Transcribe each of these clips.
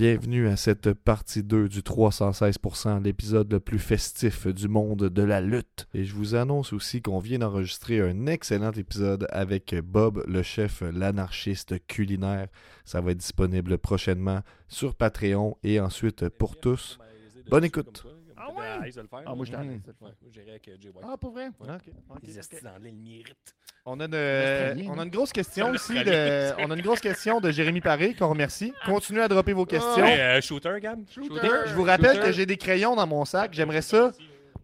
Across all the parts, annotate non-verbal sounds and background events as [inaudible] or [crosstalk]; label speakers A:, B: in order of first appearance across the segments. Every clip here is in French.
A: Bienvenue à cette partie 2 du 316%, l'épisode le plus festif du monde de la lutte. Et je vous annonce aussi qu'on vient d'enregistrer un excellent épisode avec Bob, le chef, l'anarchiste culinaire. Ça va être disponible prochainement sur Patreon et ensuite pour tous. Bonne écoute.
B: Ah hein. ouais?
C: Ah, moi, je t'en ai.
B: j'irais avec Jay White.
C: Ah, pour vrai?
B: Ouais.
C: Ok, ok,
B: Les
C: ok.
B: estis d'anglais le méritent.
D: Ah,
C: On a, une,
B: L'Australie,
C: Euh, on
E: hein.
B: non?
C: a une grosse question aussi.
B: L'Australie,
C: De, on a une grosse question de Jérémy Paré qu'on remercie. Continuez à dropper vos questions.
B: Ouais, euh, shooter, Gab?
C: Je vous rappelle que j'ai des crayons dans mon sac. J'aimerais ça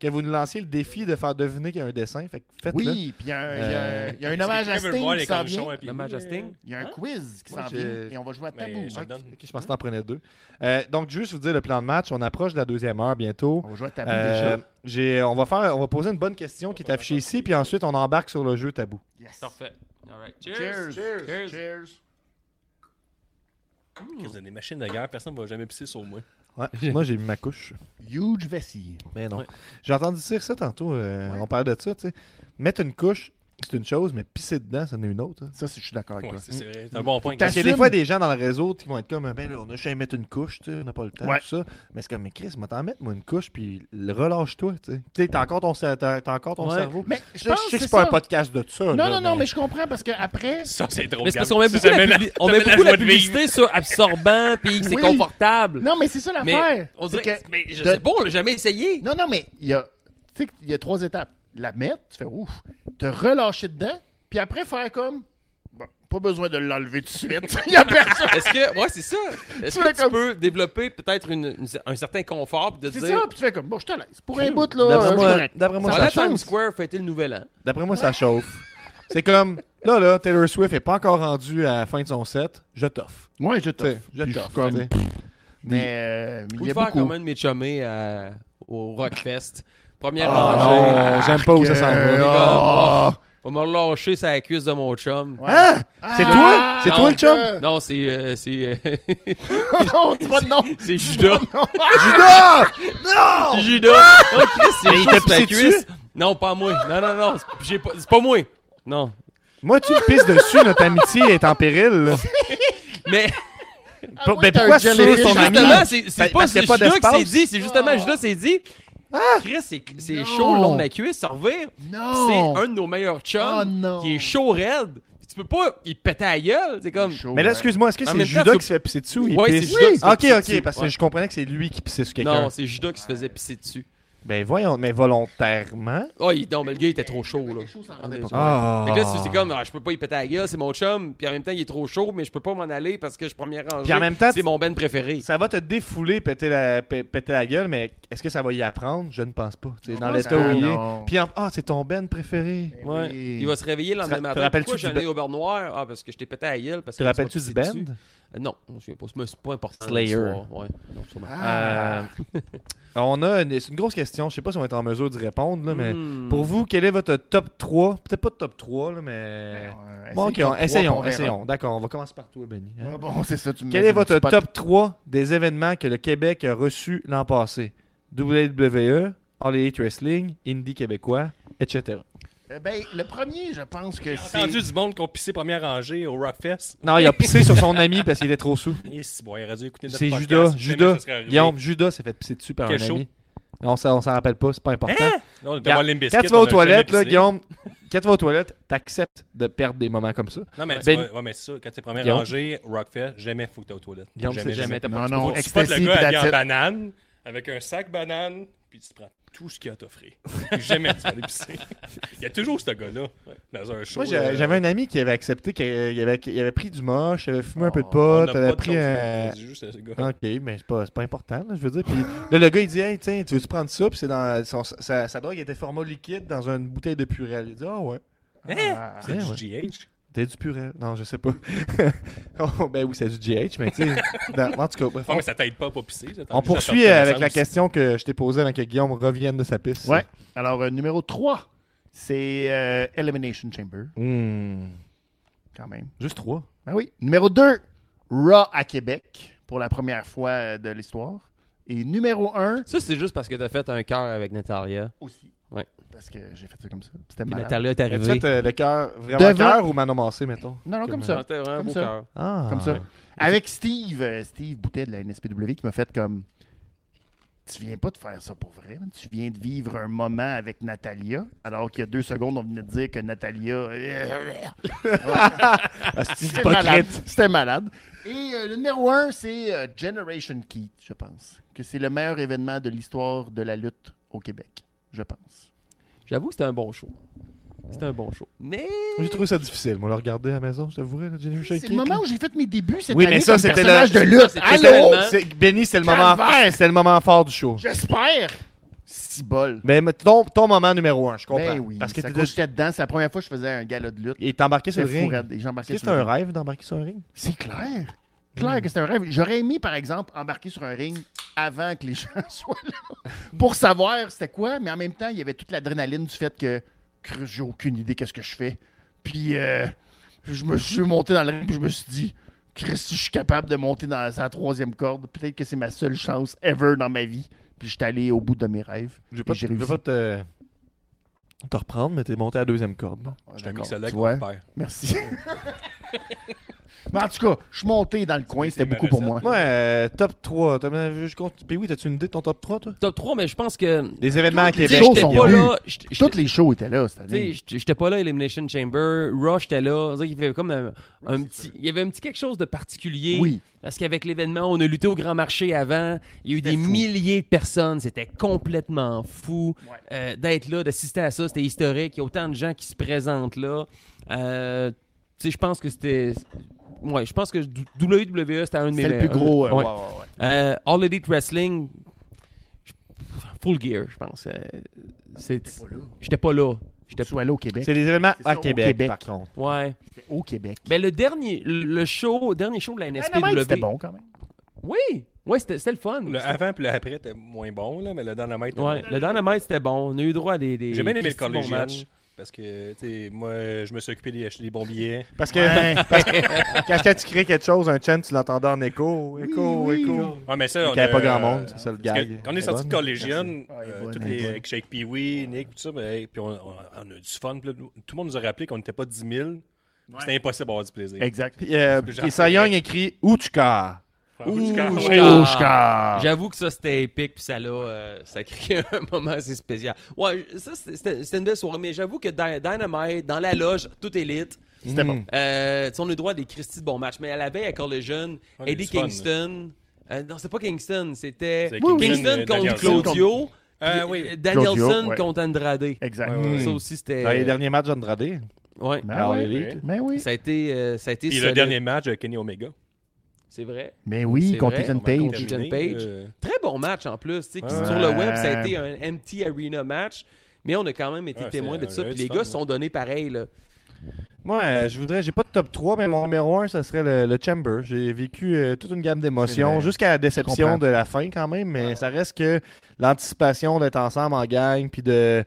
C: que vous nous lanciez le défi de faire deviner qu'il y a un dessin. Fait que faites-le.
E: Oui, puis il y, a un- il y a
C: Euh,
E: un- il y a un hommage à Sting qui s'en vient.
B: Hommage à Sting?
E: Il y a un quiz qui
C: Moi,
E: s'en
C: j'ai-
E: vient. Et on va jouer à tabou.
B: Mais je
E: hein.
B: le donne.
C: Ok, je pense que t'en prenais deux. Euh, donc, juste vous dire le plan de match. On approche de la deuxième heure bientôt.
E: On va jouer à tabou
C: Euh,
E: déjà.
C: j'ai- on, va faire, on va poser une bonne question qui est affichée ici, puis ensuite on embarque sur le jeu tabou.
E: Yes.
D: Parfait. All right. Cheers.
E: Cheers. Cheers.
D: Cheers.
B: Vous avez Hmm. des machines de guerre, personne ne va jamais pisser sur moi.
C: [laughs] Ouais. Moi, j'ai mis ma couche.
E: Huge vessie.
C: Mais non.
B: Ouais.
C: J'ai entendu dire ça tantôt. euh,
E: Ouais.
C: On parlait de ça, tu sais. Mettre une couche, c'est une chose, mais pisser dedans, c'en est une autre. hein.
E: Ça, c'est- je suis d'accord avec
B: Ouais,
E: toi.
B: c'est- c'est c'est un bon point.
C: Parce
B: Gab.
C: qu'il y a
E: T'assumes.
C: des fois des gens dans le réseau qui vont être comme ben là, on a juste à mettre une couche, tu sais, on n'a pas le temps,
E: Ouais.
C: tout ça. Mais c'est comme mais Chris, moi t'en mettre moi une couche puis le- relâche-toi, tu sais. Tu sais, t'as encore ton, cer- t'as- t'as encore ton
D: Ouais.
C: cerveau.
E: Mais je
C: Je,
E: pense
C: sais que
E: c'est
C: c'est pas
E: ça.
C: un podcast de ça.
E: Non,
C: là,
E: non, non, mais je comprends parce qu'après,
B: Ça, c'est drôle.
D: Mais c'est parce
B: Gab.
D: qu'on met
B: Ça,
D: beaucoup, la,
B: ça met
D: publi- on
B: ça
D: met
B: met
D: beaucoup la
B: joie de vivre.
D: publicité sur absorbant puis que c'est
E: Oui.
D: confortable.
E: non, mais c'est ça l'affaire.
D: Mais on
E: C'est
D: dirait que,
E: que-
D: mais je-
E: de-
D: c'est bon, on l'a jamais essayé.
E: Non, non, mais il y a, tu sais, il y a trois étapes. La mettre, tu fais ouf, te relâcher dedans, puis après faire comme, bon, pas besoin de l'enlever tout de suite. [laughs] Il y a personne.
D: Est-ce que ouais, c'est ça. Est-ce
E: Tu
D: que
E: fais
D: tu
E: comme-
D: peux développer peut-être une- une- un certain confort puis de
E: C'est
D: dire
E: ça, puis tu fais comme, bon, je te laisse. Pour un bout, là, euh,
C: D'après
E: je suis
C: moi,
E: correct.
C: d'après moi,
D: on
C: ça
D: va Times
C: chauffe.
D: Square fêter le nouvel an.
C: D'après moi, ça chauffe. C'est comme là, là, Taylor Swift est pas encore rendu à la fin de son set, je t'offre.
E: Ouais, je
C: Tu sais,
E: te
C: Je
E: Puis je
C: t'offre.
E: suis comme-
C: tu sais.
E: Mais euh,
D: Ou
E: il y
D: de
E: a
D: faire
E: beaucoup. Ah.
D: comme un de mes chummés à- au Rockfest. Première
C: Ah,
D: rangée.
C: non, j'aime pas où ça s'en
E: Euh,
C: va.
E: ah.
D: On m'a relâché sur la cuisse de mon chum.
C: Hein? C'est toi? C'est
D: non,
C: toi le oh, chum?
D: Non, c'est euh, c'est euh,
E: [laughs]
D: [laughs]
E: non, Ah, dis pas de nom. [laughs]
D: c'est Judas.
C: Judas! Non!
D: Judas!
C: [laughs]
D: Oh, Chris, c'est
C: il
D: juste
C: t'a
D: sur la
C: pissé dessus?
D: cuisse. Non, pas moi. Non, non, non. c'est- j'ai pas- C'est pas moi. Non.
C: Moi, tu le pisses dessus, notre amitié est en péril. là.
D: Mais
E: Ah,
C: Pour-
E: moi,
C: ben,
E: t'es un
C: pourquoi tu
E: jelly
C: sauves ton
E: fish.
C: ami?
D: justement, c'est
C: Ben,
D: c'est pas,
C: parce qu'il y
D: c'est
C: a pas
D: Judas qui
C: d'espace. Ah.
D: s'est dit. C'est justement Judas s'est dit. Chris, c'est c'est
E: Non.
D: chaud le long de la cuisse. Ça revient.
E: Non.
D: C'est un de nos meilleurs
C: Ah,
E: Oh,
D: chums
E: non.
D: qui est chaud raide. Tu peux pas. Il pétait à la gueule. C'est comme.
E: Chaud,
C: Mais là,
E: ouais.
C: excuse-moi, est-ce que
D: En
C: c'est
D: même temps,
C: Judas
D: tu-
C: qui se fait pisser dessus ou il
D: Ouais, c'est
C: pisse?
D: Judas qui se fait
C: Ok,
D: pisser
C: ok,
D: dessus,
C: parce que
D: ouais.
C: je comprenais que c'est lui qui pissait sur quelqu'un.
D: Non, c'est Judas qui se faisait pisser dessus.
C: Ben voyons, mais volontairement.
D: Oh, il, non, mais le gars, il était trop chaud, là.
E: Il était chaud, ça en rendait pas compte.
C: Ah!
D: Fait que là, c'est- c'est comme, ah, je peux pas y péter à la gueule, c'est mon chum, puis en même temps, il est trop chaud, mais je peux pas m'en aller parce que je suis première rangée.
C: Puis en même temps,
D: c'est mon ben préféré.
C: Ça va te défouler, péter la, pé- péter la gueule, mais est-ce que ça va y apprendre? Je ne pense pas. Tu sais, dans
E: Ah,
C: l'état où il est.
E: non.
C: Puis en- ah, c'est ton Ben préféré.
E: Ben
D: Ouais.
E: oui.
D: Il va se réveiller
C: Te
D: le lendemain
C: ra- te
D: matin.
C: rappelles-tu
D: Pourquoi
C: du
D: j'en ai au beurre noir? Ah, parce que je t'ai pété à la gueule. Parce
C: Te
D: que
C: rappelles-tu
D: m'as
C: du Ben?
D: pissé dessus. Euh, non, je me souviens pas. C'est pas important.
C: Slayer.
D: l'histoire, Ouais. Non, sûrement.
E: Ah.
C: Euh, on a une, c'est une grosse question. Je sais pas si on va être en mesure d'y répondre, là, mais
D: Hmm.
C: pour vous, quel est votre top 3? Peut-être pas de top 3, là, mais.
E: Ouais,
C: Bon, ok,
E: essaye
C: on-
E: top trois, puis Ben, on
C: essayons,
E: verra.
C: essayons. D'accord, on va commencer par toi, Benny. hein.
E: Ah, Bon, c'est ça, tu me
C: Quel
E: mets
C: est
E: sur le
C: votre
E: spot.
C: top 3 des événements que le Québec a reçus l'an passé? WWE, All Elite Wrestling, Indie québécois, etc.
E: Euh, Ben, le premier, je pense que
B: J'ai
E: c'est.
B: entendu du monde qui ont pissé première rangée au Rockfest.
C: Non, il a pissé sur son ami parce qu'il était trop sous.
B: Et si, bon, il aurait dû écouter notre
C: C'est
B: podcast,
C: Judas,
B: jamais
C: Judas.
B: ça serait arrivé.
C: Guillaume, Judas s'est fait pisser dessus par
B: Quel
C: un
B: show. Hein?
C: ami. On s'en, on s'en rappelle pas, c'est pas important.
B: Non,
C: Quand- quand tu vas aux toilettes, là, Guillaume, quand tu vas aux toilettes, t'acceptes de perdre des moments comme ça.
B: Non, mais,
C: Ben-
B: ouais, ouais, mais c'est ça, quand t'es première
C: Guillaume.
B: rangée, Rockfest, jamais faut que t'es aux toilettes.
C: Guillaume, c'est jamais. t'as pas-
E: Non,
C: tu
E: non,
B: Faut que tu fasses le
E: ecstasy,
B: gars
E: puis
B: habillé en
E: that's it.
B: banane, avec un sac banane, puis tu prends tout ce qu'il a à t'offrir. jamais tu vas aller
C: [laughs]
B: pisser. Il y a toujours ce gars-là, dans un show. euh,
C: Moi, j'a-
B: là,
C: j'avais un ami qui avait accepté qu'il avait, qu'il avait pris du moche, il avait fumé un peu de
B: Oh, on
C: pot,
B: n'a
C: il avait
B: pas de
C: pris
B: chance,
C: un. Ah,
B: c'est juste ce gars.
C: Ok, mais c'est pas, c'est pas important, là, je veux dire. Puis là, le gars, il dit Hey, tiens, tu veux-tu prendre ça Puis c'est dans son- sa, sa drogue était format liquide dans une bouteille de Purel. Il dit Ah ouais.
E: Ah,
B: Hein? C'est
C: ouais.
B: du GH.
C: T'es du Purel. Non, je sais pas. [laughs] Oh, ben oui, c'est du GH, mais tu sais. dans- en tout cas,
B: [laughs]
C: bref.
B: Non, mais ça t'aide pas à pas pisser. ça t'aide
C: On
B: juste à
C: poursuit
B: sortir
C: avec la
B: ensemble.
C: question que je t'ai posée avant que Guillaume revienne de sa piste.
E: Ouais. Alors, euh, numéro 3, c'est euh, Elimination Chamber,
C: Hmm.
E: quand même.
C: Juste trois.
E: Ben oui. Numéro 2, Raw à Québec, pour la première fois euh, de l'histoire. Et numéro 1,
D: Ça, c'est juste parce que t'as fait un cœur avec Natalia.
E: aussi.
D: Ouais.
E: Parce que j'ai fait ça comme ça. C'était
D: Puis
E: malade.
D: Natalia est
C: Mais tu
D: arrivée.
C: fais euh, le cœur, vraiment
E: Devant-
C: cœur ou Manon Massé, mettons?
E: Non, non, comme
C: Comme-
E: ça.
D: C'était
E: euh,
D: vraiment un
E: Comme
D: beau
E: ça.
D: cœur.
A: Ah.
E: Comme [laughs] ça. Avec Steve, euh, Steve Boutet de la NSPW qui m'a fait comme Tu viens pas de faire ça pour vrai, man. tu viens de vivre un moment avec Natalia, alors qu'il y a deux secondes, on venait de dire que Natalia. euh,
C: Ah, c'est
E: C'était
C: hypocrite.
E: malade. C'était malade. Et euh, le numéro un, c'est euh, Generation Key, je pense. Que c'est le meilleur événement de l'histoire de la lutte au Québec, je pense.
D: J'avoue, c'était un bon show. C'était un bon show. Mais.
A: J'ai trouvé ça difficile. Moi, le regarder à la maison, je t'avouerais. là, j'ai- j'ai-
E: C'est le moment où j'ai fait mes débuts cette
C: Oui, mais
E: année
C: ça,
E: comme
C: c'était
E: personnage
C: le-
E: de lutte.
D: c'était
E: Allô?
D: tellement-
C: C'est- Benny, c'était le moment,
E: Ah, Calvaire!
C: c'était le moment fort du show.
E: J'espère! Si bol.
C: Mais mais ton, ton moment numéro un, je comprends.
E: Ben oui,
C: Parce que
E: ça
C: t'étais-
E: cause j'étais dedans. C'est la première fois que je faisais un gala de lutte.
C: il est embarqué sur
E: C'est
C: le ring.
E: raide, et j'embarquais
C: Est-ce que
E: sur
C: C'est
E: le
C: un
E: ring.
C: rêve d'embarquer sur un ring.
E: C'est clair. Clair que c'est un rêve. J'aurais aimé, par exemple, embarquer sur un ring avant que les [laughs] gens soient là pour savoir c'était quoi, mais en même temps, il y avait toute l'adrénaline du fait que Cruz, j'ai aucune idée qu'est-ce que je fais. Puis euh, je me suis monté dans le ring puis je me suis dit, Chris, si je suis capable de monter dans sa troisième corde, peut-être que c'est ma seule chance ever dans ma vie. Puis j'étais allé au bout de mes rêves.
C: Je vais pas,
E: Et j'ai
C: je vais
E: réussi.
C: pas te... euh, te reprendre, mais t'es monté à la deuxième corde.
B: Je t'ai mis
E: Ah, D'accord,
B: ça là
E: tu
B: avec
E: vois.
B: mon père.
E: Merci. [laughs] Mais en tout cas, je suis monté dans le coin, c'était
B: ma
E: beaucoup pour moi.
B: recette.
C: Ouais, euh, top 3. T'as- je compte- Puis oui, t'as-tu une idée de ton top 3, toi?
D: Top 3, mais je pense que.
C: Les événements à
E: Toutes les
C: Québec.
E: choses
D: J'étais
E: sont
D: pas
E: venues.
D: là. j'étais- j'étais-
E: Toutes les shows étaient là cette
D: Tu sais,
E: année.
D: j'étais- j'étais pas là, Elimination Chamber. Rush, j'étais là. Il y avait comme un, un petit. Il y avait un petit quelque chose de particulier.
E: Oui.
D: Parce qu'avec l'événement, on a lutté au grand marché avant. Il y a eu des
E: C'était fou.
D: milliers de personnes. C'était complètement fou
E: Ouais.
D: euh, d'être là, d'assister à ça. C'était historique. Il y a autant de gens qui se présentent là. Euh, tu sais, je pense que c'était. Ouais, je pense que WWE, E, c'était un de mes
E: C'était le plus
D: meilleurs.
E: gros. euh,
D: Ouais.
E: ouais, ouais, ouais.
D: Euh, All Elite Wrestling, je- Full Gear, je pense. Euh, c'est- J'étais pas là. J'étais
E: Tu sois allé au Québec.
C: C'est les événements
E: C'est ça,
C: à
E: au
C: Québec,
E: Québec.
C: par contre.
D: Ouais.
E: C'était au Québec.
D: Ben, le dernier, le show, dernier show de la
E: Dynamite,
D: NSPW.
E: c'était bon quand même.
D: Oui, ouais, c'était c'était le fun.
B: Le avant puis le après était moins bon, là, mais le dynamite.
D: Ouais, le Dynamite, c'était bon. On a eu droit à des. des
B: J'ai bien aimé le
D: petits bons
B: college match.
D: matchs.
B: Parce que, tu sais, moi, je me suis occupé d'acheter des bons billets.
C: Parce que, [laughs] parce que- parce que quand tu crées quelque chose, un chant, tu l'entendais en écho, écho, écho.
B: Ah, mais ça,
C: Il
B: on
C: n'y avait pas
B: a-
C: grand monde, c'est ça le
B: Parce que
C: gag.
B: Quand on est sorti de Collegian,
E: Ah, elle est
B: euh,
E: bonne,
B: tous
E: elle est
B: les
E: bonne.
B: avec Shake Pee Wee, Nick, tout ça, ben, puis on, on- on a du fun. puis là, tout le monde nous a rappelé qu'on n'était pas 10 000. C'était impossible d'avoir du plaisir.
E: Exact.
C: Puis, euh,
B: Genre-
C: puis Sayong écrit Où tu cars
B: Enfin, en tout cas,
D: Ouh,
B: ouais.
D: Ah.
E: Ouchka!
D: J'avoue que ça, c'était épique, puis ça l'a. euh, ça a créé [laughs] un moment assez spécial. Ouais, ça, c'était c'était une belle soirée, mais j'avoue que Dy- Dynamite, dans la loge, tout élite.
C: Hmm.
E: C'était bon.
D: Euh, tu sais, on a le droit à des Christy de bons matchs, mais à la veille, à Collision,
B: On a eu
D: Eddie
B: du fun,
D: Kingston. euh, non, c'est pas Kingston, c'était
B: C'est
D: Kingston,
E: Kingston,
B: euh,
D: contre
B: Danielson.
D: Claudio.
B: Euh,
D: puis,
B: oui.
D: euh, Danielson
E: Claudio, ouais.
D: contre Andrade.
E: Exact.
B: Ouais, ouais,
D: Ça
C: ouais.
D: aussi, c'était.
C: Dans les derniers matchs d'Andrade.
D: Ouais.
E: Mais,
C: Alors,
E: ouais.
C: les-
B: Ouais.
E: Mais oui.
D: Ça a été. euh, ça a été
B: Puis le
D: solide.
B: dernier match avec Kenny Omega.
D: C'est vrai.
E: Mais
D: C'est
E: oui, contre
D: vrai,
E: Ethan
D: on va
E: Page.
D: compter. Ethan Page.
B: Euh,
D: Très bon match en plus. tu sais, qui,
B: Ouais.
D: Sur le web, ça a été un empty arena match. Mais on a quand même été
B: Ouais,
D: témoins de
B: c'est-
D: ça.
B: on a eu
D: Puis
B: du
D: les
B: fun,
D: gars
B: ouais.
D: se sont donnés pareil. Là.
C: Moi, euh, je voudrais, j'ai pas de top 3, mais mon numéro 1, ça serait le, le Chamber. J'ai vécu euh, toute une gamme
E: C'est
C: d'émotions,
E: vrai.
C: jusqu'à la
E: Je comprends.
C: déception de la fin quand même, mais ça reste que l'anticipation d'être ensemble en gang, puis de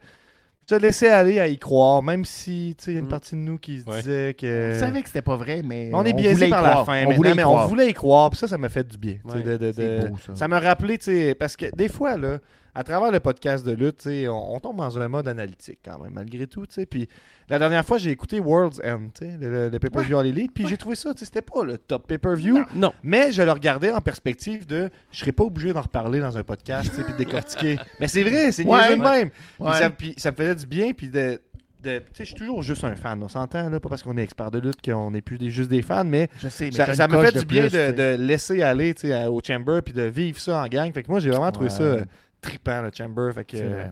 C: se laisser aller à y croire, même si, tu sais, il y a une
D: Mm.
C: partie de nous qui se
B: Ouais.
C: disait que...
E: On savait que c'était pas vrai, mais.
C: On est
E: voulait
C: biaisé
E: y
C: par la
E: croire.
C: fin,
E: On
C: mais,
E: voulait
C: non,
E: y
C: mais on
E: croire.
C: voulait y croire, puis ça, ça m'a fait du bien. tu sais,
D: Ouais,
C: de- de- de-
E: C'est beau, ça.
C: ça m'a rappelé, tu sais, parce que des fois, là, à travers le podcast de lutte, tu sais, on, on tombe dans un mode analytique quand même, malgré tout. tu sais. Puis la dernière fois, j'ai écouté World's End, tu sais, le, le- le pay-per-view en Elite, puis j'ai trouvé ça, tu sais, c'était pas le top pay-per-view,
D: Non.
C: mais je le regardais en perspective de je serais pas obligé d'en reparler dans un podcast, tu sais, puis de
E: [laughs]
C: décortiquer. mais c'est vrai, c'est
E: Ouais.
C: niaiseux de même. Puis
E: Ouais.
C: ça, puis ça me faisait du bien, puis de. de- tu sais, je suis toujours juste un fan, on s'entend, là, pas parce qu'on est expert de lutte qu'on n'est plus des- juste des fans, mais
E: Je sais, mais.
C: ça,
E: t'as
C: ça
E: une
C: me
E: coche
C: fait du bien
E: plus,
C: de,
E: tu sais.
C: de laisser aller tu sais, à- au Chamber puis de vivre ça en gang. Fait que moi, j'ai vraiment trouvé
E: Ouais.
C: ça euh, trippant, le Chamber. Fait que,
E: C'est
C: euh,
E: vrai.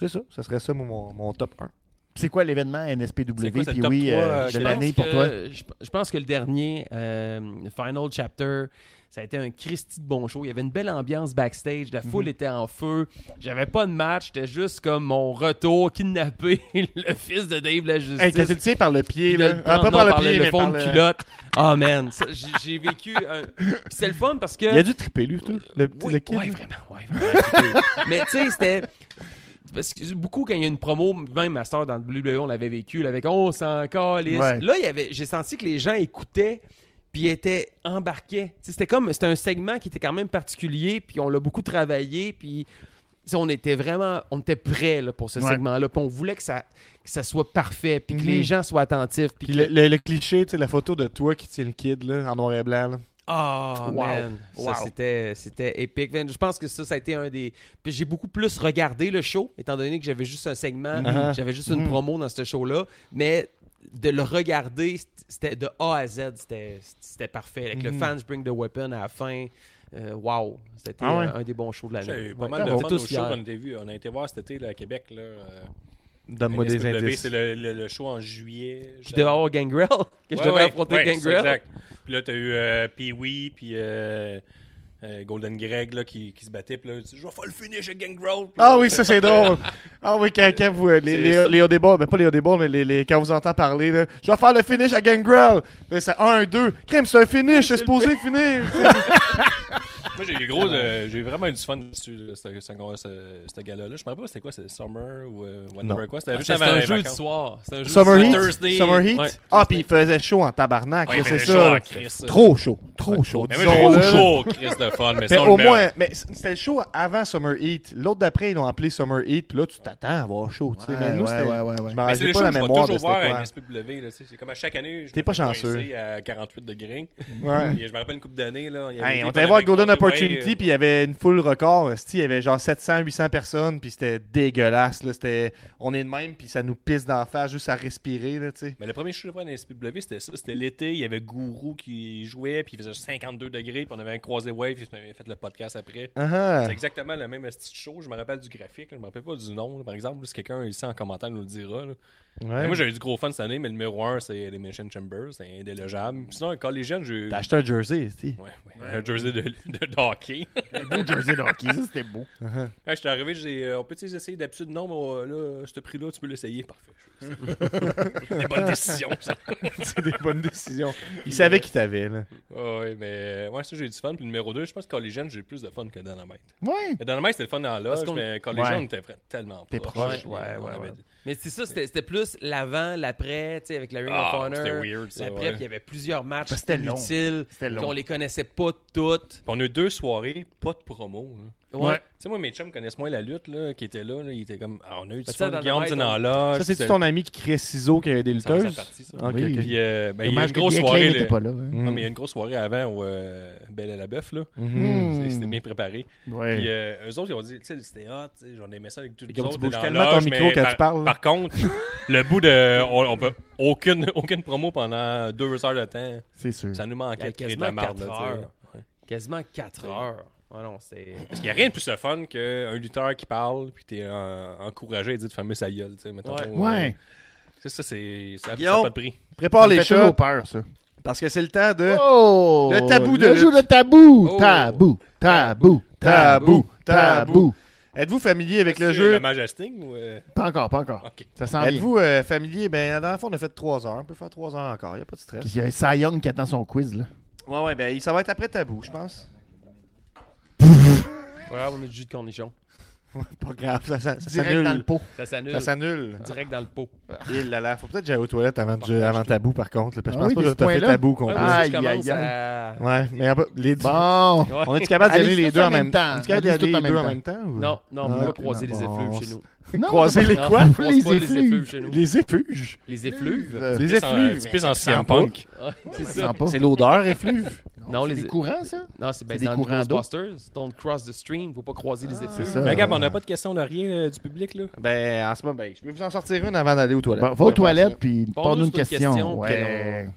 C: c'est ça. Ça serait ça, mon- mon, mon top 1.
E: C'est quoi l'événement
B: C'est
E: NSPW?
B: quoi, c'est
E: Puis
B: top
E: oui,
B: trois,
E: euh,
B: euh,
E: de
B: je
E: l'année pour
D: pense que-
E: toi.
D: Je, je pense que le dernier, euh, Final Chapter, ça a été un Christy de bon show. Il y avait une belle ambiance backstage. La
C: Mm-hmm.
D: foule était en feu. J'avais pas de match. J'étais juste comme mon retour kidnappé, [laughs] le fils de Dave la Justice.
C: Hey, qu'est-ce que tu sais par le pied,
D: Puis
C: là?
D: de le
C: Ah,
D: prendre,
C: pas par
D: non,
C: le
D: par le-
C: pied,
D: le
C: mais
D: fond
C: par
D: de
C: le-
D: culotte. Ah, man. ça, j'ai- J'ai vécu. un- Puis c'est le fun parce que.
C: Il a dû tripper, lui, tout. Le, petit-
D: Oui,
C: le kid.
D: ouais, vraiment, ouais, vraiment. [laughs] Mais tu sais, c'était. Parce que beaucoup, quand il y a une promo, même ma soeur dans le WWE, on l'avait vécu, là, avec On s'en calisse.
E: Ouais.
D: Là, il y avait, j'ai senti que les gens écoutaient, puis étaient embarqués. Tu sais, c'était comme. C'était un segment qui était quand même particulier, puis on l'a beaucoup travaillé, puis tu sais, on était vraiment, on était prêts là, pour ce
E: Ouais.
D: segment-là. Puis on voulait que ça, que ça soit parfait, puis que
C: Mhm.
D: les gens soient attentifs. Puis
C: Puis
D: que-
C: le, le- le cliché, tu sais, la photo de toi qui tient le kid là, en noir et blanc. là.
D: Ah,
E: Wow.
D: man. Ça,
E: Wow.
D: c'était, c'était épique. Man, Je pense que ça, ça a été un des. Puis j'ai beaucoup plus regardé le show, étant donné que j'avais juste un segment, Mm-hmm.
C: Mhm.
D: j'avais juste une
E: Mhm.
D: promo dans ce show-là. Mais de le regarder, c't- c'était de A à Z, c'était, c'était parfait. Avec le
C: Mhm.
D: Fans Bring the Weapon à la fin. euh, wow, c'était euh,
C: Ah ouais.
D: un, un des bons shows de l'année.
B: J'ai eu pas
D: Ouais.
B: mal de
D: On
B: fun
D: était
B: au
D: tous
B: show
D: fiers.
B: qu'on était vu. On a été voir cet été là, à Québec. là, euh,
C: Donne-moi des
B: NSPW,
C: indices.
B: C'est le, le- le show en juillet.
D: Je devais avoir Gangrel, [laughs] que je
B: Ouais,
D: devais
B: ouais,
D: affronter
B: ouais, c'est
D: Gangrel.
B: Exact. Puis là, t'as eu euh, Pee-Wee, puis euh, euh, Golden Greg là, qui, qui se battait. Puis là, tu dis, je vais faire le finish avec Gangrel. Puis
C: Ah
B: là,
C: oui, ça c'est drôle. Ah oui, quand, quand vous, euh, les,
B: C'est
C: les,
B: ça.
C: les Odeball, mais pas les Odeball, mais les, les- quand vous entend parler, là, je vais faire le finish à Gangrel. Là, C'est 1, 2. Crème, c'est un finish, c'est supposé
B: [laughs]
C: finir.
B: Moi, j'ai eu gros, euh, j'ai eu vraiment eu du fun dessus, là, ce, ce- ce- ce gars-là. Je me rappelle pas c'était quoi, c'était Summer ou euh, whatever quoi. C'était juste
D: C'était
B: avant
D: Ah, un
B: les
D: jeu du
B: vacances.
D: soir. C'était un jeu
C: Summer
D: du
C: Heat.
D: soir.
B: Thursday.
C: Summer Heat.
B: Ouais.
C: Ah, puis il faisait chaud en tabarnak,
B: Ouais,
C: là,
B: il
C: c'est ça.
B: faisait chaud en Christ, ça.
C: Trop chaud, trop chaud.
B: Mais moi, j'ai eu
C: disons-le.
B: chaud, Chris de fun. Mais
C: Mais
B: ça, on
C: au
B: le met en-
C: moins, mais c- c'était le show avant Summer Heat. L'autre d'après, ils l'ont appelé Summer Heat. Puis là, tu t'attends à avoir chaud. tu sais. mais nous, c'était-
E: ouais,
C: Je
E: ouais.
C: m'en
B: Mais c'est
C: rappelle
B: le
C: ah, pas
B: show
C: la
B: que je vais
C: mémoire de
B: toujours hein. voir à
C: c'était
B: NSPW. là, tu sais, C'est comme à chaque année. je
C: T'es
B: me
C: pas
B: fais coincer
C: chanceux.
B: à 48 degrés.
C: quoi. Ouais.
B: Et je me rappelle une couple d'années. là, il y avait
C: Hey,
B: été
C: on
B: pendant
C: était voir
B: la
C: Golden
B: victoire de
C: Opportunity,
B: Wayne,
C: puis il y avait une foule record. esti, Il y avait genre 700, 800 personnes, puis c'était dégueulasse. Là. C'était... On est de même, puis ça nous pisse d'en face juste à respirer. Là, tu sais.
B: Mais le premier show que j'ai vu à NSPW, c'était ça. C'était l'été, il y avait Gourou qui jouait, puis il faisait 52 degrés, puis on avait un croisé wave, puis on avait fait le podcast après.
C: Ah, ah.
B: C'est exactement le même style show. Je me rappelle du graphique, là. je me rappelle pas du nom. là. Par exemple, si quelqu'un ici en commentaire nous le dira. là.
C: Ouais.
B: Mais Moi, j'ai eu du gros fun cette année, mais le numéro 1, c'est Elimination Chamber, c'est indélogeable.
C: Mm.
B: Puis Sinon, collégienne, j'ai eu.
C: T'as acheté un jersey. esti.
B: Ouais, ouais, un jersey de, de, de hockey. [laughs]
E: Beau jersey de hockey, ça, c'était beau.
B: Quand je suis arrivé, j'ai euh, on peut essayer d'habitude non, mais euh, là, ce prix-là, tu peux l'essayer,
C: [laughs]
B: parfait. Des bonnes décisions, ça.
C: C'est des bonnes décisions. [laughs] Il savait qu'il t'avait. Là.
B: Ouais, ouais, mais euh, ouais, ça, j'ai eu du fun. Puis numéro 2, je pense que collégienne, j'ai eu plus de fun que Dynamite.
E: Ouais.
B: Mais Dynamite, c'était le fun dans la
D: Parce
B: loge,
D: qu'on-
B: mais collégienne,
E: Ouais.
B: on était vra- tellement
E: T'es proche,
B: là.
D: ouais,
B: On
D: ouais,
B: avait-
D: ouais. Mais c'est ça, c'était c'était plus l'avant, l'après, tu sais, avec la Ring
B: Ah,
D: of Honor.
B: c'était weird, ça,
D: L'après,
B: ouais.
D: puis il y avait plusieurs matchs
E: Parce que c'était long.
D: inutiles,
E: C'était long.
D: qu'on les connaissait pas toutes.
B: Puis On a eu deux soirées, pas de promo. là.
D: Ouais.
E: Ouais.
B: Tu sais, moi, mes chums connaissent moins la lutte, là, qui était là, là. Ils étaient comme, ah, on a eu du
D: Parce que
B: fun.
D: dans hein.
B: Guillaume,
D: le
B: c'est
D: raid,
B: dans
D: on-
B: l'âge.
C: Ça, c'est-tu ton ami qui crée ciseaux qui a des lutteuses? Ok,
E: Oui.
C: ok. Mm.
B: Puis, euh, ben, il y a eu
E: Dommage
B: une
E: que
B: grosse
E: Bianca
B: soirée.
E: n'était
B: là.
E: pas là. hein.
B: Non, mais il y a une grosse soirée avant au euh, Belle et la Bœuf, là.
C: Mhm.
B: C'est- C'était bien préparé.
E: Ouais.
B: Puis euh, eux autres, ils ont dit, tu sais, c'était hot, tu sais, j'en aimais ça avec tous les
C: Guillaume,
B: autres.
C: tu bouges
B: dans
C: tellement ton
B: l'âge,
C: micro
B: mais
C: quand
B: par-
C: tu parles, là.
B: Par contre, le bout de. On, on peut aucune, aucune promo pendant deux heures de temps.
E: C'est sûr.
B: Ça nous
D: Il y
B: manquait
D: a
B: de créer de la
D: quasiment
B: marde,
D: 4
B: là, tu sais.
D: heures. Quasiment 4 heures. Ouais, non,
B: [laughs]
D: c'est.
B: Parce qu'il n'y a rien de plus le fun qu'un lutteur qui parle, puis t'es euh, encouragé à dire de fermer sa gueule, tu sais, mettons.
D: Ouais.
B: Euh,
E: Ouais.
B: Ça, ça, c'est. Ça ça
C: Guillaume.
B: a pas de prix.
C: Prépare les
E: choses.
C: chats,
E: peur, ça.
C: parce que c'est le temps de...
E: Oh!
C: Le tabou de
E: Le
C: lutte.
E: jeu de tabou!
D: Oh.
E: Tabou! Tabou!
C: Tabou,
E: Tabou!
C: tabou.
E: Tabou!
C: Êtes-vous familier avec le
B: C'est
C: jeu?
B: Le Majesting ou. euh,
E: Pas encore, pas encore.
B: Ok.
E: Ça sent bien.
C: Êtes-vous euh, familier? Ben, la dernière fois, on a fait 3 heures. On peut faire 3 heures encore. Il n'y a pas de stress.
E: Il y a Cy Young qui attend son quiz, là.
C: Ouais, ouais, ben, ça va être après tabou, je pense.
D: Ouais, on a du jus de cornichon.
C: Pas grave, ça, ça, ça
E: Direct dans le Ah.
C: s'annule.
E: pot.
D: Ça s'annule.
C: Ça s'annule.
D: Direct dans le pot.
C: Il là là, faut peut-être que j'aille aux toilettes avant, du- avant tabou, par contre. là, parce que
E: ben, Ah
C: je pense
E: oui,
C: pas que
E: de
C: je
E: ce
C: t'ai fait
E: point-là.
C: tabou qu'on
D: Ouais,
C: peut.
D: moi aussi,
E: Ah, Aïe,
D: je Ah, commence
E: aïe,
D: à-
C: Ouais, mais un peu- les deux.
E: Bon!
D: Ouais.
C: On est-tu capable
E: Allez,
C: d'y aller les
E: tous
C: deux
E: en
C: en même
E: même temps.
C: temps? On est-tu capable d'y
E: Allez,
C: aller
E: tous en
C: les deux
E: même
C: en même temps? ou-
D: Non, non, on
C: Ah,
D: va pas
C: ok,
D: croiser les
C: bon,
D: effluves
C: on
D: chez
C: s-
D: nous.
E: Non,
C: Croiser les
D: Non,
C: quoi?
D: on croise
E: Les
D: pas les effluves
E: effluves!
D: chez nous.
C: Les effluves.
D: Les effluves.
E: Euh,
C: Les
B: Tu pisses en-
C: effluves.
B: Tu pisses en CM
C: sens pas.
B: Punk.
D: Ouais, c'est
E: ça
D: ça.
E: sent pas.
C: C'est l'odeur effluve.
D: Non,
E: C'est
D: les.
E: des courants, ça?
D: Non, c'est ben,
E: des
D: dans le
E: courants d'eau. Ah,
D: Ghostbusters. Don't cross the stream. Faut pas croiser les effluves.
E: c'est ça.
B: Mais regarde, on n'a pas de question de rien euh, du public, là.
C: Ben, en ce moment, ben, je vais vous en sortir une avant d'aller aux toilettes.
E: Bon, va aux
C: Ouais,
E: toilettes, puis
D: Pose-nous
E: pose-nous une
D: sur une
E: question.
D: question,
E: ouais.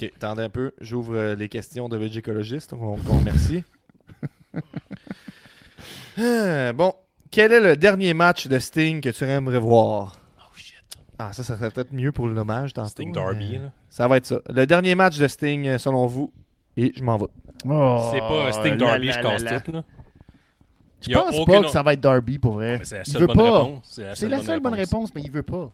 C: OK, attendez un peu. J'ouvre euh, les questions de Végécologiste. On on remercie. [laughs] Ah, bon, quel est le dernier match de Sting que tu aimerais revoir?
D: Oh shit.
C: Ah, ça, ça serait peut-être mieux pour le hommage tantôt.
B: Sting
C: mais-
B: Darby, là.
C: Ça va être ça. Le dernier match de Sting, euh, selon vous. Et je m'en vais.
E: Oh,
B: C'est pas Sting
E: là,
B: Darby,
E: là,
B: je
E: là,
B: casse
E: là.
B: tout, là.
E: Je
B: Y a
E: pense
B: aucun
E: pas
B: nom.
E: que ça va être Darby, pour vrai.
B: Mais C'est la
E: Il
B: seule
E: veut
B: bonne
E: pas.
B: réponse.
E: C'est la seule bonne réponse, mais il veut pas.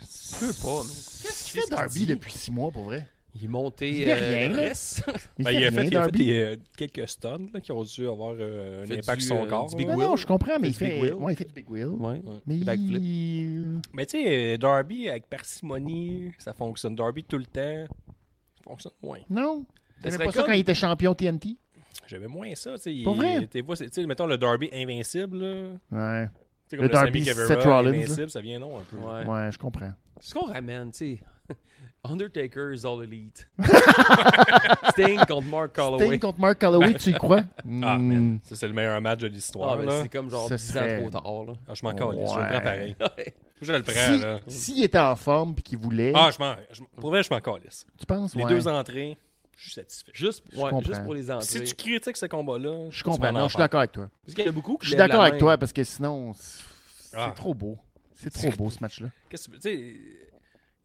D: Je peux pas, non.
E: Qu'est-ce qu'il fait Darby depuis six mois, pour vrai?
D: Il est monté. euh,
E: Il fait rien, là.
D: reste.
E: Il
B: Ben, il
E: fait
B: a
E: rien,
B: fait, il a fait
E: Darby.
B: des, euh, quelques stuns là, qui ont dû avoir euh, un
D: Fait
B: impact
D: du,
B: sur son
D: euh,
B: corps.
D: du big
B: là.
E: Non,
D: Will.
E: non, je comprends, mais il
D: Fait du
E: fait...
D: Big Will.
E: Ouais, il fait du Big Will.
D: Ouais.
E: Mais
D: Backflip.
E: il...
B: Mais tu sais, euh, Darby avec parcimonie, ça fonctionne. Darby tout le temps, ça fonctionne moins.
E: Non.
D: Ça
E: T'aimais
D: serait
E: pas ça
D: comme-
E: quand il était champion TNT?
B: J'avais moins ça, tu sais.
E: Pas
B: il-
E: vrai?
B: t'es vois, c'est- tu sais, mettons le derby invincible, là.
E: Ouais,
B: Tu sais, comme
E: Le
B: le Sammy
E: derby
B: Guevara,
E: Seth Rollins, là.
B: invincible, ça vient non un peu.
D: Ouais.
E: ouais, je comprends.
D: Ce qu'on ramène, tu sais. [laughs] Undertaker is
E: [laughs]
D: all elite. Sting contre Mark Ah, Calloway.
E: Sting contre Mark Calloway, tu y crois?
B: Ah,
E: Hmm.
B: man. Ça, c'est le meilleur match de l'histoire,
D: Ah, ben,
B: là.
D: c'est comme genre
E: Ce
D: 10 ans
E: serait-
D: trop tard. Là.
B: Ah, je m'en calisse, je le
E: Ouais.
B: prends pareil. Je le prends,
E: Si-
B: là.
E: S'il était en forme et qu'il voulait,
B: Ah, je m'en... je- Pour vrai, je m'en calisse.
E: tu penses?
B: Les
E: ouais.
B: deux entrées, je suis satisfait.
D: [laughs] Juste,
E: Je
D: ouais,
E: comprends.
D: juste pour les
B: Si
D: entrées.
B: tu critiques ce combat-là,
E: Je
B: tu
E: comprends.
B: vas en
E: Non, je suis
B: faire.
E: d'accord avec toi.
D: Parce qu'il y en a beaucoup qui
E: Je suis
D: lèvent la
E: d'accord avec
D: main.
E: toi parce que sinon, c'est c'est
B: Ah.
E: trop beau. C'est trop beau ce match-là.
B: Qu'est-ce que tu veux- tu sais,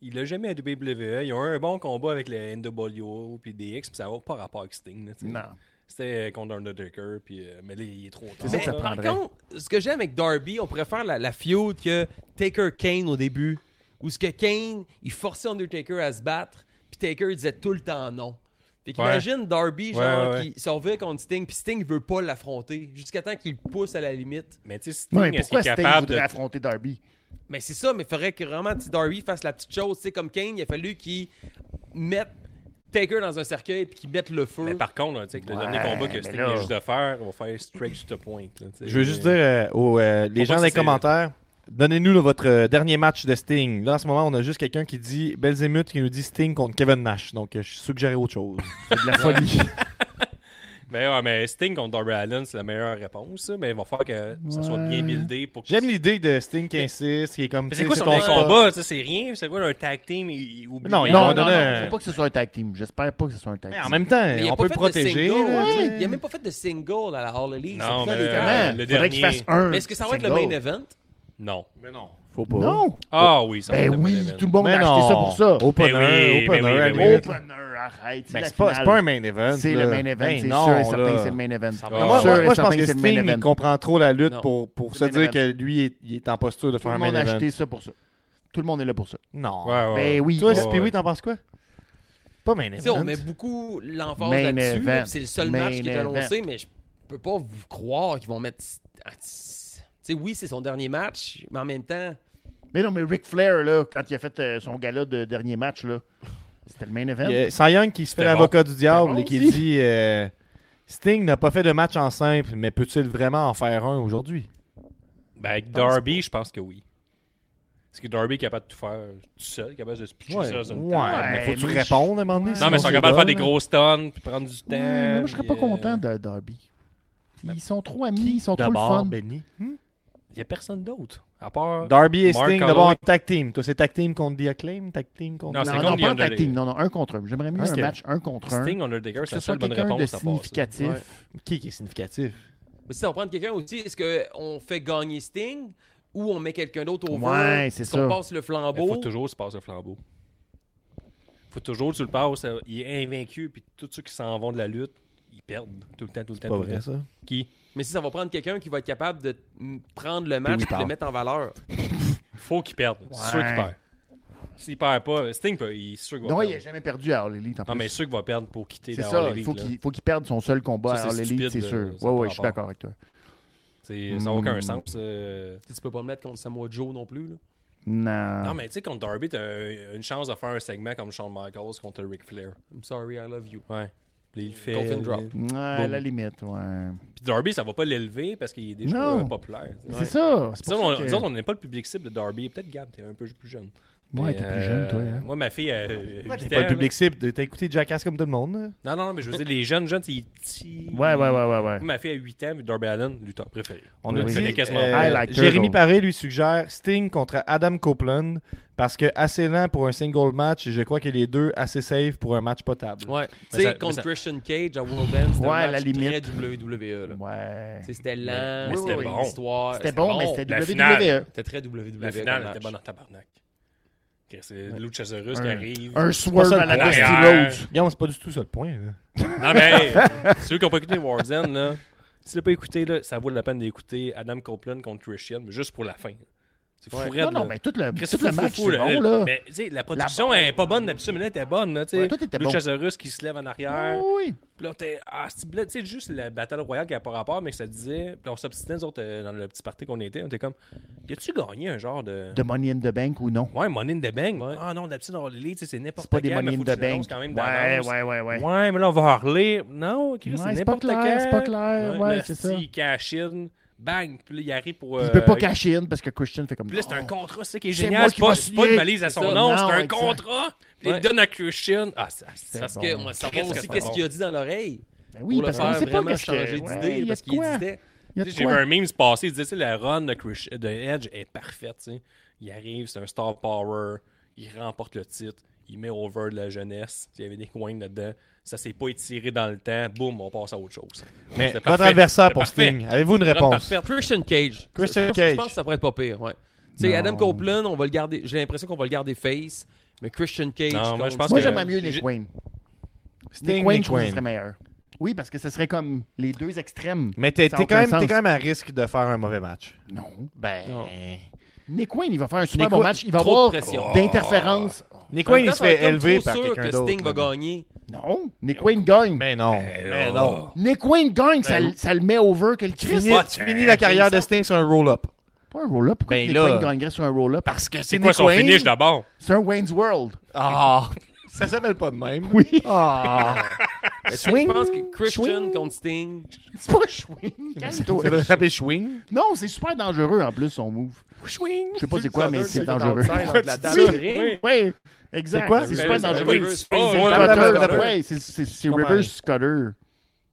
B: il l'a jamais à WWE. E. Ils ont eu un bon combat avec les NWO puis DX, puis ça n'a pas rapport avec Sting. là, tu sais.
E: Non.
B: C'était euh, contre Undertaker, puis, euh, mais là, il est trop tard.
E: ça que ça
B: là.
E: prend.
D: par
E: prendrait.
D: contre, ce que j'aime avec Darby, on préfère la, la feud que Taker Kane au début, où ce que Kane, il forçait Undertaker à se battre, puis Taker il disait tout le temps non. Fait qu'imagine Darby, genre,
B: Ouais, ouais, ouais.
D: qui s'en veut contre Sting, puis Sting veut pas l'affronter, jusqu'à temps qu'il le pousse à la limite.
B: Mais tu sais, Sting,
E: Ouais,
B: est-ce qu'il
E: pourquoi
B: est
E: Sting
B: capable
E: voudrait
B: de...
E: affronter Darby?
D: Mais c'est ça, mais il faudrait que vraiment tu sais, Darby fasse la petite chose, tu sais, comme Kane, il a fallu qu'il mette Taker dans un cercueil, puis qu'il mette le
B: Mais
D: feu.
B: par contre, là, tu sais, que le dernier
E: Ouais,
B: combat que
E: mais
B: Sting
E: là-
B: vient juste de faire, on va faire straight to the point. là, tu sais.
C: Je veux juste dire euh, aux euh, les gens
B: Faut pas
C: dans
B: que
C: les
B: c'est-
C: commentaires, donnez-nous là, votre euh, dernier match de Sting. Là, en ce moment, on a juste quelqu'un qui dit Belzémuth qui nous dit Sting contre Kevin Nash. Donc, euh, je suggérais autre chose. [laughs]
E: C'est de la [laughs] folie.
B: Mais, ouais, mais Sting contre Darby Allen, c'est la meilleure réponse, ça, mais il va falloir que ça soit bien
E: Ouais.
B: buildé pour que
C: J'aime l'idée de Sting qui insiste, qui est comme.
B: Mais
C: tu
B: c'est
C: sais,
B: quoi son
C: ton
B: dernier
C: spot.
B: combat? tu sais, C'est rien, c'est quoi un tag team? Il, il oublie
C: Non,
B: Mais
C: ils vont
E: non, non, non,
C: donner
E: je
C: un-
E: veux pas que ce soit un tag team. J'espère pas que ce soit un tag
C: Mais
E: team.
C: en même temps,
D: Mais il a
C: on
D: pas
C: peut
D: fait
C: le
D: de
C: protéger.
D: single,
C: là,
D: tu sais.
C: tu sais.
D: Il a même pas fait de single à la Hall Elite.
B: Non,
D: c'est ça,
B: mais-
C: euh,
D: les gars.
E: Comment?
B: le
E: Faudrait qu'il
B: dernier.
E: fasse un.
D: Mais est-ce que ça va être le
E: single. Ben
D: main event?
B: Non.
C: Faut pas.
E: Non!
B: Ah oui, ça va
E: Ben
B: être le main
E: oui,
B: event.
E: tout le monde
C: Mais
E: a acheté ça pour ça.
C: Opener,
B: Mais
C: opener,
B: oui, mais oui,
C: à la
B: mais oui.
C: limite.
E: Opener, arrête.
C: Ben,
E: la
C: c'est pas,
E: finale.
C: c'est pas un main event.
E: C'est
C: là.
E: le main event,
C: Ben
E: c'est
C: non,
E: sûr et certain
C: là. Ah,
E: que c'est le main event.
B: Ça va.
E: Sûr
C: Moi,
E: et
C: moi, moi, je
E: certain
C: pense que
E: c'est le main
C: Sting, il
E: event.
C: comprend trop la lutte
D: Non.
C: pour, pour se
E: C'est le main
C: dire que lui, il est, il est en posture de
E: Tout
C: faire
E: le
C: un
E: monde
C: main
E: a
C: event. Ah.
E: acheté ça pour ça. Tout le monde est là pour ça.
C: Non.
B: Ouais, ouais.
E: Ben oui.
C: Toi,
B: Ouais,
C: Spee,
B: ouais.
C: t'en penses quoi? Pas main
D: Tu sais, on
C: event.
D: met beaucoup l'emphase
E: Main
D: là-dessus.
E: event.
D: C'est le seul
E: Main
D: match qui est
E: event.
D: annoncé, mais je peux pas vous croire qu'ils vont mettre. Ah, Tu sais, oui, c'est son dernier match, mais en même temps,
E: Mais non, mais Ric Flair, là, quand il a fait euh, son gala de dernier match, là, c'était le main event.
C: Il y a Cy Young qui se fait
B: C'était
C: l'avocat du diable
E: bon
C: et qui
E: aussi.
C: dit euh, Sting n'a pas fait de match en simple, mais peut-il vraiment en faire un aujourd'hui?
B: Ben, avec Darby, je pense que oui. Parce que Darby est capable de tout faire tout seul, capable de se pitcher ça dans une
C: Ouais,
B: table.
C: mais faut-tu
E: mais je-
C: répondre à un moment donné?
B: Non, mais ils
C: sinon
B: sont
C: c'est
B: capables de faire des
C: bon,
B: gros stuns, puis prendre du temps.
E: Ouais, mais moi, je serais pas
B: puis, euh,
E: content de Derby. Ils sont trop amis, ils sont
C: là.
E: trop le
C: D'abord,
E: fun.
C: Benny.
B: Il n'y a personne d'autre, à part...
C: Darby et
B: Mark
C: Sting,
B: Holloway.
C: d'abord en tag team. Toi, c'est tag team contre The Acclaim, tag team contre.
B: Non,
E: non,
B: c'est
E: non,
B: contre
E: pas en
B: The
E: tag team,
B: Undertaker.
E: non, non, un contre un. J'aimerais mieux
C: Ok.
E: un match un contre un.
B: Ah, Sting Undertaker,
E: que
B: c'est
E: ce
B: la
E: soit
B: seule bonne
E: quelqu'un de
B: réponse à part ça.
E: significatif.
D: Ouais.
C: Qui qui est significatif?
D: mais si on prend quelqu'un aussi, est-ce qu'on fait gagner Sting ou on met quelqu'un d'autre au
E: Ouais, c'est ça.
D: On passe le
B: Il faut
D: flambeau.
B: toujours se passer le flambeau. faut toujours que tu le passes. euh, Il est invaincu, puis tous ceux qui s'en vont de la lutte, ils perdent tout le temps, tout le temps.
C: Pas
B: tout le
C: vrai,
B: temps.
C: ça.
B: Qui
D: Mais si ça va prendre quelqu'un qui va être capable de mm, prendre le match
C: oui,
D: et le
C: parle.
D: mettre en valeur.
B: faut qu'ils perdent. C'est sûr
E: Ouais.
B: qu'ils perdent. S'ils perdent pas, Sting, peut- il est sûr qu'il va
E: Non, il
B: perdre.
E: n'a jamais perdu à All Elite, en
B: Non, mais
E: plus.
B: sûr qu'il va perdre pour quitter
E: C'est
B: la
E: ça,
B: All
E: il
B: Elite,
E: faut
B: là.
E: qu'il faut qu'il perde son seul
B: Ça,
E: combat à
B: c'est
E: All Elite, c'est
B: stupide,
E: sûr.
B: euh, ça
E: Oui,
B: n'a pas
E: oui, je suis
B: rapport.
E: d'accord avec toi.
B: C'est- Ça n'a aucun
E: Mm.
B: sens. euh.
D: Tu sais, Tu peux pas le mettre contre Samoa Joe non plus. là.
B: Non,
E: Non.
B: mais tu sais, contre Darby, t'as euh, une chance de faire un segment comme Shawn Michaels contre Ric Flair.
D: I'm sorry, I love you.
B: Ouais. Puis il le fait.
D: Dolphin drop.
E: Ouais, à la limite, ouais.
B: Puis Darby, ça va pas l'élever parce qu'il est déjà
E: Non.
B: euh, populaire.
E: C'est ça. C'est
B: Nous
E: pour
B: autres, on-
E: ça que-
B: nous autres, on n'est pas le public cible de Darby. Peut-être Gab, t'es un peu plus jeune.
E: Ouais,
B: Mais,
E: t'es plus
B: euh,
E: jeune, toi. hein.
B: Moi, ma fille, elle.
C: T'es pas le public cible. T'as écouté Jackass comme tout le monde.
B: Non, non, non, mais je veux dire, les jeunes, jeunes, c'est petits.
E: Ouais, ouais, ouais, ouais, ouais.
B: Moi, Ma fille a 8 ans, mais Darby Allen, lutteur préféré.
C: On
E: Oui,
C: a
E: oui.
C: dit,
B: Connais quasiment
C: euh,
B: pas.
E: I like
C: Jérémy
E: turtles.
C: Paré lui suggère Sting contre Adam Copeland parce que assez lent pour un single match et je crois que les deux assez safe pour un match potable.
D: Ouais.
B: Mais
D: Tu
B: ça-
D: sais,
B: mais
D: contre
B: ça-
D: Christian Cage à World End, c'était
E: Ouais,
D: un
E: à
D: match
E: la limite.
D: très WWE. Là.
E: Ouais.
D: Tu sais, C'était lent,
B: mais c'était
D: c'était
B: bon.
D: une histoire.
E: C'était bon, mais c'était
B: La
E: WWE.
B: finale.
D: C'était très WWE.
B: E La finale, elle était
D: comme
B: bonne
D: match.
B: en tabarnak. Ok, C'est Luchasaurus qui
E: Un-
B: arrive.
E: Un swerve
C: ça le
E: à la
C: point.
E: Dusty
B: Arrière.
E: Rhodes.
C: Guillaume, c'est pas du tout ça le point. là.
B: Non,
E: [laughs]
B: mais hey, ceux qui n'ont pas écouté War's End, là, si tu l'as pas écouté, là, ça vaut la peine d'écouter Adam Copeland contre Christian, mais juste pour la fin. C'est
C: Ouais.
B: fou raide,
E: Non, non,
B: là.
E: mais tout le,
B: Qu'est-ce
E: tout
B: que
E: le
B: fou,
E: match,
B: fou,
E: c'est
B: là?
E: bon, là.
B: Mais tu sais, la production elle est pas bonne, la mais là, était bonne. Là, tu sais.
E: Ouais, tout était bon.
B: Luchasaurus qui se lève en arrière.
E: Oui,
B: Puis là, t'es. Ah, c'est- là, tu sais, juste la Battle Royale qui a pas rapport, mais que ça disait. Puis on s'obstinait, nous autres, euh, dans le petit party qu'on était. On était comme. Y a-tu gagné un genre de.
E: de Money in the Bank ou non.
B: Ouais, Money in the Bank. Ah non, d'habitude, on les lit, tu sais, c'est n'importe
E: C'est pas
B: quel,
E: des
B: mais
E: Money in
B: faut que
E: the
B: tu l'annonces
E: Bank.
B: quand même
E: Ouais,
B: d'avance.
E: ouais, ouais, ouais.
B: Ouais, mais là, on va hurler. Non, Chris,
E: Ouais,
B: c'est
E: c'est pas
B: n'importe
E: clair,
B: quel.
E: c'est pas clair. Ouais, c'est ça.
B: Il cash in, bang, puis là, il arrive pour.
E: Il peut pas
B: euh,
E: cacher in parce que Christian fait comme
B: Puis là, c'est un
E: Oh.
B: contrat, c'est ça qui est
E: C'est
B: génial.
E: moi
B: C'est
E: qui
B: pas,
E: vais
B: c'est pas une
E: signer.
B: valise à son
E: C'est ça.
B: nom, c'est
E: Non,
B: un
E: exact.
B: contrat. Puis
D: Ouais.
B: il donne à Christian. Ah, ça, c'est
D: Parce
B: bon.
D: que on savoir
B: Qu'est-ce que
D: aussi
B: c'est
D: qu'est-ce
B: bon.
D: qu'il a dit dans l'oreille.
E: Ben oui,
D: pour
E: parce
D: le
E: qu'on
D: faire
E: sait pas
D: vraiment
E: qu'est-ce que
D: changer d'idée,
E: Ouais,
D: parce
E: Il
D: qu'il
E: y a de quoi.
D: hésitait.
E: Il y a
B: Tu
E: de
B: sais, J'ai vu
E: quoi.
B: un meme se passer, il disait, tu sais, la run de, Chris- de Edge est parfaite. tu sais. Il arrive, c'est un star power, il remporte le titre, il met over de la jeunesse, il y avait des coins dedans, ça s'est pas étiré dans le temps, boum, on passe à autre chose.
C: Mais
B: C'était
C: votre
B: parfait.
C: adversaire pour
B: C'était
C: Sting, avez-vous une
B: parfait. Run
C: réponse?
B: parfaite.
D: Christian Cage.
C: Christian
D: Je pense-
C: Cage.
D: Je pense que ça pourrait être pas pire, ouais. Tu sais, Adam Copeland, on va le garder. J'ai l'impression qu'on va le garder face. Mais Christian Cage.
B: Non, moi, je pense
E: Moi,
B: que-
E: j'aimerais mieux les
B: j'ai-
E: Wayne. Les
C: Sting,
E: Wayne, je
C: Nick
E: trouve que ce
C: Wayne.
E: serait meilleur. Oui, parce que ce serait comme les deux extrêmes.
C: Mais t'es
E: Ça
C: t'es
E: a
C: quand,
E: aucun
C: même-
E: sens.
C: t'es quand même à risque de faire un mauvais match.
E: Non. Ben.
D: Non.
E: Nick Wayne, il va faire un super
C: Nick
E: bon
C: Wayne-
E: match. Il va
D: trop de
E: avoir
D: pression.
E: d'interférences.
C: Nick
D: En même
C: Wayne, il
D: temps,
C: se
D: ça va
C: fait
D: être comme
C: élever
D: trop
C: par
D: sûr
C: quelqu'un
D: que
C: d'autre.
D: Sting va gagner.
E: Non. Nick Wayne gagne.
C: Mais non, mais non.
E: Nick Wayne gagne. Ça,
C: Ben-
E: ça le met over que le
C: Tu
E: Christ.
C: finis, tu finis la carrière de Sting sur un roll-up.
E: Pas un roll-up. Pourquoi
C: Ben
E: Nick
C: là-
E: Wayne gagnerait sur un roll-up?
C: Parce que
B: C'est quoi son finish d'abord?
E: C'est un Wayne's World.
C: Ah, ça s'appelle pas de même. Oui. Ah.
D: Je
C: Swing.
D: pense que Christian
E: Swing.
D: contre Sting.
E: [laughs] C'est pas Schwing. Calme-toi.
C: Ça s'appelle swing.
E: Non, c'est super dangereux en plus son move.
C: Swing.
E: Je sais pas c'est quoi, mais c'est dangereux. [laughs]
D: Oui.
E: Oui, exact.
C: C'est quoi?
E: C'est
C: Mais
E: super
D: le- le-
E: dangereux.
D: le-
C: Attends, attends,
E: Cutter,
C: attends.
E: ouais, c'est- c'est- C'est
C: Pas
E: River
C: pareil.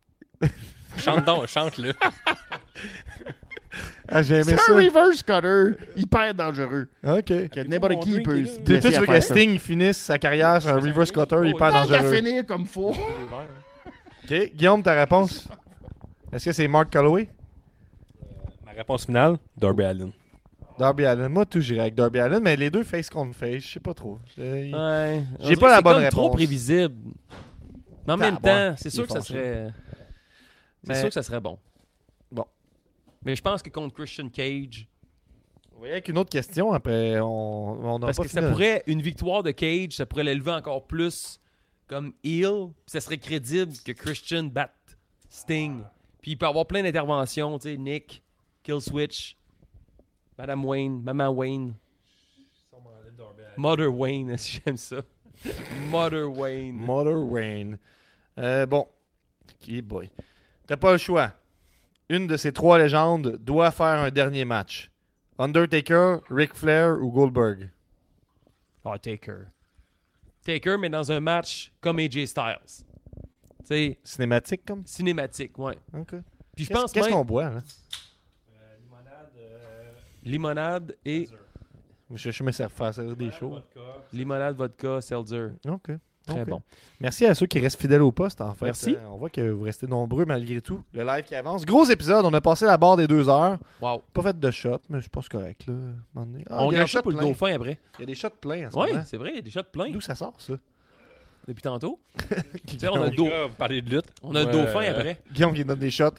E: Scutter.
B: Chante donc, chante-le.
C: Ah, j'ai aimé
E: C'est
C: ça.
E: un reverse cutter hyper dangereux.
C: OK.
E: Que n'importe qui peut se
C: T'es
E: blesser
C: tout
E: à
C: sûr que
E: faire ça.
C: Sting finisse sa carrière sur un reverse cutter hyper
E: Tant qu'à
C: dangereux.
E: finir
C: [laughs]
E: comme faux.
C: OK. Guillaume, ta réponse? Est-ce que c'est Mark Calloway?
B: Ma réponse finale, Darby Allen.
C: Darby Allen. Moi, tout j'irais avec Darby Allen, mais les deux face contre face, je sais pas trop. Euh,
D: Ouais.
C: J'ai pas la
D: C'est
C: bonne
D: comme trop
C: réponse.
D: prévisible. Mais en
C: Ah,
D: même
C: bon.
D: temps, c'est
C: Il
D: sûr
C: est
D: que ça
C: fâché.
D: serait. C'est
C: Mais-
D: sûr que ça serait bon.
C: Bon.
D: Mais je pense que contre Christian Cage,
C: On va y aller avec une autre question après. On, on aura
D: parce
C: pas
D: que
C: fini
D: ça
C: notre-
D: pourrait, une victoire de Cage, ça pourrait l'élever encore plus comme heel. Puis ça serait crédible que Christian batte Sting. Puis il peut avoir plein d'interventions, tu sais, Nick, Kill Switch, Madame Wayne, Maman Wayne, Mother Wayne, [laughs] si j'aime ça. Mother Wayne.
C: Mother Wayne. Euh, bon. Okay, boy. T'as pas le choix. Une de ces trois légendes doit faire un dernier match. Undertaker, Ric Flair ou Goldberg?
D: Ah, Taker. Taker, mais dans un match comme AJ Styles. Tu sais,
C: Cinématique comme ça?
D: cinématique, ouais.
C: OK.
D: Puis je
C: Qu'est-ce-
D: pense
C: Qu'est-ce
D: même
C: qu'on boit, hein? là?
D: limonade et
C: Je, je me sers faire servir des shows.
D: limonade vodka seltzer.
C: OK.
D: Très
C: OK.
D: bon.
C: Merci à ceux qui restent fidèles au poste, en fait.
D: Merci.
C: Euh, on voit que vous restez nombreux malgré tout. Le live qui avance. Gros épisode, on a passé la barre des deux heures.
D: Wow.
C: Pas fait de shot, mais je pense correct, là. à un moment donné. Ah,
D: On
C: il y a un
D: garde ça
C: shot
D: pour le
C: plein.
D: dauphin après.
C: Il y a des shots pleins en ce
D: Oui,
C: moment.
D: c'est vrai, il y a des shots pleins
C: D'où ça sort,
D: [laughs]
C: ça? [laughs]
D: depuis tantôt. Tu sais, on a le, dau-
B: Vous parlez de lutte?
D: on a le
B: Ouais.
D: dauphin après.
C: Guillaume qui donne des shots.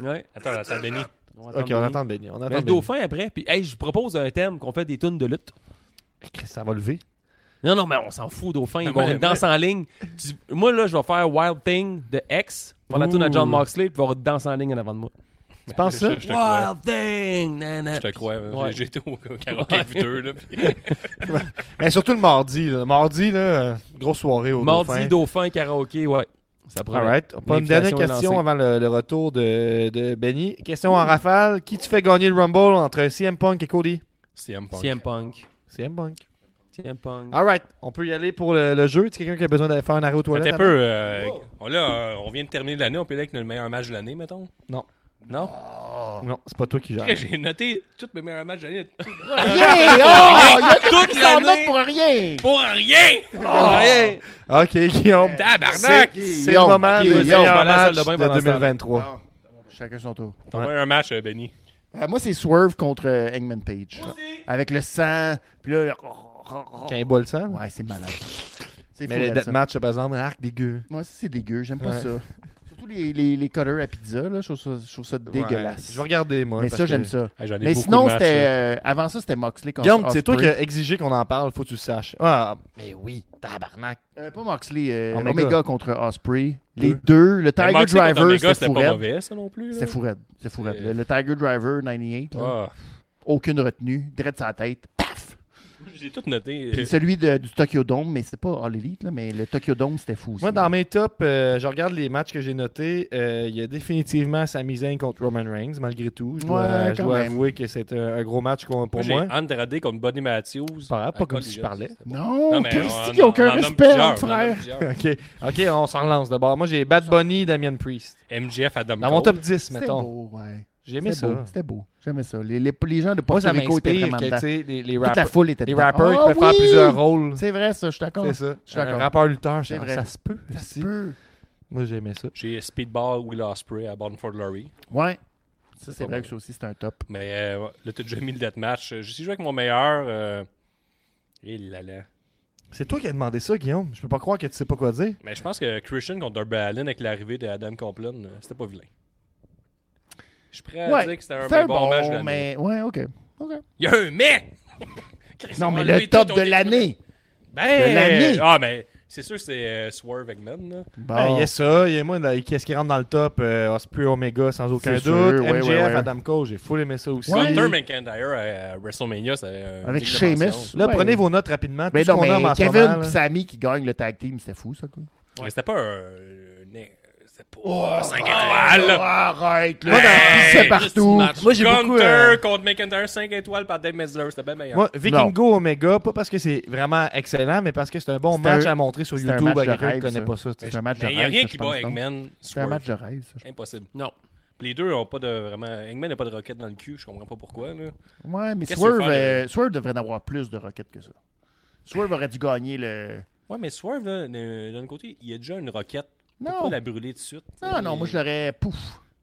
D: Ouais.
B: Attends, attends, Denis.
D: On va
C: Ok, on
D: attendre.
C: attend Benny. On
D: Mais
C: attend
D: le
C: Benny.
D: dauphin après. Puis, hey, je vous propose un thème qu'on fait des tunes de lutte.
C: Chris, Ça va lever.
D: Non, non, mais on s'en fout, dauphin. Ils
B: Non,
D: vont
B: mais-
D: une danse en ligne. Tu- Moi, là, je vais faire Wild Thing de X pour la tune à John
C: Ouh.
D: Moxley, puis il va y avoir une danse en ligne en avant de moi.
C: Tu penses ça?
D: [laughs]
B: Je te crois.
D: Wild Thing! nan, nan.
B: Je te crois. hein.
D: Ouais.
B: J'ai été [laughs] au karaoké viteux, là. puis- [laughs]
C: Mais surtout le mardi. Là. Mardi, là, euh, grosse soirée au
D: Mardi,
C: dauphin.
D: dauphin. karaoké, ouais. Ça prend.
C: Alright. On prend une dernière
D: L'inflation est
C: question
D: lancée.
C: avant le, le retour de, de Benny. Question en rafale. Qui tu fais gagner le Rumble entre CM Punk et Cody?
B: CM Punk.
D: CM Punk.
C: CM Punk.
D: CM Punk.
C: Alright. On peut y aller pour le, le jeu. Tu quelqu'un qui a besoin d'aller faire un arrêt aux
B: Attends
C: toilettes?
B: un peu. euh, on, là, euh, on vient de terminer l'année, on peut dire que le meilleur match de l'année, mettons.
D: Non?
C: avant? Non, c'est pas toi qui gère.
B: J'ai noté tous mes meilleurs matchs de l'année.
E: Rien! Oh! Il y a
B: Toute
E: qui s'en note
B: l'année
E: pour rien!
B: pour rien! Ah,
D: Hey!
C: Ah, Ok, Guillaume.
B: Tabarnak!
C: C'est le moment
E: Guillaume,
C: du meilleur
D: Guillaume,
C: match
D: Guillaume,
C: de
D: Guillaume,
C: 2023.
E: Chacun son tour.
B: Ton meilleur match, euh, Benny.
E: Euh, moi, c'est Swerve contre euh, Hangman Page. Avec le sang. Puis là, le- [laughs]
C: Quand il boit le sang.
E: Ouais, c'est malade. C'est fou.
C: Mais
E: raide,
C: le
E: ça.
C: match, par exemple, arc dégueu.
E: Moi, ça, c'est dégueu. J'aime pas
C: Ouais.
E: ça. Surtout tous les, les, les cutters à pizza. Là. Je, trouve ça, je trouve ça dégueulasse.
C: Ouais, Je vais regarder, moi.
E: mais
C: parce
E: ça,
C: que-
E: j'aime ça.
B: Hey, j'en ai
E: Mais
B: beaucoup
E: sinon,
B: de matchs,
E: c'était.
B: là.
E: euh, avant ça, c'était Moxley contre
C: hein. Guillaume, c'est toi qui
E: Ospreay.
C: as exigé qu'on en parle, faut que tu le saches. Ah, mais oui, tabarnak.
E: Euh, pas Moxley, euh,
C: Omega.
E: Omega. contre Osprey. Les deux, le
B: Mais
E: Tiger
B: Moxley contre
E: Driver,
B: Omega,
E: c'était
B: c'était
E: fou
B: pas
E: raide.
B: mauvais, ça non plus. là.
E: C'était fou raide. C'était fou raide.
B: C'est-
E: Le, le Tiger Driver 98, là,
B: Ah,
E: aucune retenue, direct sur la tête, paf!
B: J'ai tout noté.
E: Puis celui de- du Tokyo Dome, mais c'était pas All Elite, là, mais le Tokyo Dome, c'était fou aussi.
C: Moi, dans mes tops, euh, je regarde les matchs que j'ai notés. Euh, Il y a définitivement Sami Zayn contre Roman Reigns, malgré tout. Je dois,
E: Ouais,
C: je
E: quand
C: dois
E: même.
C: avouer que c'est un, un gros match qu'on- pour
B: Moi, j'ai
C: moi.
B: Andrade contre Bonnie Matthews.
C: C'est pas grave, pas
B: Ah,
C: comme si je
B: déjà,
C: parlais.
B: c'est-
E: Non,
B: mais on-
E: Christy, il n'y a
B: on- on
E: aucun
B: en nomme
E: respect,
C: hein,
B: plusieurs,
E: entre
B: on en nomme
E: frères.
B: plusieurs.
C: [laughs] OK, OK, on s'en relance d'abord. Moi, j'ai Bad Bunny, Damien Priest.
B: MJF Adam
C: Dans mon
B: Cole.
C: top 10,
E: C'était
C: mettons.
E: beau, ouais.
C: J'ai aimé
E: C'était
C: ça.
E: beau, c'était beau. J'aimais ça. Les, les, les gens de
C: Moi,
E: Porto
C: ça
E: Rico étaient
C: m'inspire
E: vraiment
C: que, tu
E: dedans.
C: sais, les, les
E: Toute la
C: rappers,
E: foule était
C: les
E: dedans.
C: rappers qui
E: Ah
C: peuvent faire
E: oui!
C: plusieurs rôles.
E: C'est vrai, ça, je suis d'accord.
C: C'est ça.
E: Je suis
C: Un
E: d'accord.
C: rappeur lutteur,
E: C'est
C: ça-
E: vrai.
C: ça se peut.
E: Ça se
C: si.
E: peut.
C: Moi, j'ai aimé ça.
B: J'ai Speedball, Will Ospreay à Born for Glory.
E: Ouais. Ça, c'est
B: pas
E: vrai
B: bon.
E: que ça aussi, c'est un top.
B: Mais euh, là, t'as déjà mis le deathmatch. Euh, J'ai joué avec mon meilleur. euh, Il là là.
C: C'est toi qui as demandé ça, Guillaume. Je peux pas croire que tu sais pas quoi dire.
B: Mais je pense que Christian contre Darby Allin avec l'arrivée de Adam Complon, euh, c'était pas vilain. Je suis prêt à dire que c'était un,
E: C'était
B: bon, match de l'année.
E: mais... Ouais, OK. OK.
B: Il y a un mais! Chris,
E: [laughs] Non, mais
B: on a
E: le
B: été
E: top
B: tout,
E: de
B: on est-
E: l'année.
B: Ben,
E: de l'année.
B: Ah, mais c'est sûr que c'est euh, Swerve Eggman. là.
E: Bon.
C: Ben, il y a ça, il y a moi, là, qu'est-ce qui rentre dans le top euh, Osprey Omega, sans aucun doute.
E: C'est sûr, ouais,
C: MJF,
E: ouais, ouais.
C: Adam Cole, j'ai full aimé ça aussi.
E: Ouais.
B: Hunter McIntyre à, à WrestleMania, c'est euh,
E: Avec
B: une dimension.
E: Sheamus.
C: Là,
E: Ouais.
C: prenez vos notes rapidement.
E: Mais
C: tout ce
E: non,
C: qu'on nomme
E: mais
C: en ce moment,
E: Kevin
C: là.
E: et Sammy qui gagnent le tag team, c'était fou, ça. Quoi.
B: Mais c'était pas un. né- C'était pas. Oh, 5 étoiles!
E: oh.
B: là.
E: arrête,
C: Moi, dans-
B: Hey!
E: c'est partout.
B: Match
C: Moi, j'ai beaucoup,
B: Gunter
C: euh,
B: contre McIntyre, 5 étoiles par Dave Mesler, c'était bien meilleur.
C: Moi, Vikingo Omega, pas parce que c'est vraiment excellent, mais parce que c'est un bon
E: C'est
C: match
E: un-
C: à montrer sur
E: c'est un
C: YouTube
E: match
C: à
E: de
C: quelqu'un qui
E: rêve,
C: connaît
E: ça.
C: pas ça. tu
E: C'est
C: sais.
E: un match de
B: mais il n'y a
E: rêve,
B: rien
E: ça,
B: qui
E: je pense,
B: bat
E: donc.
B: Eggman.
E: C'est un
B: Swerve.
E: match de rêve, ça. je
B: Impossible.
D: Non.
B: Puis Les deux n'ont pas de vraiment. Eggman n'a pas de roquette dans le cul, je comprends pas pourquoi. Là.
E: pense. Ouais, mais
B: Qu'est-ce que
E: Swerve,
B: tu veux faire,
E: euh, Swerve devrait en avoir plus de roquettes que ça. Swerve aurait dû gagner le.
B: Ouais, mais Swerve, là, d'un d'un côté, il y a déjà une roquette. Pourquoi
E: Non. Ah,
B: la brûler tout de suite?
E: Non, non, moi, je l'aurais. Pouf.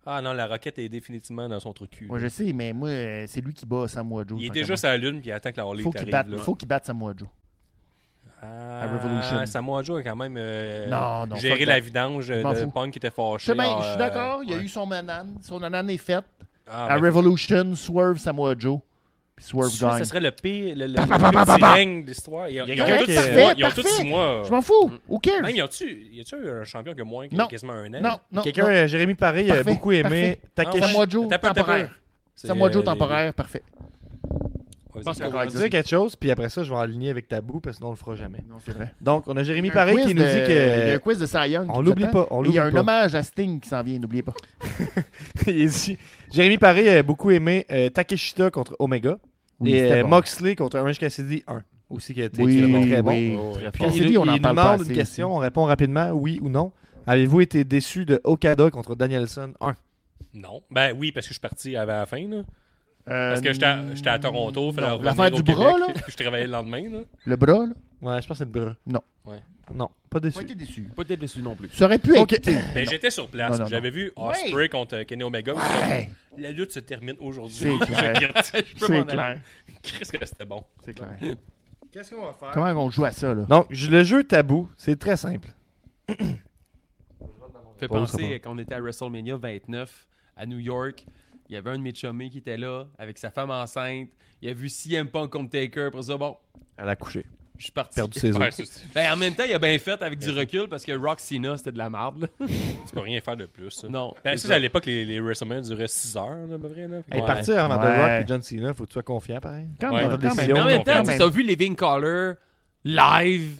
B: Ah non, la roquette est définitivement dans son trou de cul.
E: Moi, je sais, mais moi, euh, c'est lui qui bat Samoa Joe.
B: il est
E: ça,
B: déjà
E: comment.
B: sur la lune, puis il attend que la Harley
E: Faut
B: arrive.
E: qu'il batte,
B: là.
E: faut qu'il batte Samoa Joe.
B: Ah,
E: Revolution.
B: Samoa Joe a quand même euh,
E: Non, non,
B: géré
E: fuck
B: la
E: that.
B: vidange
E: Je m'en
B: de
E: fous.
B: Punk qui était
E: Je
B: fâché.
E: sais bien,
B: Ah,
E: je suis d'accord, il y a
B: ouais.
E: eu son manane. Son manane est faite.
B: Ah,
E: à
B: mais
E: Revolution, Swerve, Samoa Joe. Puis Swerve
B: Ça, ça
E: gagne.
B: serait le pire, le, le,
E: Pa, pa, pa, pa, pa, pa.
B: le règne de l'histoire. Ils ont-
C: y a
B: ils ont
C: quelqu'un
B: tous
C: qui-
B: six
C: Parfait,
B: mois. Ils ont tous six
E: parfait.
B: mois.
E: Je m'en fous. Who cares?
B: Même, Mm. y a-tu y a-tu un champion qui a moins que
E: Non.
B: quasiment un an?
E: Non, non.
C: Quelqu'un,
E: non.
C: euh, Jérémy Paré, a
E: Parfait,
C: beaucoup aimé. Takeshi.
B: Ah,
E: Samoa Joe,
B: T'as peur, t'as
E: temporaire.
B: C'est,
E: Samoa
B: euh,
E: Joe,
B: les-
E: temporaire, parfait.
B: Ouais,
D: pense
B: c'est
D: qu'on
C: Je
B: ça.
C: vais dire quelque chose, puis après ça, je vais aligner avec Tabou, parce que sinon, on le fera jamais.
E: Non, c'est vrai.
C: Donc, on a Jérémy Paré qui nous dit
E: Il y a
C: que.
E: un quiz de Cy Young.
C: On
E: qui nous
C: l'oublie
E: attend.
C: pas, on
E: Et Il y a
C: l'oublie
E: un
C: pas.
E: hommage à Sting qui s'en vient, n'oubliez pas.
C: [laughs] Il dit- Jérémy Paré a beaucoup aimé euh, Takeshita contre Omega
E: Oui,
C: et
E: c'était
C: euh,
E: bon.
C: Moxley contre Orange Cassidy 1. Aussi qui a été
E: Oui,
C: qui a été
E: oui,
C: très bon.
E: oui.
B: Oh, ouais.
C: Puis
E: On
C: il-
E: s'est dit, on
C: il
E: en
C: nous
E: parle pas
C: demande
E: assez
C: une
E: aussi.
C: question, on répond rapidement, oui ou non. Avez-vous été déçu de Okada contre Danielson 1
B: Non. Ben oui, parce que je suis parti avant la fin. Là.
E: Euh,
B: Parce que j'étais à, j'étais à Toronto. fallait
E: non,
B: revenir
E: L'affaire
B: au
E: du
B: Québec,
E: bras, là.
B: [laughs] puis Je travaillais le lendemain. Là.
E: Le bras, là.
C: Ouais, je pense que c'est le bras.
E: Non.
B: Ouais.
C: Non, pas
E: J'ai pas
C: déçu.
E: été déçu.
D: Peut-être dessus non plus.
E: Ça aurait pu être.
C: Ok.
B: Mais j'étais sur place.
E: Non, non,
B: puis J'avais vu
E: Ouais.
B: Osprey contre euh, Kenny Omega.
E: Ouais.
B: La lutte se termine aujourd'hui. [laughs]
E: C'est clair.
B: Je peux
E: C'est
B: m'en aller.
E: clair.
B: Qu'est-ce que c'était bon?
E: C'est clair.
C: Qu'est-ce qu'on va faire
E: Comment on joue à ça, là?
C: Donc, je- le jeu Tabou, c'est très simple.
D: fait
C: Pause, ça
D: penser
C: va.
D: à quand on était à WrestleMania 29 à New York. Il y avait un de mes chummés qui était là avec sa femme enceinte. Il a vu CM Punk contre Taker. Pour ça, bon,
C: Elle a couché,
D: je suis parti. [laughs]
C: perdu ses os.
B: Ouais, c'est- tu
D: Ben, en même temps, il a bien fait avec du recul parce que Rock Cena, c'était de la marde.
C: [laughs]
D: là.
B: peux rien faire de plus. ça.
D: Non.
B: Ben, ça, à l'époque, les, les WrestleMania duraient 6 heures, là, à peu près. Là.
C: Hey,
D: Ouais.
C: Partir avant The
E: Ouais.
C: Rock et John Cena, faut que tu sois confiant pareil.
E: Quand
B: Ouais,
E: même,
C: notre
E: quand même.
C: décision.
D: Mais en même temps,
E: Quand
D: tu
E: même.
D: as vu Living Color live.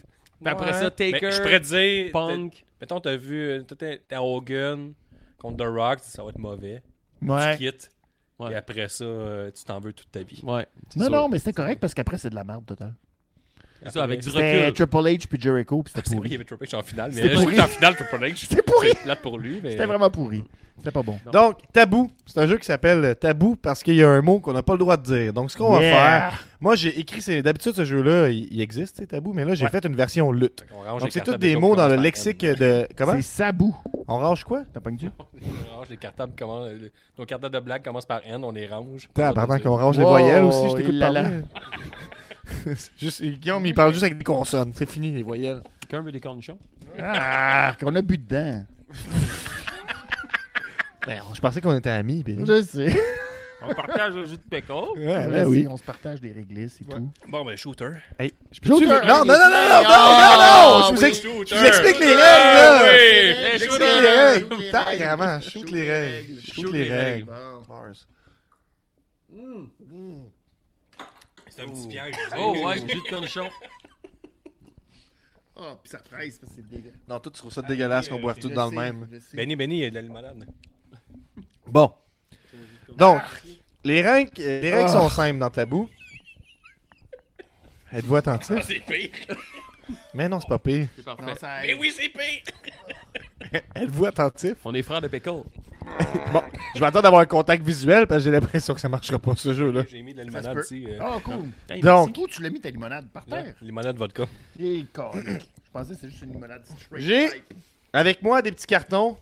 E: ben,
D: Puis après
C: Ouais.
D: ça,
B: Mais
D: Taker,
B: Ben, je pourrais te dire. t'es-
D: Punk.
B: Mettons, t'as vu. euh, t'es- T'es t'es à Hogan contre The Rock, ça va être mauvais. Tu
E: Ouais.
B: quittes.
D: Ouais.
B: Et après ça, euh, tu t'en veux toute ta vie.
D: Ouais. c'est
E: Non,
D: sûr.
E: non, mais c'était correct parce qu'après, c'est de la merde, total.
D: C'est ça, avec du
E: C'était
D: recul.
E: Triple H puis Jericho, puis c'était
B: C'est vrai
E: pourri.
B: qu'il y avait Triple H en finale. Mais euh,
E: C'était
B: je sais
E: pourri.
B: que en finale, Triple H.
E: C'était pourri.
B: C'est plate pour lui. Mais...
E: C'était vraiment pourri. C'était pas bon.
C: Donc, Tabou, c'est un jeu qui s'appelle Tabou parce qu'il y a un mot qu'on n'a pas le droit de dire. Donc, ce qu'on
E: Yeah.
C: va faire, moi j'ai écrit, c'est d'habitude ce jeu-là, il, il existe, c'est Tabou, mais là j'ai
B: Ouais.
C: fait une version lutte.
B: Fait qu'on range les
C: Donc, c'est
B: cartables
C: tous des
B: comme
C: mots dans
B: commence
C: le
B: par
C: lexique
B: M.
C: de. Comment
E: C'est Sabou.
C: On range quoi
E: T'as pas une
B: On range les cartables, comment... le- Nos cartables de blague commencent par N, on les range.
C: Putain, pendant qu'on range les
E: Wow,
C: voyelles aussi, je t'écoute
E: il l'a
C: parler. [laughs] juste, Guillaume, il parle juste avec des consonnes. C'est fini, les voyelles.
D: Quelqu'un veut des cornichons?
E: Ah, qu'on a bu dedans.
C: Ben, je pensais qu'on était amis. puis-
E: Je sais.
D: On partage le jus de péco.
C: Ouais,
E: Ouais,
C: ben oui.
E: si, Ah, On se partage des réglisses et tout.
B: Bon, ben, shooter.
C: Hey, je
E: Joker,
C: peux-tu-
E: hein,
C: Non, non, non, non, non, non,
E: Ah,
C: non, non, je vous
E: oui.
C: ex-
B: Shooter.
C: je vous explique les règles, là.
B: Ah, oui.
D: Les
C: Je shoot
D: shooters.
C: les règles.
E: Shoot les
C: Tac,
E: règles.
C: vraiment, je shoot les règles. Je shoot les règles.
B: C'est un petit piège.
D: Oh ouais, jus de cornichon.
E: Ah, puis ça presse, parce que c'est dégueulasse.
C: Non, tout, tu trouves ça dégueulasse qu'on boive tout dans le même.
D: Ben,
B: Benny, Benny, il y a de la limonade.
C: Bon. Donc, les règles, euh, les règles sont simples dans Tabou. Êtes-vous
B: Ah,
C: attentif?
B: c'est pire.
C: Mais non, c'est pas pire.
D: C'est
E: Non,
D: parfait. Ben
E: ça
B: Mais oui, c'est pire.
C: Êtes-vous attentif?
D: On est frères de péco.
C: Bon, je m'attends d'avoir un contact visuel parce que j'ai l'impression que ça marchera pas ce jeu-là.
B: J'ai mis de la
E: Ça se
B: limonade
E: peut.
B: ici. euh,
E: Ah, cool.
D: Hey,
C: Donc,
E: Où tu l'as mis ta limonade par
C: Ah,
B: là,
E: terre?
B: Limonade vodka.
E: Et calique. Je pensais que c'était juste une limonade straight.
C: J'ai-
E: type.
C: avec moi, des petits cartons.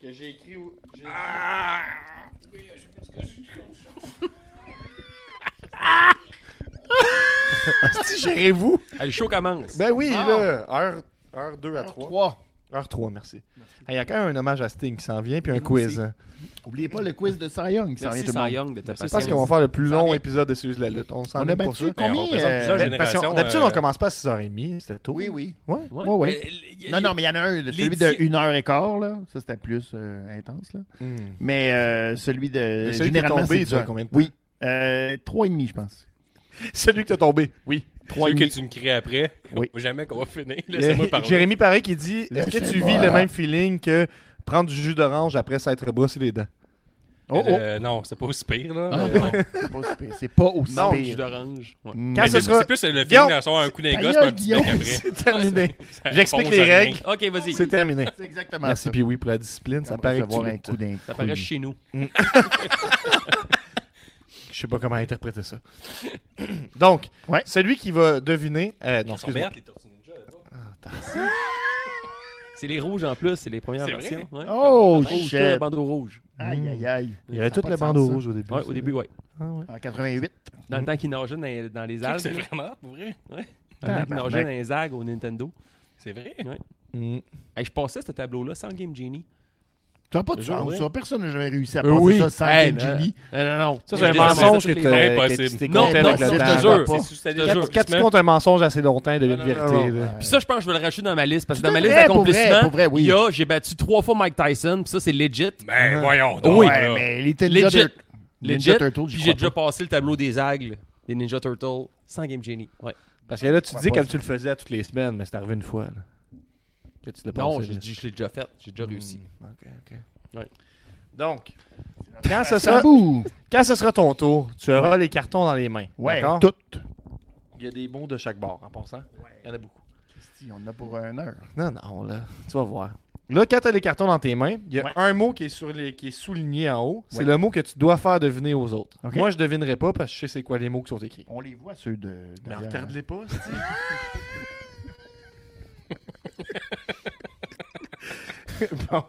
E: Que j'ai écrit où. j'ai-
C: Si gérez-vous?
D: Allez, le show commence.
C: Ben oui,
E: Ah.
C: là, heure, heure 2 à 3.
E: Trois.
C: Heure 3, Ah, merci. Il y a quand même un hommage à Sting qui s'en vient, puis un quiz. hein.
E: Oubliez pas le quiz de Cy Young. qui s'en vient
D: Merci
E: tout le
D: Cy
E: monde.
D: Young de ta
C: Je pense
D: patience.
C: qu'on va faire le plus
E: Ça
C: long
E: vient.
C: épisode de celui de la lutte. On s'en
E: On
C: est
E: a
C: pour ça.
E: battu
B: Ben, on
E: combien?
B: présente plusieurs
E: euh,
C: Ben, parce qu'on-
B: Génération,
C: D'habitude,
B: euh,
C: on commence pas à 6h30. C'était tôt.
E: Oui, oui.
C: Ouais.
D: Ouais.
C: Ouais, ouais.
D: Mais, Euh, il y a-
E: Non, non, mais il y en a un, celui de
D: dix-
E: 1h15, là. Ça, c'était plus euh, intense, là.
C: Hmm.
E: Mais euh, celui de.
C: Mais celui qui est
E: généralement,
C: tombé,
E: c'est
C: il dure
E: dur.
C: combien de temps?
E: Oui. Euh, 3,5, je pense.
C: Celui qui t'est tombé. Oui.
B: Celui que tu me crées après.
C: Oui.
B: Jamais qu'on va finir.
C: Il y a-
B: Laissez-moi parler.
C: Euh, Jérémy Paré qui dit Est-ce que tu vis
E: Laissez-moi.
C: le même feeling que prendre du jus d'orange après s'être brossé les dents
E: Oh, oh.
B: Euh, non, c'est pas aussi pire, là.
E: Ah,
B: Euh,
E: non, c'est pas aussi pire. C'est pas aussi
C: Non,
D: jus
E: pire.
D: d'orange. Ouais.
C: Quand
B: Mais
C: ce
B: c'est
C: sera-
B: c'est plus euh, le
C: Guillaume,
B: feeling d'avoir un coup d'un
E: ta
B: gosse, pas un
E: gueule,
B: petit bec
E: Guillaume. [laughs]
B: après.
C: C'est terminé.
B: Ça
C: J'explique
B: éponge
C: les
B: à rien.
C: règles.
D: Ok, vas-y.
C: C'est terminé.
E: C'est exactement
C: Merci,
E: ça.
C: puis oui, pour la discipline. Ça
E: On va
C: paraît que
E: recevoir un
C: tu
E: coup d'un
D: Ça paraît chez nous.
B: Ah,
C: Je sais pas comment interpréter
E: [coughs]
C: ça. Donc,
E: Ouais.
C: celui qui va deviner. euh, non,
B: Ils sont
C: excuse-moi.
B: vertes, les Tortues Ninja, là-bas.
D: [laughs] C'est les rouges en plus, c'est les premières
B: C'est
D: versions. Ouais.
E: [laughs] Oh,
D: Rouge, tout le
E: shit.
D: bandeau rouge.
E: Aïe, aïe, aïe.
C: Il y avait
E: Ça
C: toute
E: a
C: la
E: pas de
C: bande
E: sens,
C: rouge au début.
D: Ouais, au début, ouais.
C: Ah ouais.
E: ça. En 88.
D: Dans le temps qu'ils nageaient dans les, dans les algues.
B: C'est
D: là.
B: vraiment pour vrai.
D: Dans le temps qu'ils
E: Tabarnak.
D: nageaient dans les algues au Nintendo.
B: C'est vrai.
C: Mm.
D: Hey, je passais ce tableau-là sans Game Genie.
E: Tu n'as pas de
D: Genre,
E: chance,
D: ouais.
E: ça. Personne n'a jamais réussi à
C: Euh,
E: passer
C: oui.
E: ça sans
D: Hey,
E: Game
D: là.
E: Genie.
D: Non, non, non.
C: Ça, c'est un
D: Je les faisais
C: mensonge euh,
D: toutes
C: que
D: les
C: t'as-
D: verres.
C: que
B: Impossible.
C: tu t'es
D: Non,
C: compté
D: non,
C: avec le
D: c'est
C: temps.
D: te jure.
C: Quand-
B: C'est c'est-
D: Je te jure.
C: Quand tu comptes un mensonge assez longtemps, il devient une
B: Ah,
C: vérité.
E: non.
C: là.
D: Puis ça, je pense que je vais le rajouter dans ma liste. Parce que dans ma
E: Tout à
D: liste
E: fait, pour vrai,
D: d'accomplissements,
E: pour vrai, oui.
D: il y a j'ai battu trois fois Mike Tyson. Puis ça, c'est legit.
B: Ben, voyons. donc,
D: Oui.
B: là.
E: Ouais, mais les Ninja
D: Legit.
E: Tur-
D: Legit.
E: Ninja Turtles, j'y
D: Puis j'ai
E: crois
D: déjà passé le tableau des aigles des Ninja Turtles sans Game Genie. Ouais.
C: Parce que là, tu
E: Ouais,
C: dis
E: ouais.
C: comme tu le faisais à toutes les semaines, mais c'est arrivé une fois. là. Que tu l'as
D: Non,
C: passé,
D: j'ai
C: là. Hmm.
D: dit, je l'ai déjà fait. J'ai déjà réussi.
C: Ok, ok.
D: Ouais.
C: Donc, quand ce,
E: pas.
C: sera,
E: Tabou.
C: quand ce sera ton tour, tu auras les cartons dans les mains.
E: Ouais,
C: d'accord?
E: toutes.
C: Il y a des mots de chaque bord, en passant. Il y en a beaucoup.
E: Christy, On en a pour une heure.
C: Non, non, là, tu vas voir. Là, quand tu as les cartons dans tes mains, il y a
E: Ouais.
C: un mot qui est, sur les, qui est souligné en haut. C'est
E: Ouais.
C: le mot que tu dois faire deviner aux autres.
E: Ok.
C: Moi, je devinerai pas parce que je sais c'est quoi les mots qui sont écrits.
E: On les voit, ceux de. derrière, hein.
C: pas, [laughs] Bon.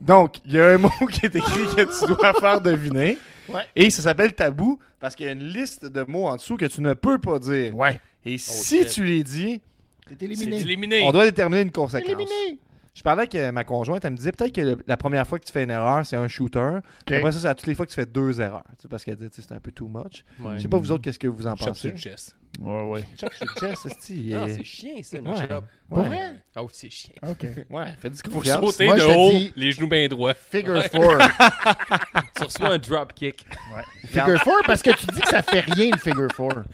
C: Donc, il y a un mot qui est écrit que tu dois faire deviner.
E: Ouais.
C: Et ça s'appelle tabou parce qu'il y a une liste de mots en dessous que tu ne peux pas dire.
E: Ouais.
C: Et si
D: shit.
C: tu les dis,
E: C'est
B: C'est
E: éliminé.
B: éliminé.
C: on doit déterminer une conséquence.
E: Éliminé.
C: Je parlais avec euh, ma conjointe, elle me disait peut-être que le- la première fois que tu fais une erreur, c'est un shooter.
E: Ok.
C: Après ça, c'est à toutes les fois que tu fais deux erreurs. Tu sais, Parce qu'elle dit, tu sais, c'est un peu too much.
D: Ouais.
C: Je sais pas, vous autres, qu'est-ce que vous en
B: Chop sur
C: pensez?
B: le chest.
E: Ouais, ouais.
C: Chop sur le chest, esti,
D: Non,
C: euh,
D: Ah, c'est chiant, ça, le
C: Ouais.
D: chop.
E: Pour
C: Ouais.
E: vrai?
D: Oh, c'est chiant.
E: OK.
C: Ouais, faites du
B: Faut
C: confiance.
B: sauter
E: Moi, je
B: de
E: te
B: haut,
E: dis-
B: les genoux bien droits.
E: [laughs] Figure 4.
D: Tu reçois un drop kick.
E: [laughs] Figure 4 parce que tu dis que ça fait rien le figure 4.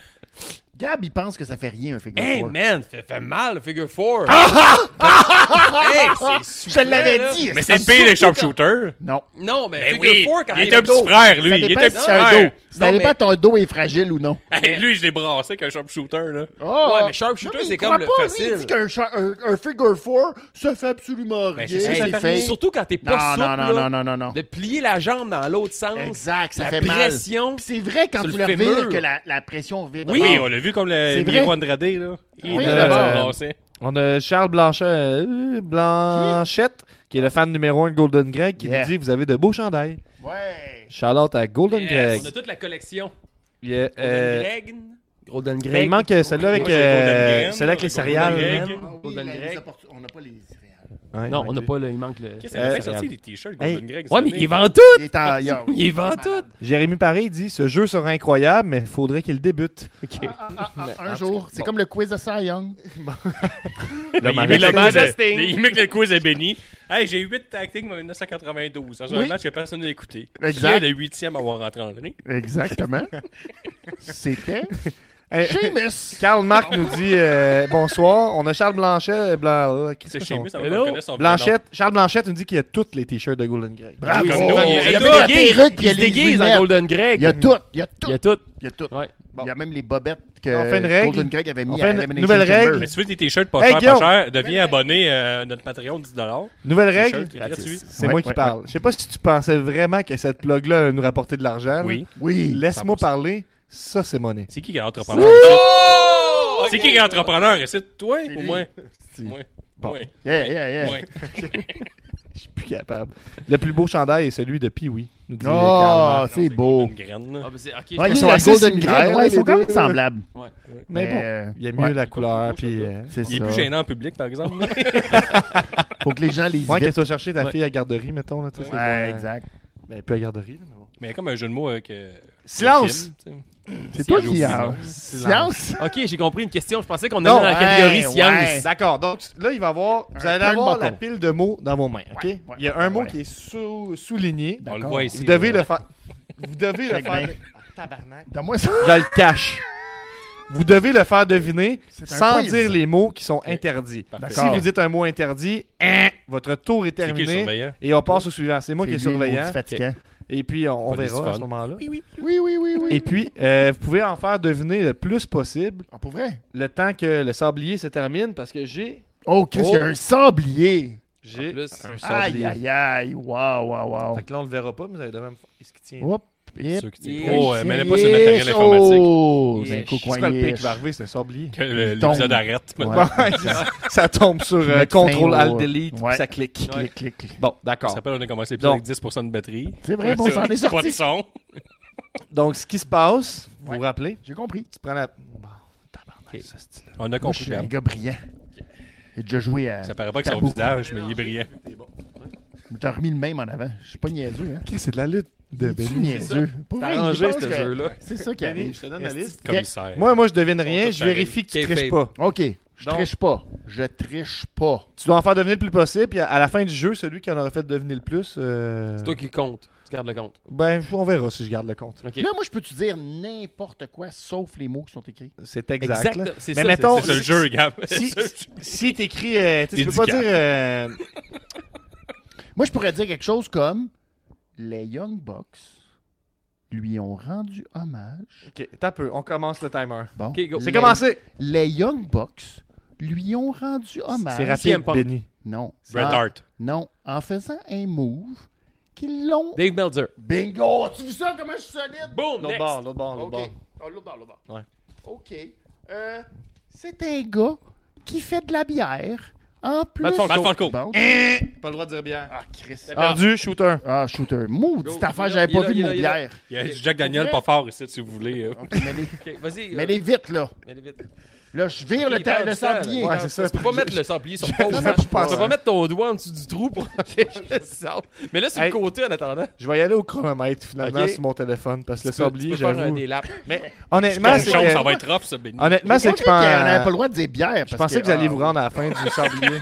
E: Gab, il pense que ça fait rien un figure
D: Hey
E: 4.
D: man, fait, fait mal le figure 4. Ah
E: [laughs]
D: hey, c'est
E: Je te l'avais
D: là.
E: dit.
B: Mais c'est pire les sharpshooters.
E: Non.
D: Non, mais,
B: Mais
D: figure
B: Ben oui,
D: 4 quand
B: il
D: t'as
B: était
D: le
B: un petit
D: dos.
B: frère,
E: Ça
B: lui. Il était
E: dépend
B: un
E: si
B: petit
E: t'as un
B: frère.
E: dos. Ça
D: Non,
E: dépend
D: mais-
E: ton dos est fragile ou non.
B: Hey, Lui, je l'ai brassé avec un sharpshooter, là.
E: Oh,
D: Ouais, mais sharpshooter, c'est comme le facile.
E: Il dit qu'un cha- un, un figure 4, ça fait absolument rien.
B: Ben, c'est ça, ça
E: c'est
B: fait
E: fait.
D: Surtout quand t'es
E: Non,
D: pas
E: non, non,
D: souple, là,
E: non, non, non, non.
D: de plier la jambe dans l'autre sens.
E: Exact, ça
D: la
E: fait mal.
D: pression.
E: Puis C'est vrai quand
D: Sur
E: tu
D: le
E: le revires
D: fémur.
E: que la, la pression Ah, vire de
B: Oui,
E: bord.
B: on l'a vu comme le
E: C'est
B: Miro
E: vrai.
B: Andrade, là. Il
E: Oui,
B: était
E: euh,
B: brassé.
C: On a Charles Blanchet, euh, Blanchette, qui est le fan numéro un de Golden Greg, qui
E: Yeah.
C: nous dit Vous avez de beaux chandails.
E: Ouais.
C: Charlotte à Golden
D: Yes,
C: Greg.
D: Ben, On a toute la collection.
C: Il, y a, euh,
D: Golden Greg. Golden
C: ben, il manque euh, celle-là avec,
B: Moi, j'ai Golden
C: euh,
B: Greg,
C: celle-là avec les
B: là, Golden
C: céréales.
B: Greg.
D: Golden
E: Oui, la-
D: Greg.
E: les opportun- On n'a pas les céréales.
A: Ouais,
D: Non,
A: ouais,
D: on n'a
A: ok.
D: pas le. Il manque le.
B: Qu'est-ce
C: Euh,
B: qu'elle fait
C: c'est
B: sortir
C: grave.
B: des t-shirts
C: Hey.
B: Golden Greg?
D: Ouais, mais
B: cette
D: il
B: année?
D: vend tout!
E: Il est en- il a-
D: [laughs] Il vend tout!
C: Jérémy Paré dit Ce jeu sera incroyable, mais il faudrait qu'il débute.
E: Ah, ah, ah, un jour, c'est comme le quiz de Cy Young.
B: Mais il
C: mariage-
B: met le quiz
D: de
B: à-
D: Sting.
B: Il met le quiz à Benny. Hey, j'ai 8 tactiques en 1992. Dans un
E: Oui.
B: match que personne n'a écouté.
E: Exact.
B: Qui est le 8e à avoir rentré en ligne?
E: [laughs] Exactement. C'était
C: Hey,
E: Seamus.
C: Eh, Karl Marc nous dit euh, Bonsoir. On a Charles Blanchet. euh, Blan- euh, qu'est-ce
B: C'est
C: que
B: chez
C: son-
B: nous, ça
D: Hello?
B: va connaître son
C: Blanchette, Charles Blanchette nous dit qu'il y a tous les t-shirts de Golden Grey.
E: Bravo.
B: Comme nous,
E: Il
B: on
E: y a
B: est
E: même la perruque, puis
D: Il
E: il
D: se
E: y
D: déguise
E: a les
D: en
E: lunettes.
D: Golden Greg.
E: Il y a tout. Il y a
D: Il
E: tout.
D: y a tout.
E: Il y a tout.
D: Ouais.
E: Il y a même les bobettes que
C: On fait une règle.
E: Golden Greg avait
C: On
E: mis
C: fait
E: à
C: une
E: Elimination
C: nouvelle
E: Chamber.
C: règle.
B: nom. Mais tu veux des t-shirts pas
C: Hey,
B: chers, pas
C: Guillaume.
B: chers, deviens abonné euh, à notre Patreon 10
C: Nouvelle règle
B: T-shirt gratuit.
C: C'est
E: Ouais,
C: moi qui
E: ouais,
C: parle. Je sais pas si tu pensais vraiment que cette plug-là allait nous rapporter de l'argent. là.
B: Oui.
E: Oui.
C: Laisse-moi
B: 100%.
C: parler. Ça, c'est monnaie.
B: C'est qui qui est entrepreneur? ici? C'est qui qui est entrepreneur? ici? toi ou
E: lui.
B: moi?
C: C'est-
B: Moi.
C: Bon.
B: Moi.
E: Yeah, yeah, yeah.
B: Moi.
C: Je suis plus capable. Le plus beau chandail est celui de Pee-Wee. nous dit Karl
E: Oh,
C: Marc.
E: c'est beau.
B: Une graine, là.
D: Ah, ben c'est- ok,
E: Ouais,
D: je
E: ils
D: pense-
E: sont
C: sont
E: à
C: assez
E: Golden
C: similaires,
E: Greg. Ouais, ils
C: les
E: sont quand même
C: deux.
E: semblables.
C: Mais bon,
E: euh,
C: il y a mieux
E: ouais,
C: la couleur. Puis, euh,
E: c'est
B: Il est
E: ça.
B: plus gênant en public, par exemple.
E: Faut que les gens les
C: ouais,
E: évitent.
C: qu'elle soit chercher ta
D: Ouais.
C: fille à la garderie, mettons. Là, tu sais, c'est
E: Ouais,
C: bon, euh,
E: exact.
C: Ben, plus à la garderie. là, mais bon.
B: Mais il y a comme un jeu de mots avec. euh,
C: Silence!
B: le film, tu
E: C'est toi qui
B: aussi,
E: as.
B: non?
E: Silence.
D: Ok, j'ai compris une question. Je pensais qu'on allait
C: Non,
D: dans la catégorie
E: ouais,
D: science.
C: D'accord. Donc là, il va avoir. Vous
E: Un
C: allez avoir
E: turnbuckle.
C: la pile de mots dans vos mains. OK?
E: Ouais, ouais,
C: il y a un mot
E: ouais. Ben,
C: qui est sou- souligné.
B: sais. On le
E: D'accord.
B: voit ici.
C: Vous devez
B: là.
C: le faire. Vous devez le
E: Check
C: faire.
E: bien.
C: Ah, Tabarnak.
E: Donne-moi ça.
C: Je le cache. Vous devez le faire deviner
E: C'est un
C: sans
E: quiz.
C: dire les mots qui sont interdits.
B: Parfait.
C: Si vous dites un mot interdit, hein, votre tour est
B: C'est qui le
C: terminé.
B: surveillant?
C: Et on passe au suivant. C'est moi qui est
E: C'est lui,
C: surveillant.
E: maudit fatigant.
C: Et puis, on, on
B: Pas des
C: verra à ce
B: siphones.
C: moment-là.
E: Oui, oui, oui, oui.
C: Et puis, euh, vous pouvez en faire deviner le plus possible
E: Ah, pour vrai?
C: le temps que le sablier se termine parce que j'ai.
E: Oh, Chris, il y a un sablier.
C: J'ai
D: En plus.
C: un
E: Aïe,
C: sablier.
E: aïe, aïe. Wow, wow, wow.
C: Fait que là, on le verra pas, mais vous allez devant me faire. Qu'est-ce qui tient
E: Hop, hip.
B: Ceux qui disent,
D: Yeah.
B: Oh, euh, mêlez pas sur le
E: Yes,
B: matériel informatique.
E: Oh,
D: Yes.
E: c'est un coup
C: C'est quoi le pire qui va arriver? C'est un sablier.
B: Que le-
E: Il tombe.
B: l'épisode arrête.
E: Ouais.
C: [laughs] Ouais, c'est ça. ça tombe sur euh,
E: Mettre fin
C: Ctrl
E: au-
C: Alt Delete, puis
E: Ouais.
C: ça clique.
E: Clic, clic, clic.
C: Bon,
B: Ça
C: d'accord.
B: s'appelle, on a commencé l'épisode
C: Donc.
B: avec 10% de batterie.
E: C'est vrai, bon, on s'en est
B: Pas de
E: sorti.
B: son.
C: Donc, ce qui se passe, vous
E: Ouais.
C: vous rappelez,
E: J'ai compris.
C: tu prends la. Bon, tabarnak,
D: Ok.
C: ça, c'est-
B: On a
E: Moi, je
B: compris.
E: suis un
B: Gab.
E: gars brillant. J'ai déjà joué à.
B: Ça paraît pas que son
E: hein. Tabou.
B: visage, mais il est brillant.
E: T'as remis le même en avant. Je suis pas niaiseux, hein.
C: Ok, c'est de la lutte de
E: Je suis
C: Benny.
E: niaiseux. Pour
D: T'as
E: vrai,
D: arrangé
E: je pense
D: ce
E: que
D: jeu-là.
E: C'est ça qui
C: Benny,
E: arrive.
C: je te donne la liste.
B: Commissaire.
C: Moi, moi, je devine
B: Ils
C: rien.
B: sont
C: Je
B: tous
C: vérifie que tu triches
D: pareils.
C: pas.
E: OK. Je
C: Donc-
E: triche pas. Je triche pas.
C: Tu dois en faire devenir le plus possible. Puis à- à la fin du jeu, celui qui en aura fait devenir le plus. euh,
D: C'est toi qui compte. Tu gardes le compte.
C: Ben, on verra si je garde le compte.
D: Ok.
E: Là, moi, je peux te dire n'importe quoi sauf les mots qui sont écrits.
C: C'est exact.
D: Exact,
C: là.
D: c'est
C: Mais
D: ça,
C: mettons,
B: C'est ça le jeu, Gab.
C: si,
B: C'est ça le jeu.
C: si t'écris, euh, tu sais, tu peux
B: Éducat.
C: pas dire. euh,
E: Moi, je pourrais dire quelque chose comme les Young Bucks lui ont rendu hommage.
C: Ok, t'as peu. On commence le timer.
E: Bon.
D: Ok, go.
C: C'est
E: Les-
C: commencé.
E: Les Young Bucks lui ont rendu hommage.
C: C'est
D: CM
C: rapide,
D: Punk.
C: Benny.
E: Non.
B: Bret
E: En-
B: Hart.
E: Non. En faisant un move qu'ils l'ont.
D: Dave Meltzer.
E: Bingo! Tu vois ça comment je suis solide?
D: Boom!
C: L'autre bord, l'autre bord, l'autre
E: OK.
C: bord.
E: Oh, l'autre bord, l'autre bord.
C: Ouais.
E: OK. Euh, c'est un gars qui fait de la bière. En plus.
D: Matt Falco.
B: Matt Falco.
E: Bon.
C: Pas le droit de dire bien.
E: Ah, Chris. Ah,
C: Perdu, shooter.
E: ah, shooter. Maudite
D: Go.
E: affaire,
D: Il est
E: j'avais
D: là,
E: pas vu
D: il est
E: mon
D: là, il est là.
E: bière.
B: Il y a Jack Daniel pas fort ici, si vous voulez. euh.
E: Ok, mais les-
D: Ok, Vas-y.
E: mais
D: euh,
E: les vite, là.
D: mets-les vite.
E: Là, je vire le,
D: Il
E: ta-
D: perd
E: le
D: du temps, là.
E: sablier.
C: Ouais, c'est ça.
D: Tu peux pas mettre le sablier sur le
E: [laughs]
D: pôle.
E: je
D: hein. Tu peux
E: pense,
D: pas
E: hein.
D: mettre ton doigt en dessous du trou pour [laughs] empêcher le sable. Mais là, sur
C: Hey.
D: le côté en attendant.
C: Je vais y aller au chronomètre finalement
D: Ok.
C: sur mon téléphone parce que le
D: Tu peux-
C: sablier,
D: tu peux faire un
C: j'avoue.
D: des laps.
C: Mais
B: Comme
C: honnêtement, c'est
B: chose, ça
C: que,
B: va être rough, ça, Benny.
C: honnêtement, c'est que je
E: On n'avait pas le
C: pense.
E: droit de dire bière. ah,
C: Je pensais que vous alliez vous rendre à la fin du
E: [laughs]
C: sablier.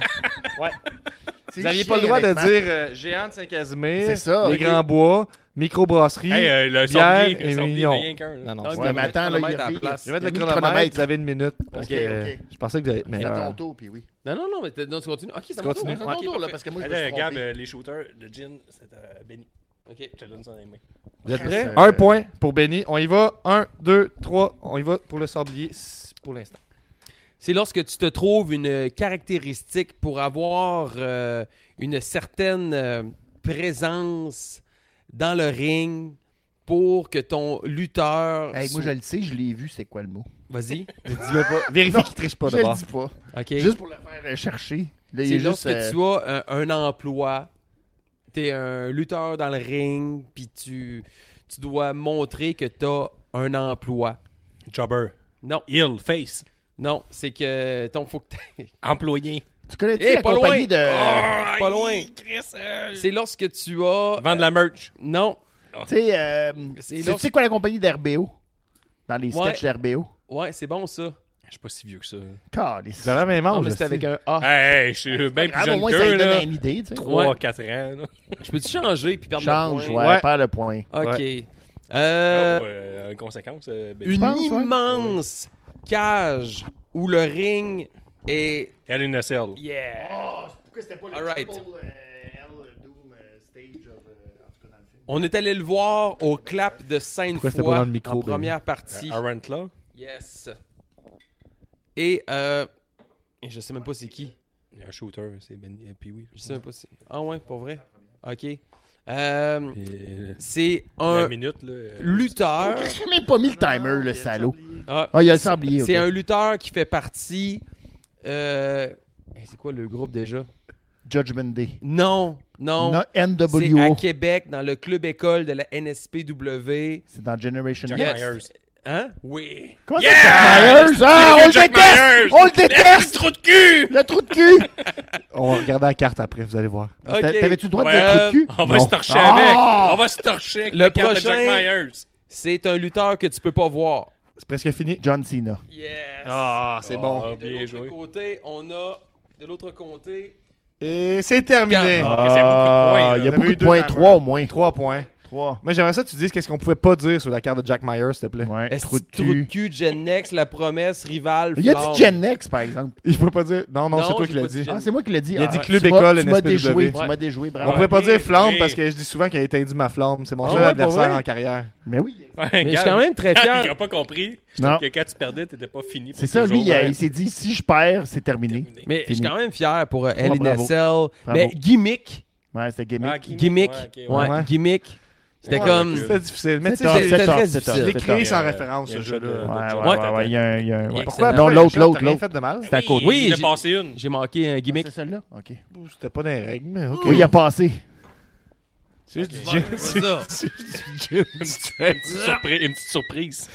C: Vous n'aviez pas le droit de dire euh, géant de Saint-Casimir,
E: C'est ça.
C: les
E: Ok.
C: grands bois, microbrasserie.
B: Hey, euh, le
C: bière
B: sorbier,
C: et
B: le sorbier, il y a
C: mignon.
B: rien qu'un. là.
C: Non, non,
D: Ah,
C: c'est-
E: Ouais, mais attends, là, il y
C: Je
E: a-
C: vais mettre
E: il y
C: le
E: a mis le
C: chronomètre,
E: chronomètre.
C: vous avez une minute. Parce
E: Ok,
C: que euh,
E: ok.
C: je pensais que vous alliez. Mais,
E: C'est
C: euh,
E: ton tour, puis oui.
D: Non, non, non, mais t'as- non, tu continues. Ok, c'est mon tour.
C: Continue.
D: Ok,
E: C'est ton tour, là,
D: parfait.
E: parce que moi, je me
B: Allez,
E: suis
B: Gab,
E: trompé.
B: euh, les shooters, le gin, c'est euh, Benny.
D: Ok.
B: Je te donne ça dans les mains.
C: Vous êtes prêts?
E: Euh,
C: Un point pour Benny. On y va. Un, deux, trois. On y va pour le sablier s- pour [laughs] l'instant.
D: C'est lorsque tu te trouves une euh, caractéristique pour avoir euh, une certaine euh, présence dans le ring pour que ton lutteur.
E: Hey, moi,
D: soit-
E: je le sais, je l'ai vu, c'est quoi le mot? [laughs]
D: Vas-y.
C: Dis-le pas. Vérifie qu'il triche pas
E: Je le
C: d'abord.
E: dis pas.
D: Ok.
E: Juste pour le faire euh, chercher. Là, il est
D: C'est
E: juste.
D: lorsque
E: euh,
D: tu as un, un emploi, tu es un lutteur dans le ring, puis tu, tu dois montrer que tu as un emploi.
B: Jobber.
D: Non,
B: Hill, face.
D: non, c'est que ton faut que t'aies- [laughs]
B: Employé.
E: Tu connais-tu
D: Eh,
E: la
D: pas
E: compagnie
D: loin!
E: de.
D: Ah, pas loin!
B: Chris, euh,
D: C'est lorsque tu as.
B: Vendre la merch.
D: Non.
E: Tu sais, euh,
D: C'est
E: tu
D: lorsque-
E: sais quoi la compagnie d'RBO? Dans les
D: Ouais.
E: sketchs d'RBO?
D: Ouais, c'est bon ça.
B: Je suis pas si vieux que ça.
C: Vous avez la même
D: Non,
C: âge.
D: mais c'est
C: je
D: avec
C: sais.
D: un A.
B: Ah, Hey, je suis bien plus
E: Ah, au
B: jeune
E: moins, ça lui
B: que là.
E: donne une idée, tu sais.
B: 3,
D: Ouais.
B: 4 ans. là.
D: Je peux-tu changer puis perdre
E: Change,
D: le
E: ouais,
D: point?
C: Ouais.
E: perds le point.
D: OK. Euh,
B: Oh, euh, en conséquence, euh, ben,
D: une
E: penses, ouais?
D: immense cage où le ring est...
B: elle est une nacelle.
D: Yeah!
E: Oh, Pourquoi c'était pas euh,
D: le All right. triple,
E: Doom euh, stage euh, dans le film?
D: On est allé le voir au clap
C: Pourquoi
D: de
C: c'était pas
D: Sainte-Foy
C: dans le micro,
D: en
C: Benny?
D: première partie.
B: Aaron Claw.
D: Yes. Et euh, et je sais même pas c'est qui.
B: Il y a un shooter, c'est Benny. Puis oui.
D: Je sais même pas c'est. Ah ouais, pour vrai. Ok. Euh,
B: Euh,
D: c'est
B: la
D: un
B: minute, là. euh,
D: lutteur.
E: J'ai même pas mis le timer, le salaud.
D: Ah,
E: Ah, il y a le sablier.
D: c'est
E: ok.
D: un lutteur qui fait partie. euh, hey, c'est quoi le groupe déjà
E: Judgment Day.
D: Non, non.
E: Non,
D: c'est à
E: NWO.
D: Québec dans le club école de la NSPW.
E: C'est dans Generation
B: Jack
E: X.
B: Myers.
D: Hein Oui.
E: Comment ça, Jack Myers? Ah, on le
B: Jack
E: déteste!
B: Myers!
E: On le déteste!
B: Trou de cul!
E: Le trou de cul!
C: On va regarder la carte après, vous allez voir.
D: Ok.
E: T'a- Ah, T'avais-tu le droit de
B: Ouais.
E: dire trou de cul?
B: On va
C: Non.
B: se torcher
E: Ah!
B: avec! On va se torcher avec
D: Le
B: la carte de
D: prochain-
B: Jack Myers!
D: C'est un lutteur que tu peux pas voir.
C: C'est presque fini.
E: John Cena.
D: Yes.
C: Ah, c'est bon.
B: Ah,
D: Et de
B: bien
D: l'autre
B: joué.
D: côté, on a de l'autre côté.
C: Et c'est terminé.
B: Ah, c'est beaucoup de points, là.
E: Il y a
C: On avait eu
E: beaucoup de
C: deux
E: points.
C: erreurs.
E: Trois au moins.
C: Trois points.
E: Trois.
C: Moi, j'aimerais ça que tu dises qu'est-ce qu'on pouvait pas dire sur la carte de Jack Myers, s'il te plaît.
E: Ouais,
D: Trou
E: trou
D: de
E: de
D: cul, Gen Next, la promesse, rival.
E: Il y a
D: flamme.
E: dit Gen X, par exemple.
C: Il pouvait pas dire. Non, non,
D: Non,
C: c'est toi
D: j'ai
C: qui l'as
D: pas dit
C: dit.
D: Gen-
E: Ah, c'est moi qui l'ai dit.
C: Il a
E: Ah,
C: dit
E: ouais.
C: Club
E: Tu m'as-
C: École,
E: Tu m'as
C: NSPW.
E: déjoué. Tu
D: Ouais.
E: m'as déjoué,
C: On
E: bravo.
C: pouvait pas
B: bien
C: dire flamme
B: joué.
C: parce que je dis souvent qu'il a été dit ma flamme. C'est mon
D: Ah
C: seul
D: ouais, pour
C: adversaire
D: vrai?
C: en carrière.
E: Mais oui.
B: Ouais,
D: Mais je suis
B: [laughs]
D: quand même très
B: Gab, Il
D: fier.
B: a pas compris
E: Non.
B: que quand tu perdais, t'étais pas fini. pour
E: Ah. C'est ça, lui,
B: toujours. hein.
E: il, a- il s'est dit si je perds, c'est terminé.
D: Mais je suis
E: Fini.
D: quand même fier pour euh,
E: Ouais, bravo.
D: LNSL. Mais gimmick.
E: Ouais, c'était gimmick.
B: Ah,
D: Gimmick.
B: ouais, ok, ouais.
D: Ouais,
C: Ouais.
D: gimmick. C'était
B: Ouais,
D: comme.
B: ok.
C: C'était difficile. Mais tu
D: tough,
C: sais,
D: c'était
C: j'ai-
D: très
E: c'est
D: difficile.
E: tough,
C: je l'ai
E: c'est
C: créé
E: tough.
C: sans
B: euh,
C: référence,
B: il y
C: ce
B: a
C: jeu-là.
B: le-
E: Ouais,
B: Excellent.
E: ouais, ouais, ouais, il y a un. il y a un- ouais.
D: Excellent.
C: Pourquoi
E: Non, l'autre,
C: j'ai
E: l'autre,
C: rien
E: l'autre.
C: fait de mal?
E: C'est à cause.
D: Oui,
B: Il a
D: j'ai-
B: passé une.
D: J'ai manqué un gimmick.
E: C'est celle-là? OK.
C: C'était pas dans les règles, mais ok.
E: Oui, il a passé.
C: C'est juste du gin-
D: C'est ça.
C: c'est juste du gin
B: [laughs]
C: straight.
B: Une petite surprise- une petite surprise.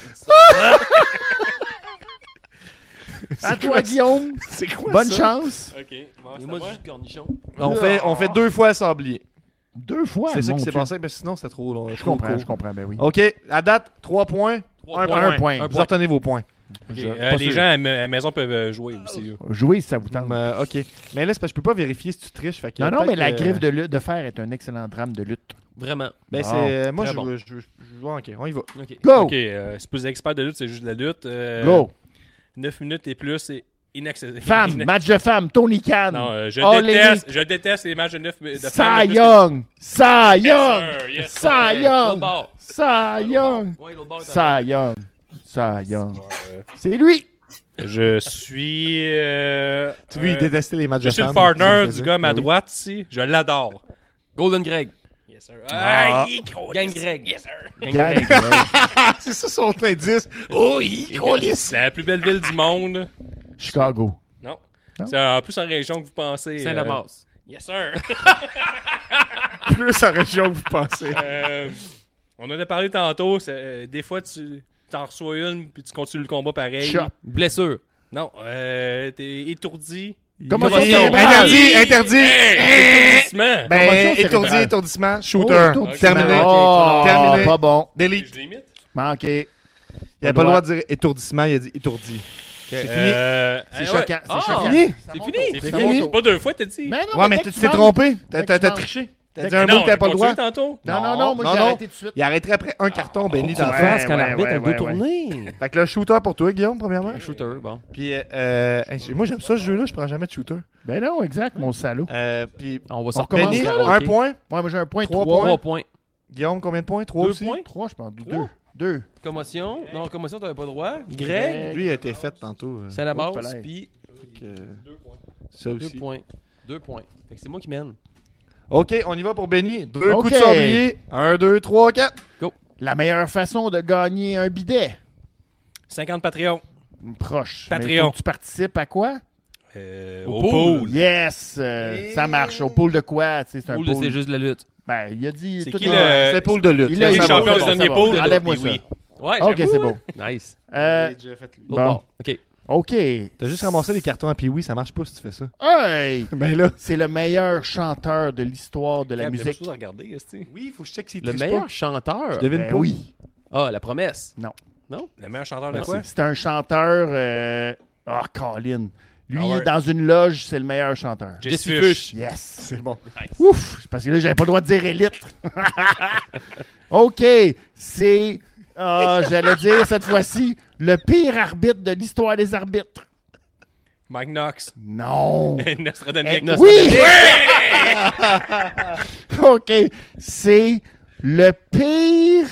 E: À toi, Guillaume.
C: C'est quoi
E: Bonne
C: ça?
E: chance.
B: Ok. bon,
D: Et
B: c'est
D: moi,
B: à moi.
D: j'ai du cornichon.
C: On fait, on fait deux fois sablier.
E: Deux fois.
C: c'est ça
E: mon
C: qui s'est
E: Dieu.
C: passé, mais sinon c'était trop long.
E: Je comprends, je comprends, ben oui.
C: OK, à date, trois points.
D: Trois
C: un
D: points.
C: point.
E: Un point.
D: Un
C: Vous retenez vos points.
B: Ok,
E: Je-
B: euh,
E: pas
B: les
E: sûr.
B: gens à, ma- à la maison peuvent euh, jouer aussi. là.
E: Jouer si ça vous tente.
C: Hum, euh, OK. Mais là, c'est parce que je peux pas vérifier si tu triches. Fait que
E: Non, non,
C: peut-être
E: mais la
C: que-
E: griffe de, lu- de fer est un excellent drame de lutte.
D: Vraiment.
C: Ben,
B: Ah,
E: Bon,
C: c'est... Moi,
D: très
C: je,
D: bon.
C: je, je, je- OK, on y va.
D: OK.
E: Go!
B: Ok, euh, c'est plus expert de lutte, c'est juste de la lutte. Euh,
E: Go!
B: 9 minutes et plus, c'est inaccessible. [laughs]
E: Femme, match de femmes, Tony Khan.
B: Non, euh, je,
E: Oh, les-
B: déteste, je déteste les matchs de 9 minutes.
E: Cy Young! Cy Young!
B: Yes, sir.
E: Cy
D: L'autre
E: Young!
D: bord.
E: Cy Young!
D: Ouais, l'autre bord est en-
E: Cy Young! Cy Young! C'est lui!
B: Euh, Je suis. euh,
C: Tu vois, il
B: euh,
C: détestait les matchs
B: Je
C: de
B: suis le
C: femmes,
B: partner
C: c'est ce
B: du
C: que
B: gars à
C: je
E: ben
B: ma
C: disais.
B: droite ici. Je l'adore.
D: Golden Greg.
B: Yes, sir. Ah,
C: Ah.
B: il est gros.
D: Gang Greg.
B: Yes, sir.
E: Greg,
C: Ah, [laughs] c'est ça son indice. Oh, il
B: C'est la plus belle ville du monde.
E: Chicago.
B: Non.
E: Non.
B: C'est en plus en région que vous pensez. euh,
D: Saint-Damas.
B: Yes, sir.
C: [laughs] plus en région que vous pensez.
B: [laughs] Euh, on en a parlé tantôt. c'est, euh, des fois, tu t'en reçois une puis tu continues le combat pareil.
E: Chop.
D: Blessure.
B: Non, euh, t'es étourdi.
E: Comment ça,
C: Oui,
E: c'est
C: Interdit, interdit. Ben,
B: Étourdissement.
E: Commotion
C: étourdi,
E: cérébrale.
C: étourdissement,
E: Oh,
C: shooter,
E: étourdissement.
C: terminé,
E: Oh,
C: terminé,
E: pas bon.
C: delete.
B: Je l'imite.
E: Manqué.
C: Il a pas le droit de dire étourdissement, il a dit étourdi. C'est fini.
B: Euh,
E: C'est
B: eh Ben ouais.
E: choquant.
D: Ah.
E: C'est choquant.
C: Fini?
D: C'est fini.
B: C'est
E: Ça
B: fini.
E: monte au-
B: Pas deux fois, t'as dit. Ben
E: Mais non,
C: Ouais, mais
E: mais dès
C: tu
E: que
C: t'es
E: tu
C: trompé. T'as
E: Dès
C: t'as-
E: que
C: t'as
E: tu
C: triché. T'as
E: Dès
C: dit
E: que
C: un
B: Non,
C: mot que t'avais
B: j'ai
C: pas le droit.
B: continué tantôt.
E: manques. Non, non, non, moi
C: Non,
E: j'ai
C: non.
E: arrêté tout de suite.
C: Il arrêterait après
B: Ah.
C: un carton, Benny, dans
D: Ça
C: le
E: Ouais,
D: passe
C: face.
D: quand
E: ouais,
D: l'arbitre a
E: ouais,
D: le dos
E: ouais,
D: tourné.
C: Fait que le shooter pour toi, Guillaume, premièrement.
D: Un shooter, bon.
C: Puis, euh, euh, hey, moi, j'aime ça ce jeu-là, je prends jamais de shooter.
E: Ben non, exact, mon salaud.
C: Euh, puis,
D: On va s'en
E: On recommence
D: reprendre.
C: Benny,
E: là, là,
C: un point.
E: Ouais, moi j'ai un point.
C: Trois
E: Trois,
C: points.
D: Trois points.
C: Guillaume, combien de points? Trois
D: Deux
C: aussi?
D: points.
E: Trois, je pense. Deux.
D: Trois.
E: Deux.
D: Commotion. Non, commotion, t'avais pas le droit. Greg.
E: Euh,
C: Lui, il a été fait tantôt. euh,
D: C'est la
E: Oh,
D: base,
E: palais.
D: puis
C: donc, euh, Ça
D: deux
C: aussi.
D: points. Deux points. Fait que c'est moi qui mène.
C: OK, on y va pour Benny. Deux
E: Ok.
C: coups de sablier. Un, deux, trois, quatre.
E: La meilleure façon de gagner un bidet.
B: 50 Patreon.
E: Proche.
B: Patreon.
E: Mais faut que Tu participes à quoi?
B: Euh,
D: Au
B: au
D: pool.
B: pool.
E: Yes! euh, Ça marche. Au pôle de quoi? Tu sais, C'est un
D: Ou
E: pôle.
D: le- c'est juste de la lutte.
E: Ben, il a dit.
B: C'est
E: tout
B: qui
E: est-
B: le-
C: C'est pour de lutte.
E: Il a
B: les
E: eu
C: Ça va.
B: champions
E: bon,
B: du
E: ça
B: dernier
C: Ah,
E: va.
B: pôle.
E: Enlève-moi
B: Oui,
E: ça.
D: Ouais,
E: Ah,
C: [laughs]
E: Ok,
D: j'avoue,
E: c'est bon.
D: Nice.
C: Euh,
E: Euh,
C: j'ai ben déjà fait le-
D: L'autre
E: Bon.
D: bord. OK.
E: OK.
C: T'as juste ramassé les cartons à Pee-Wee, ça marche pas si tu fais ça.
E: Hey!
C: [laughs] Ben là.
E: C'est le meilleur chanteur de l'histoire de la
B: Gab, il y a
E: musique.
B: beaucoup de choses à regarder, esti.
C: Oui, faut que je check si
D: Le meilleur chanteur.
C: Je devine
E: Ben
C: pas.
E: oui.
D: Ah, la promesse.
E: Non.
B: Le meilleur chanteur de
E: Ben,
B: quoi
E: C'est c'est un chanteur. euh, Ah, Colin. Lui,
B: Ah ouais.
E: dans une loge, c'est le meilleur chanteur.
D: Jesse
B: Jesse
D: Fuchs.
E: Yes.
C: C'est bon.
E: Ouf! Parce que là, j'avais pas le droit de dire élite. [laughs] OK. C'est. Ah, j'allais dire cette fois-ci le pire arbitre de l'histoire des arbitres.
B: Mike Knox. [laughs]
C: [laughs]
B: Ben,
E: Non.
B: Nostradamus.
D: Nos-
E: Oui! [laughs] OK. C'est le pire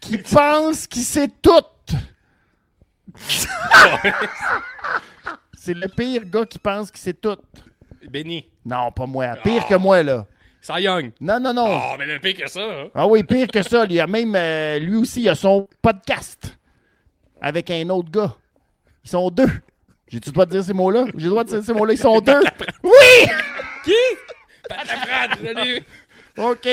E: qui pense qu'il sait tout. C'est le pire gars qui pense qu'il sait tout.
B: Benny.
E: Non, pas moi. Pire que moi, là.
B: Cy Young.
E: Non, non, non.
B: Oh, mais le pire que ça. hein.
E: Ah oui, pire que ça. Il a même, euh, lui aussi, il a son podcast avec un autre gars. Ils sont deux. J'ai-tu le droit de dire ces mots-là? J'ai le droit de dire ces mots-là. Ils sont deux. Oui!
B: Qui Pat Laprade, je l'ai vu.
E: OK.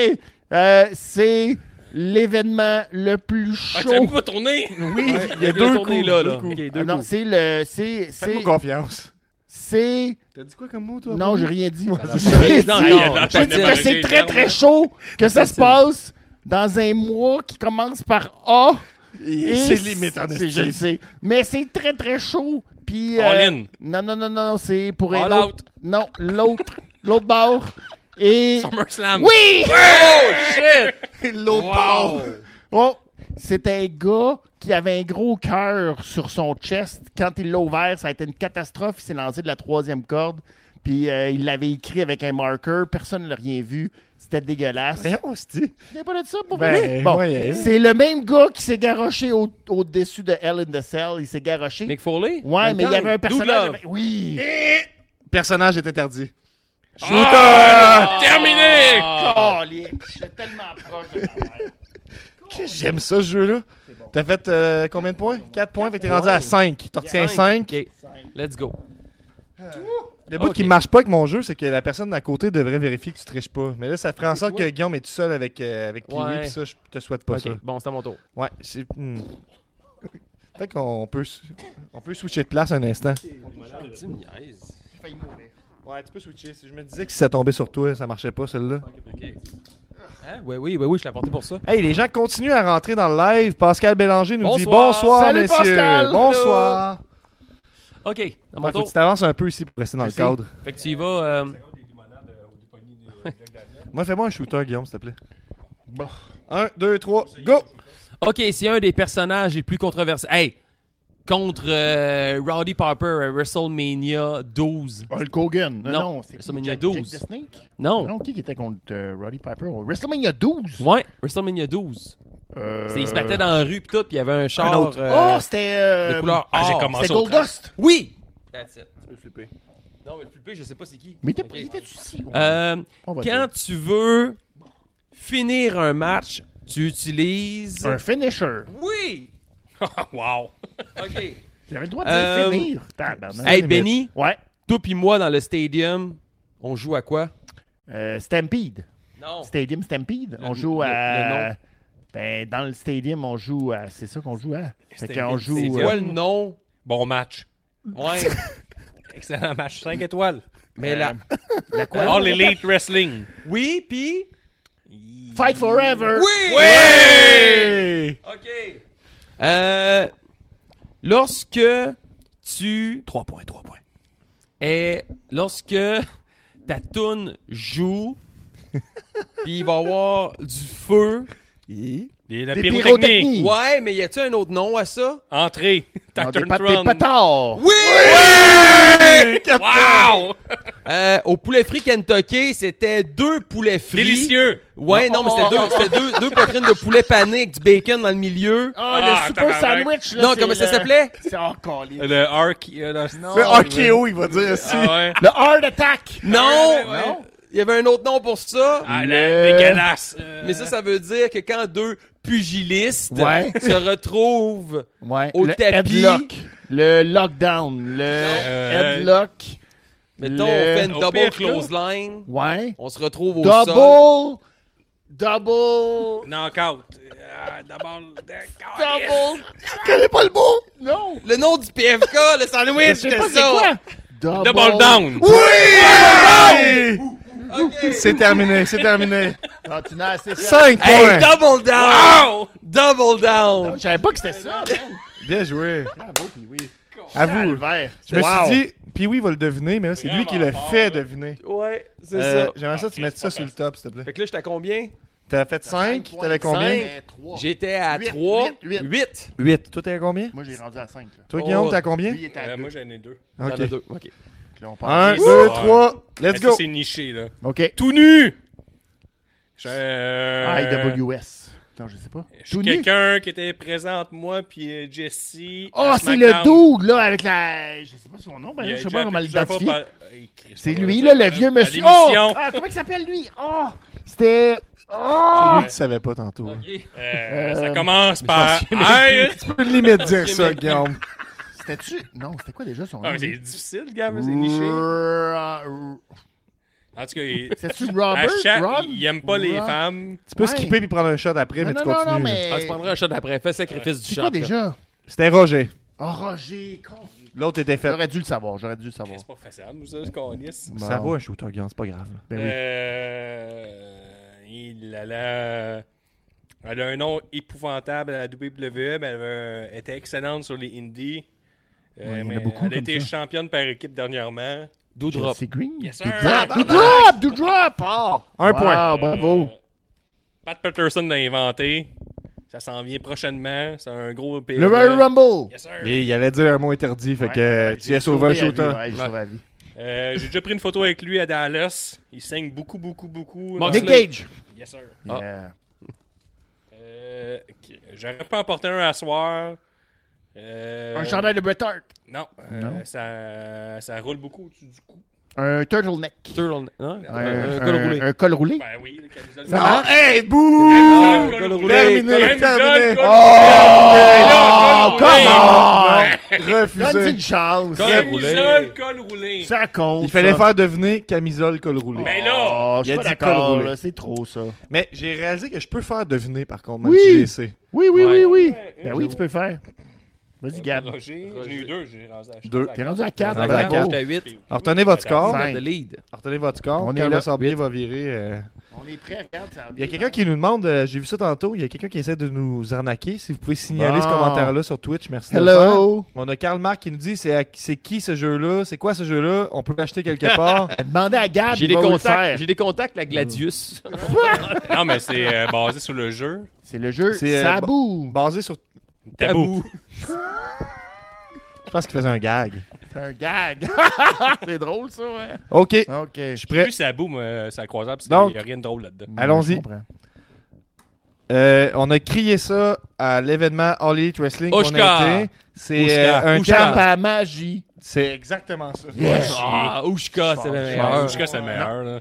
E: Euh, c'est l'événement le plus
B: Ah, tu l'as
E: chaud.
B: même pas tourné.
E: Oui.
D: Il y a deux tournées là. là.
C: coups.
D: Ok,
E: Ah
D: deux
E: non,
D: coups.
E: c'est le. C'est. C'est.
C: Fais-moi confiance.
E: c'est-
C: T'as dit quoi comme mot, toi?
E: Non, j'ai rien dit.
D: c'est-
E: J'ai
D: non,
E: dit-
D: non, non,
E: j'ai dit que c'est très très chaud, que ça se passe dans un mois qui commence par A. et
C: C'est limite, en
E: c'est- Je le
C: esti.
E: sais. Mais c'est très très chaud. Puis.
B: All
E: euh,
B: in.
E: Non, non, non, non, non, c'est pour un
B: All
E: autre-
B: out.
E: Non, l'autre. L'autre bord. Et.
B: SummerSlam.
E: Oui!
B: Oh, shit.
C: L'autre
B: Wow.
C: part.
E: Oh, c'est un gars qui avait un gros cœur sur son chest. Quand il l'a ouvert, ça a été une catastrophe. Il s'est lancé de la troisième corde. Puis euh, il l'avait écrit avec un marker. Personne ne l'a rien vu. C'était dégueulasse.
C: Rien, on se dit.
E: Il y a pas de ça pour
C: Ben,
E: vrai? Bon,
C: ouais.
E: c'est le même gars qui s'est garoché au- au-dessus de Hell in the Cell. Il s'est garoché.
D: Mick Foley?
E: ouais, mais il y avait un personnage.
D: Douglas.
E: avec- Oui.
C: Personnage est interdit.
B: Ah, Terminé.
E: Calique, J'étais tellement proche de ma mère.
C: Que J'aime ça, ce jeu-là. T'as fait euh, combien de points? 4 points, fait que t'es rendu à 5. T'en retiens 5.
D: Ok, let's go.
C: Le bout
D: Ok.
C: qui ne marche pas avec mon jeu, c'est que la personne à côté devrait vérifier que tu triches pas. Mais là, ça ferait en sorte que Guillaume est tout seul avec, euh, avec Pee-Wee,
D: Ouais.
C: pis ça, je te souhaite pas
D: Ok,
C: ça.
D: Bon, c'est à mon tour.
C: Ouais, c'est. hmm. Peut-être qu'on peut, s- on peut switcher de place un instant.
E: J'ai failli mourir.
C: Ouais, tu peux switcher. Si je me disais que si ça tombait sur toi, ça marchait pas, celle-là.
D: Hein? Oui, oui, oui, oui, je l'ai apporté pour ça.
C: Hey, les gens continuent à rentrer dans le live. Pascal Bélanger nous dit
D: Bonsoir.
C: bonsoir,
E: Salut,
C: messieurs.
E: Pascal.
C: Bonsoir.
D: Ok, à mon
C: Ouais, faut que
D: tour.
C: tu t'avances un peu ici pour rester dans le
D: Merci.
C: cadre.
D: Fait que tu y vas. euh,
C: Moi, fais-moi un shooter, Guillaume, s'il te plaît. Bon. 1, 2, 3, go!
D: Ok, c'est un des personnages les plus controversés. Hey! Contre euh, Rowdy Piper à WrestleMania 12.
E: Hulk Hogan. Non,
D: Non.
E: non, c'est
D: WrestleMania
E: Jack- Jack
D: 12.
E: the Snake?
D: Non.
E: Non, qui qui était contre euh, Roddy Piper? au WrestleMania 12.
D: Ouais, WrestleMania 12.
E: Euh,
D: C'est- Il se battait dans la rue pis tout, pis il y avait un char. euh,
E: Oh, c'était. euh,
D: de couleur
B: Ah, j'ai
D: or.
B: commencé
E: C'était
B: au crash.
E: Goldust.
D: Oui! That's it. Tu peux flipper. Non, mais le flipper, je sais pas c'est qui.
E: Mais t'es
D: Ok.
E: il était ici.
D: Euh,
E: On va
D: quand tu veux finir un match, tu utilises.
E: Un finisher.
D: Oui!
B: [laughs] wow.
D: Ok.
E: J'avais le droit de dire
D: Euh,
E: finir. Tabarnak.
D: Hey, Benny,
E: Ouais.
D: toi pis moi dans le stadium, on joue à quoi?
E: Euh, Stampede.
D: Non.
E: Stadium Stampede.
D: Le-
E: on joue
D: le-
E: à.
D: le nom.
E: Ben, dans le stadium, on joue à. C'est ça qu'on joue à. Fait
B: Stampede
E: qu'on joue.
D: C'est
E: euh,
D: quoi le nom?
B: Bon match.
D: [laughs] Ouais.
B: Excellent match. 5 étoiles.
D: Mais là.
E: la quoi?
B: All Elite Wrestling.
D: Euh, Oui, pis.
E: Fight Forever.
D: Oui!
C: Hey!
D: Ok. Euh, lorsque tu
B: 3 points, 3 points.
D: Et lorsque ta toune [laughs] joue, puis il va y avoir du feu.
B: Et la
E: Des
B: pyrotechnie.
E: pyrotechnies.
D: Ouais, mais y a-tu un autre nom à ça?
B: Entrée.
E: Non, des,
B: Turn
E: pa- des
B: Tron.
E: pétards.
D: Oui!
B: Wow!
D: Euh, au poulet frit Kentucky, c'était deux poulets frits.
B: Délicieux.
D: Ouais, non, mais c'était deux, c'était deux, deux poitrines de poulet pané avec du bacon dans le milieu.
E: Ah,
B: Ah,
E: le super
B: tabarnak.
E: sandwich. Là,
D: non,
E: c'est
D: comment ça
E: le-
D: s'appelait?
E: C'est encore lié.
B: Le arc. euh, le-
C: Le RKO, il va dire aussi.
B: Ah ouais.
E: Le Hard Attack.
D: Non!
B: ouais.
D: Non. Il y avait un autre nom pour ça.
B: Ah, la dégueulasse. Euh,
D: Mais ça, ça veut dire que quand deux pugilistes
E: Ouais.
D: se retrouvent
E: Ouais.
D: Au
E: le
D: tapis.
E: Headlock. Le Lockdown. Le Headlock.
D: Mettons,
E: Le-
D: on fait une
B: Au
D: double
B: pire,
D: close line.
E: Ouais.
D: On se retrouve au sol.
E: Double Double.
B: Knockout. Ah, D'abord.
E: Double.
A: Quel pas le mot?
E: Non.
B: Le nom du PFK, le sandwich,
E: Je sais pas c'est quoi.
B: Double down.
C: Oui! C'est terminé, c'est
E: [laughs]
C: terminé.
E: Ah, tu n'as assez ça.
C: 5 points.
B: Hey, double down. Double down.
E: Je savais pas que c'était ça. man.
C: Bien joué.
E: Bravo, puis oui.
C: À vous.
E: Calvaire.
C: Je me
E: Wow.
C: suis dit, puis oui, il va le deviner, mais là, c'est lui qui le fait deviner.
D: Ouais, c'est
C: Euh,
D: ça.
C: J'aimerais ça que tu mettes ça sur le top, s'il te plaît.
D: Fait que là, j'étais à combien?
C: T'as fait 5, t'avais combien?
D: J'étais à
E: Huit,
D: 3.
E: huit, huit.
D: 8.
C: 8. Toi, t'avais combien?
E: Moi, j'ai rendu à 5.
C: Toi,
D: Oh.
C: Guillaume, t'as combien?
E: Lui, il était à
B: Euh,
E: deux.
B: moi, j'en ai deux.
D: J'en ai
C: Ok.
D: deux. OK.
E: Puis là, on part.
C: 1,
E: Yes.
C: 2,
B: Ah.
C: 3,
B: Mais
C: let's
B: ça,
C: go.
B: C'est niché, là.
E: OK.
B: Tout nu. Je, euh,
E: IWS. Non, je sais pas.
B: Je
E: Ah, Tout
B: suis
E: nu?
B: quelqu'un qui était présent entre moi puis euh, Jesse.
E: Ah,
B: à
E: c'est
B: SmackDown.
E: le dude, là, avec la. Je sais pas son nom, ben,
B: Il
E: là,
B: a
E: je sais
B: déjà
E: pas comment
B: plusieurs fois
E: l'identifier.
B: par- Euh, Christ,
E: C'est
B: on
E: lui,
B: va
E: là, le
B: dire,
E: vieux
B: à
E: monsieur. Oh!
B: l'émission.
E: Ah, comment il s'appelle, lui? Oh! C'était. Oh!
C: Lui, tu savais pas tantôt. hein.
B: Euh,
E: Euh,
B: ça commence par. Hey!
C: Tu peux limite
E: [laughs]
C: dire ça, Guillaume.
E: C'était-tu? Non, c'était quoi déjà son nom?
B: Ah, c'est difficile, gars, mais c'est niché.
E: Ro-
B: En tout cas, il...
E: C'est-tu Robert?
B: Hashtag,
E: Rob?
B: il aime pas les
E: Rob?
B: femmes.
C: Tu peux
E: Ouais.
C: skipper puis prendre un shot après,
E: Non,
C: mais tu
E: non,
C: continues. Ah,
E: non,
C: là.
E: non, mais.
D: On se prendra un shot après. Fais sacrifice du
E: C'est
D: shot.
E: quoi
D: là.
E: déjà?
C: C'était Roger.
E: Oh, Roger, con.
C: L'autre était fait.
E: J'aurais dû le savoir, j'aurais dû le savoir.
B: C'est pas facile, nous, ça, ce qu'on lisse.
E: Bon.
C: Ça va, un shooter, Guillaume, c'est pas grave. Ben oui.
B: Euh, il a la- Elle a un nom épouvantable à la WWE, mais elle avait- était excellente sur les indies. Euh,
E: Ouais, il y en a
B: mais
E: beaucoup
B: elle a
E: comme
B: été
E: ça.
B: championne par équipe dernièrement.
D: Do drop.
E: C'est Green?
B: Yes, sir.
E: Doudrop, Doudrop, Doudrop! Oh!
C: Un
E: Wow,
C: point.
E: bravo.
B: Euh, Pat Patterson l'a inventé. Ça s'en vient prochainement. C'est un gros PLE.
E: Le Royal Rumble!
B: Yes, sir.
C: Et il allait dire un mot interdit, fait que euh, tu as sauvé un shooter.
E: Ouais, j'ai sauvé la vie.
B: Euh, J'ai déjà pris une photo avec lui à Dallas. Il saigne beaucoup, beaucoup, beaucoup.
D: Moxley.
E: Nick Cage!
B: Yes, sir.
D: Ah.
E: Yeah.
B: Euh, ok. J'aurais pas emporté un à soir. Euh,
E: Un chandail de Bret Hart.
B: Non. euh, ça, ça roule beaucoup au-dessus du cou. Euh,
E: Un turtleneck.
D: Turtle- non?
E: Un,
D: Un col
E: un-
D: roulé.
E: un col roulé.
B: Ben oui, le camisole.
C: Ah, hey,
B: Ah,
C: bouh!
B: le col
D: col
B: roulé.
D: roulé.
C: Terminé,
B: Col
C: terminé.
B: roulé, col roulé.
E: Oh,
B: Col roulé.
E: Donne-lui
C: Refusé.
E: une chance.
D: Col roulé.
B: Camisole, col roulé.
E: Ça compte.
C: Il fallait
E: ça.
C: faire devenir camisole col roulé.
B: Ben là,
E: Oh, je
C: Il a
E: suis pas
C: dit col
E: d'accord,
C: roulé.
E: là, c'est trop ça.
C: Mais j'ai réalisé que je peux faire deviner par contre, même
E: Oui.
C: si je les sais.
E: Oui, oui, oui,
D: Ouais.
E: oui. Ben oui, tu peux le faire. Vas-y, Gab.
C: Oh,
B: Roger, j'en ai eu deux. J'ai rendu à
C: Deux.
E: T'es rendu à 4.
C: Rendu à quatre.
D: J'étais à 8.
C: Alors, retenez votre corps.
E: Cinq.
D: de lead.
C: Alors, retenez votre corps.
E: On est
C: Carlos
E: là.
C: Sorbier va virer. euh,
E: On est prêt, regarde. ça va
C: Il y a
E: bien.
C: quelqu'un qui nous demande, euh, j'ai vu ça tantôt, il y a quelqu'un qui essaie de nous arnaquer. Si vous pouvez signaler
E: Bon.
C: ce commentaire-là sur Twitch, merci. de le faire.
E: Hello.
C: On a Karl Marc qui nous dit, c'est à- c'est qui ce jeu-là? C'est quoi ce jeu-là? On peut l'acheter quelque
E: [laughs]
C: part.
E: Demandez à Gab.
D: J'ai
E: il
D: des
E: va vous le
D: contacts.
E: faire.
D: J'ai des contacts avec Gladius.
B: Non, mais c'est euh, basé sur le jeu.
E: C'est le jeu.
C: C'est, euh,
E: Sabou.
C: Basé sur...
B: Tabou.
C: Je pense qu'il faisait un gag.
E: C'est un gag. c'est drôle, ça, ouais.
C: OK, je
E: OK. Je
C: suis
B: J'ai
C: prêt.
B: vu ça boum, euh, ça croisable, parce
C: Donc-
B: qu'il n'y a rien de drôle là-dedans.
C: Allons-y. Euh, on a crié ça à l'événement All Elite Wrestling qu'on
D: Oshka.
C: a été. C'est
D: Oshka.
C: euh, un
D: Oshka.
C: terme-
E: Camp à magie.
C: C'est exactement ça.
E: Yes.
D: Ah, Oushka, c'est la
B: En
D: meilleure.
B: tout cas, c'est le meilleur. Là.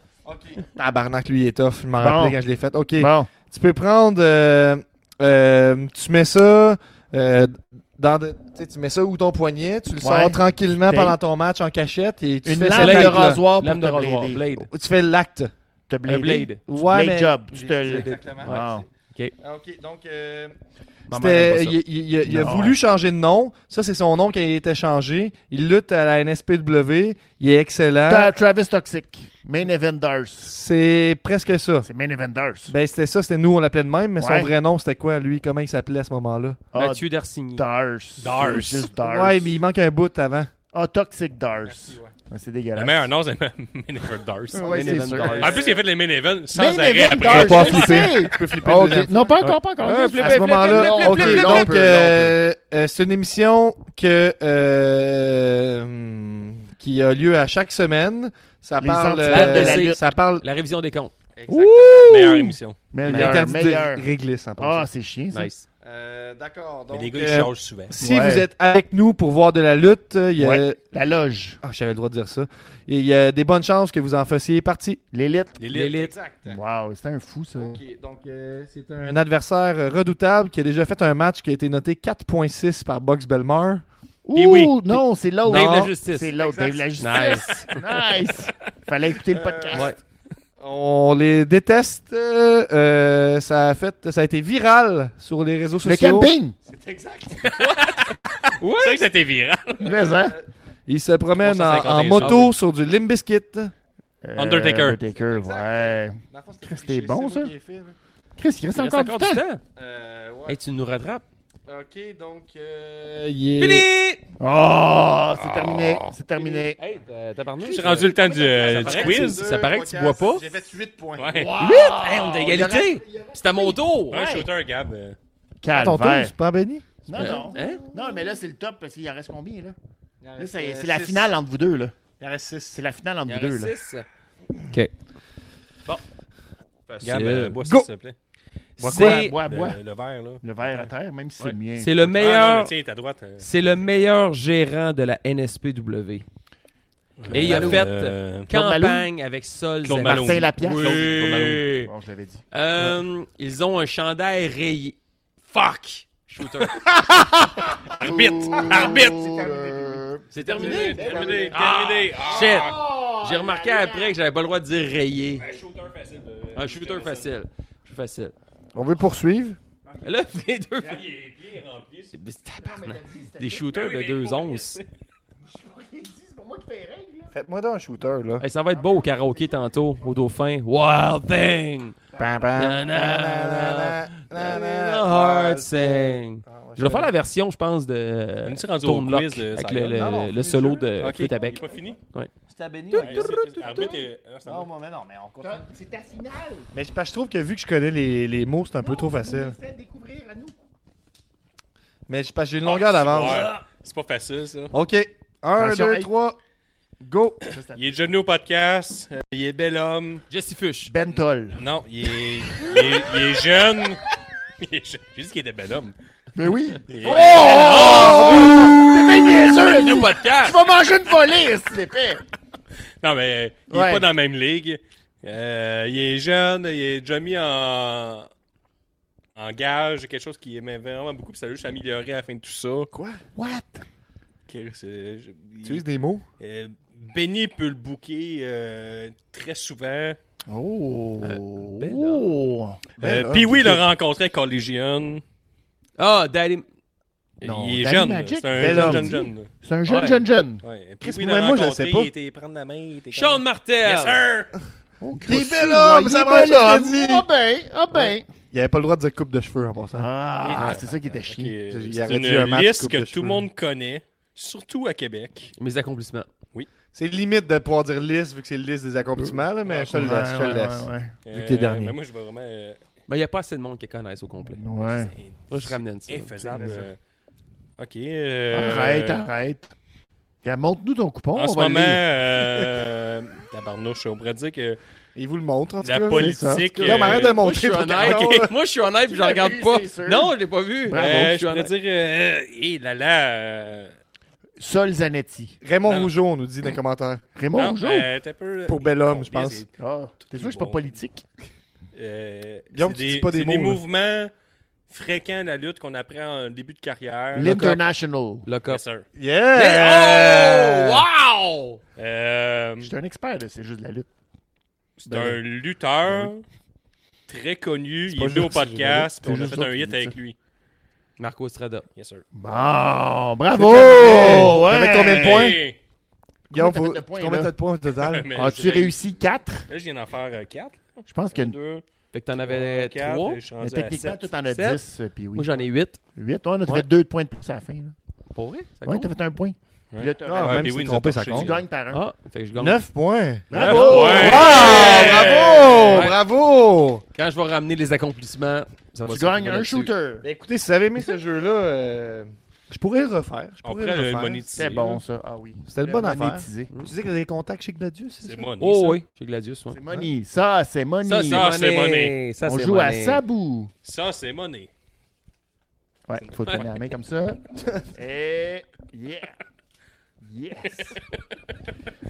C: Tabarnak, lui, il est tough. Je m'en
E: Bon.
C: rappelais quand je l'ai fait. OK.
E: Bon.
C: Tu peux prendre. euh, euh, tu mets ça. euh, dans de- tu sais, tu mets ça où ton poignet, tu le
E: Ouais.
C: sors tranquillement
E: T'es-
C: pendant ton match en cachette et tu
E: Une
C: fais
E: lame
C: cette
D: de
C: acte-là.
E: rasoir pour
D: Lame de
E: te
D: rasoir.
E: blader.
D: Blade.
C: Tu fais l'acte.
E: Te
D: Un
E: blader.
D: blade.
C: Ouais,
E: Blade
C: mais-
E: job. Tu te le.
C: Exactement.
E: Bon.
C: Ah, OK, donc. euh,
E: Maman,
C: c'était-
E: elle ben, aime pas ça.
C: il, il- il- il a
E: Non.
C: voulu changer de nom. Ça, c'est son nom qui a été changé. Il lutte à la NSPW. Il est excellent.
E: Tra- Ah, Travis Toxic. Main Eventers.
C: C'est presque ça.
E: C'est Main Eventers.
C: Ben, c'était ça, c'était nous, on l'appelait de même, mais
E: Ouais.
C: son vrai nom, c'était quoi, lui? Comment il s'appelait à ce moment-là?
E: Ah,
D: Ben, Mathieu Darcigny.
E: Dars.
B: Dars.
E: C'est juste Dars.
C: Ouais, mais il manque un bout avant.
E: Ah, Toxic Dars.
B: ouais.
E: Ah, C'est
B: Le
E: dégueulasse.
B: meilleur nom, c'est [laughs] Minifer Dars.
C: Ouais,
D: Main
C: c'est
D: event
C: sûr.
D: Dars.
B: En plus, il a fait les main events sans
E: Main
B: arrêt
E: Event
B: après.
E: Dars.
C: Faut pas
E: je
C: flipper.
E: sais.
C: Tu peux flipper
E: Ah,
C: le
E: ok.
C: deuxième.
E: Non, pas encore, pas encore.
C: Ah,
E: Juste
C: flip,
E: à
C: à ce
E: ce moment-
C: moment-là,
E: flip, flip,
C: ok,
E: flip, flip,
C: donc
E: flip, flip.
C: euh, euh, c'est une émission que euh, hum, qui a lieu à chaque semaine. Ça
E: Les
C: parle, euh,
E: Antilopes
D: de la lutte.
C: ça parle.
D: La révision des comptes.
B: Exactement. Meilleure émission.
E: Meilleur,
C: Interdit de
E: meilleur.
C: régler ça, en
E: Ah,
C: passant.
E: c'est chiant, ça.
D: Nice.
C: Euh, D'accord.
B: Mais
C: Donc,
B: les gars, ils
C: euh,
B: changent souvent.
C: si
E: Ouais.
C: vous êtes avec nous pour voir de la lutte, euh, il y a,
E: Ouais. La loge.
C: Ah, j'avais le droit de dire ça. Il y a des bonnes chances que vous en fassiez partie.
E: L'élite.
B: L'élite.
D: L'élite.
C: Exact.
E: Wow, c'était un fou, ça.
C: Ok, donc euh, c'est un adversaire euh, redoutable qui a déjà fait un match qui a été noté 4.6 par Box Belmar.
E: Ouh,
D: Pee Wee.
E: non, c'est l'autre.
D: Dave
E: Non,
D: la Justice.
E: [laughs] C'est l'autre, Dave la justice.
D: Nice.
E: Nice. Fallait écouter le podcast.
D: Ouais.
C: On les déteste. euh, euh, ça, a fait, ça a été viral sur les réseaux
E: Le
C: sociaux.
E: camping!
B: C'est vrai que c'était viral.
E: Mais, hein?
C: Ils se promènent en,
B: 351
C: en moto sur du Limbiskit.
B: Undertaker.
E: Euh, Undertaker, ouais. C'était bon, ça. Chris, il reste
D: Il reste
E: encore du
D: encore du
E: temps.
D: temps. Hey, tu nous rattrapes.
C: Ok, donc.
B: Fini!
E: Oh,
C: Ah.
E: c'est terminé. C'est terminé.
D: Hey, ben, t'as
B: Je suis rendu le temps du, euh, du quiz.
D: Ça paraît que tu bois pas.
E: J'ai fait 8 points.
B: Ouais.
D: Hey, on est à égalité. C'est à mon tour.
B: Un shooter, Gab. euh,
C: Ton tour,
E: Calvaire.
C: c'est pas béni?
E: Non, non.
D: Hein?
E: Non, mais là, c'est le top parce qu'il en reste combien, là? Là, c'est c'est la finale entre vous deux, là.
C: Euh, Il en reste 6.
E: C'est la finale entre
D: Il en
E: vous deux, là.
D: reste six. OK.
B: Gab,
D: Facile.
B: euh, bois ça,
C: Go!
B: s'il te plaît. Euh,
E: Bois quoi?
D: C'est
E: Bois, bois.
C: Euh,
B: Le, le verre, là.
E: Le verre à terre, même si c'est le mien.
D: c'est le
B: Ah, non,
D: meilleur.
B: le tien est à droite. euh.
D: C'est le meilleur gérant de la NSPW. Et il a
B: Euh,
D: fait
B: euh,
E: Claude Malou?
D: campagne avec Sol
B: Claude
D: Zema.
B: Malou.
E: Martin Lapierre.
D: Oui.
E: Bon, je l'avais dit.
D: Euh, Ils ont un chandail rayé. Fuck! Shooter.
B: Arbitre! Arbitre!
E: Euh,
D: C'est
B: Terminé!
D: terminé?
B: Terminé!
D: Ah,
B: Terminé! Ah,
D: Shit! J'ai remarqué après que j'avais pas le droit de dire rayé.
B: Un shooter facile. de-
D: Un shooter facile. Shooter facile.
C: On veut poursuivre.
D: Là, [laughs] les deux.
B: Ah, Il est bien rempli. c'est-
D: Mais c'est tabarnak. Des shooters de deux onces.
C: Faites-moi donc un shooter, là.
D: Hey, ça va être beau au karaoké tantôt, au dauphin. Wild thing!
C: Pam,
E: Ah.
C: pam,
D: Na, na, na,
C: na, na,
D: The
C: na,
D: heart
C: na.
D: thing.
C: Ah, ouais,
D: Je vais faire la version, je pense, de.
B: On est-tu rendu au
D: Tone Euh, Lock
B: quiz euh, de
D: Avec
B: Saga?
D: le, le- Ah,
C: Non, non,
D: le
C: fini
D: solo
C: le
D: de Flûte à
B: Il est
D: bec.
B: pas fini?
E: C'est à béni.
B: Ouais, c'est- c'est- Arbitre est- ah, c'est un
C: Non,
B: bon.
C: mais non, mais on continue.
E: C'est ta finale.
C: Mais je, parce que je trouve que vu que je connais les, les mots, c'est un peu trop facile.
E: Fais découvrir à nous.
C: Mais je, parce que j'ai une longueur d'avance.
B: Ouais, Ah, C'est pas facile, ça.
C: OK. 1,
E: Attention,
C: 2,
E: hey.
C: 3, go!
B: Il est déjà venu au podcast. euh, Il est bel homme.
D: Jesse Fush.
E: Bentol.
B: Non, il est, il est, il est jeune. [laughs] Il est jeune. J'ai dit qu'il était bel homme.
E: Mais oui.
B: Il est-
E: C'est bien niaiseux,
D: Le
E: nous. Tu
D: podcast!
E: vas manger une volée, c'est l'épais.
B: Non, mais euh, il est
E: Ouais.
B: pas dans la même ligue. Euh, il est jeune, il est déjà mis en, en gage, quelque chose qui aimait vraiment beaucoup, puis ça a juste amélioré à la fin de tout ça.
C: Quoi?
E: What?
B: Que c'est- je- il-
C: Tu uses des mots?
B: euh, Benny peut le booker euh, très souvent.
E: Oh.
B: Euh,
D: belle
E: oh.
C: Ben, là,
B: puis oui, il
C: ok.
B: l'a rencontré collégienne.
D: Ah, Daddy.
E: Non,
B: il est
E: Danny
B: jeune,
E: Magic,
B: c'est un
C: bel
B: jeune,
C: homme.
B: jeune, jeune.
E: C'est un jeune,
D: Ouais.
E: jeune, jeune.
B: Ouais. Puis
C: Chris,
B: oui, il
C: moi,
B: l'a
C: moi, je le
B: rencontré,
C: sais pas.
B: Il était prendre la main, il était
D: Sean
B: comme-
D: Martel!
B: Yes, sir! Oh,
C: Des bel
B: ben
C: homme, ça va,
E: Ah
C: je l'ai dit.
E: ben, ah ben.
C: Il avait pas le droit de dire coupe de cheveux en passant.
E: Ah, c'est ça qui était
B: Ok,
E: chiant.
C: Il
B: euh, C'est
C: aurait dû un
B: une
C: match
B: liste
C: coupe
B: que
C: de
B: tout
C: cheveux.
B: le monde connaît, surtout à Québec.
D: Mes accomplissements.
C: C'est limite de pouvoir dire liste vu que c'est liste des accomplissements, là, mais je te le laisse. Je te le laisse. Vu que t'es
B: Euh,
C: dernier.
B: mais moi, je vais vraiment. euh,
D: Mais Ben, il n'y a pas assez de monde qui connaissent au complet.
C: Hein.
E: Ouais.
D: Moi, je ramène ça.
B: infaisable.
C: c'est
B: euh, Ok. euh,
E: Arrête,
C: hein.
E: arrête. Regarde, Montre-nous ton coupon.
B: En
E: on
B: ce
E: va le
B: moment,
E: lire.
B: euh, tabarnouche, on pourrait dire que
C: Il vous le montre, en tout
B: La
C: cas.
B: politique,
C: c'est ça. En tout cas,
B: euh,
C: mais arrête de le
D: Moi, je suis
C: montrer. ton
D: honnête.
C: carton, là.
D: Moi, je suis honnête, puis je
E: l'as
D: regarde
E: vu,
D: pas.
E: c'est sûr.
D: Non, je l'ai pas vu.
E: Bravo,
D: Euh,
B: je pourrais dire euh, hé là euh, là.
E: Sol Zanetti.
C: Raymond
B: Non.
C: Rougeau, on nous dit dans les commentaires.
E: Raymond
B: bonjour.
E: Rougeau.
C: Pour bel homme, je pense.
E: Ah, T'es sûr que je suis pas
B: euh, Bon.
E: politique?
B: Guillaume,
C: Guillaume, tu dis pas des
B: euh, C'est
C: mots,
B: des
C: là.
B: mouvements fréquents de la lutte qu'on apprend en début de carrière.
E: L'International.
D: Lock up.
B: Yes, sir.
D: Mais-
C: Yeah!
D: Oh! Wow!
B: Euh,
E: Je suis un expert, là, c'est juste de la lutte.
B: C'est
E: Ben
B: un lutteur très connu. Il
C: pas
B: est venu au
C: juste ça,
B: podcast. puis
E: c'est
B: On a
E: juste
B: fait
E: ça
B: un
E: qui
B: hit
E: dit
B: avec
E: ça.
B: lui.
D: Marco Estrada.
B: Yes, sir.
E: Bon, bravo!
C: parfait. T'avais combien de
E: Ouais.
C: points?
B: Hey!
C: Guillaume,
E: Combien
C: faut-
E: t'as fait de points,
C: combien
E: là?
C: t'as de points au total?
B: Ah, Mais
E: As-tu
B: j'ai-
E: réussi 4?
B: Là, je viens d'en faire euh, 4.
E: Je pense que
B: 2,
D: Fait que t'en avais
B: 4.
D: trois.
B: Je suis
E: mais
B: rendu à
E: techniquement,
B: 7.
E: tout en a
D: Sept.
E: 10. euh, Puis
D: Moi,
E: oui.
D: j'en ai huit.
E: 8, on a
C: Ouais.
E: fait 2 points de plus à la fin. là.
D: Pour vrai? Ça
E: Ouais,
D: compte?
E: t'as fait un point. Puis là, t'as-
C: Ah,
B: Ouais,
C: même
B: mais
C: si
B: oui,
C: t'es
B: nous
C: trompé,
B: a
C: ça
B: touché.
E: tu
C: compte.
E: gagnes par un.
D: Ah, fait que je gagne.
C: 9 points!
E: Bravo!
B: Ouais.
C: Ah, Bravo!
B: Ouais.
C: Bravo!
D: Quand je vais ramener les accomplissements, ça va
E: Tu
D: se
E: gagnes
D: retrouver
E: un
D: là-dessus.
E: shooter.
C: Ben, écoutez, si vous avez aimé ce jeu-là, euh, je pourrais le refaire. Je
B: On
C: pourrais
B: pourrait
C: le
B: le
C: refaire.
B: monétiser.
E: C'est bon, ça. Ah oui.
C: C'était une bonne affaire.
E: Monétisé.
C: Tu disais que les contacts chez Gladius, c'est
B: C'est
C: ça?
B: moi.
D: Oh oui, chez Gladius. ouais.
E: C'est money. Ça, c'est money.
D: Ça,
B: Ça,
D: c'est
B: c'est
D: money. Ça,
E: On
D: c'est
E: joue
D: money.
E: à Sabou.
B: Ça, c'est monnaie.
E: Ouais, il faut tourner la main comme ça. Et. Yeah! Yes!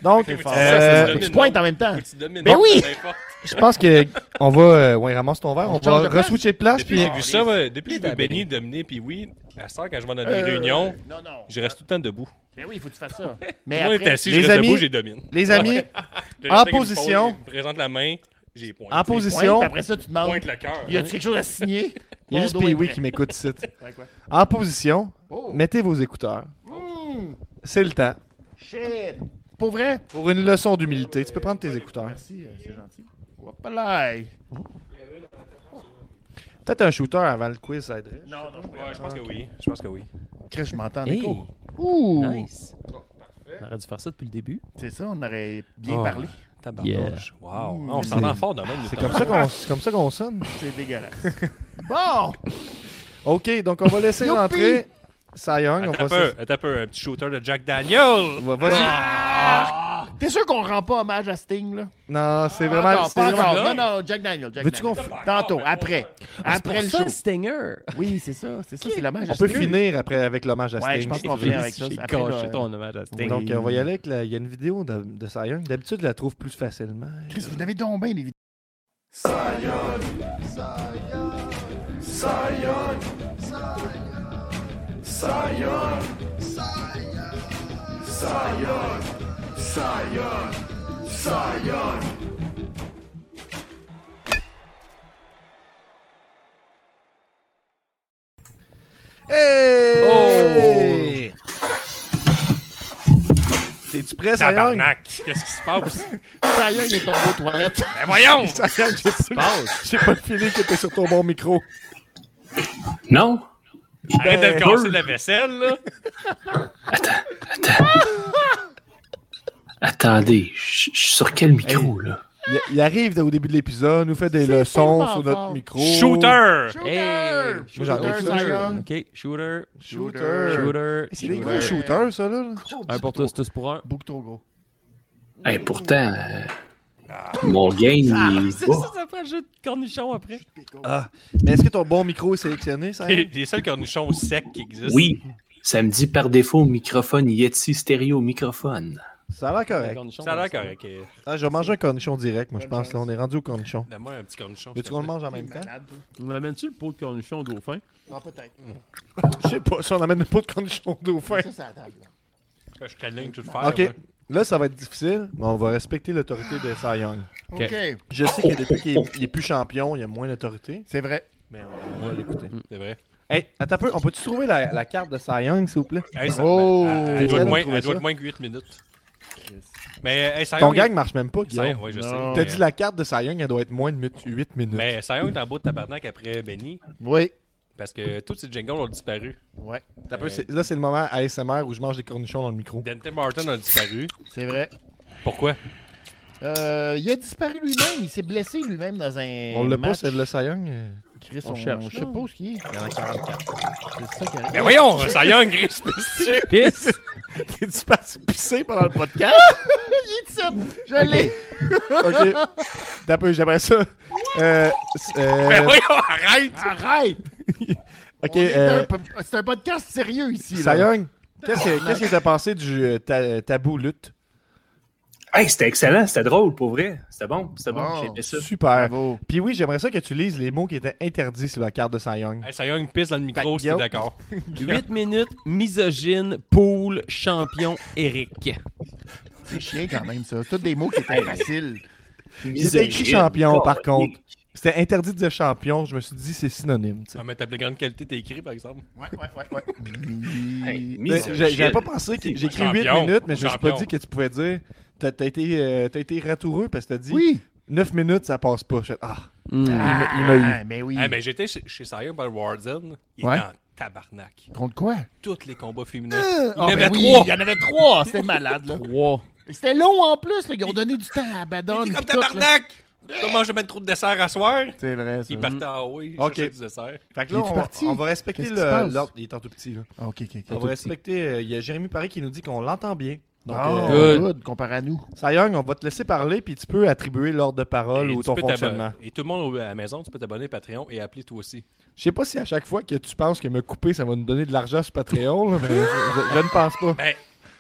C: Donc,
B: C'est fort.
C: euh,
B: Ça, c'est
E: Tu pointes en même temps.
B: Faut que tu domines.
E: Ben oui!
B: Peu importe.
C: je pense que on va. euh, ouais, ramasse ton verre,
E: On
C: on,
E: change de
C: va
E: place?
C: re-switcher de place.
B: Depuis
C: Puis...
B: que j'ai vu ça, ouais, depuis que j'ai
D: t'as
B: vu Benny dominer, puis oui, à ce quand je vais dans
E: Euh.
B: des réunions,
E: Non, non.
B: je reste tout le temps debout.
E: Mais oui, il faut que tu fasses ça. Mais
B: Moi,
E: après,
B: t'es assis, je
C: les
B: reste
C: amis-
B: debout, j'ai domine.
C: Les amis,
B: Je reste avec une
C: position.
B: pause, je me présente la main, J'ai pointé.
C: En position,
E: Puis après ça, tu demandes
B: Pointe le cœur.
E: Ah. Y a-tu quelque chose à signer
C: [laughs] il y a juste
E: Bordeaux est
C: Pee-Wee
E: prêt.
C: qui m'écoute ici.
E: Ouais, quoi.
C: En position,
E: Oh,
C: mettez vos écouteurs.
E: hmm,
C: C'est le temps.
E: shit. Pour vrai
C: Pour une leçon d'humilité, tu peux prendre tes écouteurs.
E: Merci, euh, c'est gentil. Hop là.
C: Peut-être un shooter avant le quiz, ça aiderait.
E: Non, non,
B: Ouais, je pense que oui. Je pense que oui.
E: Chris, je m'entends en
D: Hey,
E: écho. Ouh!
D: nice. On aurait dû faire ça depuis le début.
E: C'est ça, on aurait bien
B: Oh.
C: Ah.
E: parlé.
D: Tabarnouche.
B: Wow.
E: Mm.
B: Ah, on s'entend fort de même.
C: Euh, hmm. C'est
B: notamment.
C: comme ça qu'on c'est comme ça qu'on sonne.
E: C'est dégueulasse. [laughs] bon!
C: OK, donc on va laisser
E: Youpi!
C: rentrer Cy Young. On
B: Attends un
C: va
B: peu,
C: se-
B: attends un peu, un petit shooter de Jack Daniel.
C: va- vas-y.
E: Ah! T'es sûr qu'on rend pas hommage à Sting, là?
C: Non, c'est
E: Pas
C: vraiment.
E: encore,
C: c'est
E: Ah, pas
C: vraiment-
E: encore.
B: là?
E: Non, non, Jack Daniel. Jack
C: Veux-tu
E: Daniel. Tantôt, après. Après le
D: Pour ça,
E: show.
D: Stinger.
E: Oui, c'est ça, c'est ça, c'est l'hommage à
C: On peut
E: Sting.
C: finir après avec l'hommage à
E: Ouais, je
C: Sting.
E: pense qu'on va
D: J'ai
E: finir avec ça. Après,
D: gâché
E: là,
D: ton hommage à Sting.
C: Donc, euh, on va y aller avec la... Il y a une vidéo de, de Cy Young. D'habitude, je la trouve plus
E: [laughs]
C: facilement.
E: Chris, vous avez donc bien les vidéos. Oh!
C: Hey! T'es-tu prêt, Cy Young?
B: Tabarnak. Qu'est-ce qui se passe?
E: Ça y est, il est tombé aux toilettes.
B: Ben voyons.
C: Cy Young, j'ai pas, j'ai pas le feeling que t'es sur ton bon micro.
F: Non?
B: Arrête de le casser de la vaisselle, là.
F: Attendez, je je suis sur quel micro, là?
C: Il, il arrive au début de l'épisode, nous fait des
E: C'est
C: leçons
E: tellement
C: sur notre
E: fort.
C: micro.
B: Shooter.
D: Hey!
E: Shooter!
C: j'adore
E: Shooter,
C: ça.
E: Cy Young.
D: OK, shooter,
E: Shooter.
D: shooter,
C: C'est des
D: shooter.
C: gros shooters, ça, là.
D: Un pour tous, tous pour un.
E: Beaucoup trop gros.
F: Hey, pourtant, euh,
C: Ah.
F: mon game, il est
D: C'est
F: bas.
D: ça, ça prend le jeu de cornichon après.
C: Ah, mais est-ce que ton bon micro est sélectionné, ça?
E: [laughs]
B: Les les seuls cornichons secs qui existent.
F: Oui, ça me dit par défaut microphone Yeti stéréo microphone.
C: Ça a l'air
D: Un
C: correct.
D: cornichon,
B: Ça a
D: on
B: l'air
D: dit ça.
B: correct. eh.
C: Ah, je vais manger un cornichon direct, moi, je pense. Là, on est rendu au cornichon.
B: Donne-moi un petit cornichon.
C: Veux-tu qu'on le mange en même temps?
E: Malade.
D: On amène-tu le pot de cornichon au dauphin?
E: Non, peut-être.
C: Je sais pas, si on amène pas de cornichon dauphin.
E: Ça, c'est à la table. là.
B: Je câline tout le faire.
C: OK,
B: là.
C: là, ça va être difficile, mais on va respecter l'autorité de Cy Young.
D: Ok.
E: OK.
C: Je sais que depuis qu'il est, il est plus champion, il y a moins d'autorité,
E: C'est vrai.
C: mais on va l'écouter.
B: C'est vrai.
C: Hey, attends un peu, on peut-tu trouver la, la carte de Cy Young, s'il vous plaît?
B: Hey, ça- ben,
C: oh!
B: Elle doit être
C: Trouver
B: moins,
C: ça.
B: elle doit être moins que 8 minutes. Mais euh, hey, Sayon,
C: Ton
B: il-
C: gang marche même pas,
B: Sayon,
C: Guillaume.
B: ouais, je
E: Non.
B: sais.
C: T'as
B: mais-
C: dit la carte de Cy Young, elle doit être moins de 8 minutes.
B: Mais Sayon est en beau de tabarnak après Benny
E: Oui.
B: parce que tous ces jingles ont disparu.
E: Ouais.
C: T'as peu, c'est- là, c'est le moment ASMR où je mange des cornichons dans le micro.
B: Dante Martin a disparu.
E: C'est vrai.
B: Pourquoi?
E: Euh, il a disparu lui-même. Il s'est blessé lui-même dans un.
C: On l'a pas,
E: match.
C: c'est de la Cy Young, euh,
E: Chris,
D: On
E: on,
D: cherche,
E: Je sais
D: là.
E: pas où ce qu'il est.
C: Il y en a 44.
E: C'est ça qui arrive.
B: Mais Ben voyons, Sayon, Gris, [laughs] c'est
D: Pisse!
C: T'es-tu parti pisser pendant le podcast?
E: [laughs] Il est ça. Je l'ai.
C: ok. T'as peu, j'aimerais ça. Euh, c- euh,
B: Mais Ben voyons, arrête!
E: Arrête.
C: ok,
E: On est
C: euh,
E: un po- C'est un podcast sérieux ici.
C: Cy
E: là.
C: Young, qu'est-ce que qu'est-ce que t'as pensé du euh, ta- tabou lutte?
F: Hey, c'était excellent, c'était drôle, pour vrai. C'était bon, c'était bon,
E: Wow.
F: j'ai aimé ça.
C: Super.
E: Bravo.
C: Puis oui, j'aimerais ça que tu lises les mots qui étaient interdits sur la carte de Cy Young.
B: Hey, Sayon pisse dans le micro,
E: Ben,
C: Fait que
B: si t'es
C: Guillaume-
B: d'accord.
D: 8 minutes, misogyne, poule, champion, Eric.
E: C'est chiant quand même, ça. Tous des mots qui étaient faciles.
C: C'était écrit champion, par
F: Cornier.
C: contre. C'était interdit de dire champion. Je me suis dit, c'est synonyme. tu sais.
B: Ah, mais ta plus grande qualité, t'es écrit, par exemple.
E: Ouais, ouais, ouais, ouais.
F: Hey,
C: Mais
F: misogyne.
C: j'a- J'avais pas pensé que j'ai écrit 8
B: Champion.
C: minutes, mais je me suis pas
B: Champion.
C: dit que tu pouvais dire. T'as t'as été, euh, t'as été ratoureux parce que t'as dit
E: Oui.
C: 9 minutes, ça passe pas. Je fais, Ah,
E: Ah,
C: il m'a eu.
E: Mais oui.
B: Hey, mais j'étais chez, chez Sayon par le Warden. Il
E: Ouais.
B: était en tabarnak.
E: Contre quoi?
B: Tous les combats féminins. Il y en
E: Ah,
B: avait
E: ben oui,
B: trois.
E: Il y en avait trois. C'était malade, là.
D: 3.
E: [laughs] C'était long en plus, là. Ils ont donné du temps à Abaddon.
B: Il était comme
E: pis tout, là.
B: tabarnak! Comment je vais mettre trop de dessert à soir?
E: C'est vrai, ça.
B: Il partait en haut, il
C: Ok.
B: cherchait du dessert.
C: Fait que là,
E: Il est parti.
C: on, on va respecter
E: Qu'est-ce
C: le-
E: qui se passe?
C: l'ordre. Il est en tout petit, là.
E: Ah, Ok, ok,
C: On
E: ok.
C: va respecter. euh, Il y a Jérémy Paris qui nous dit qu'on l'entend bien. Donc,
E: Ah,
C: euh,
D: good.
E: good, comparé à nous.
C: Cy Young, on va te laisser parler, puis tu peux attribuer l'ordre de parole
B: Et
C: ou
B: tu
C: ton
B: peux t'abonner-
C: fonctionnement.
B: Et tout le monde au- à la maison, tu peux t'abonner à Patreon et appeler toi aussi.
C: Je sais pas si à chaque fois que tu penses que me couper, ça va nous donner de l'argent sur Patreon, là, mais je, je- je ne pense pas.
B: Ben,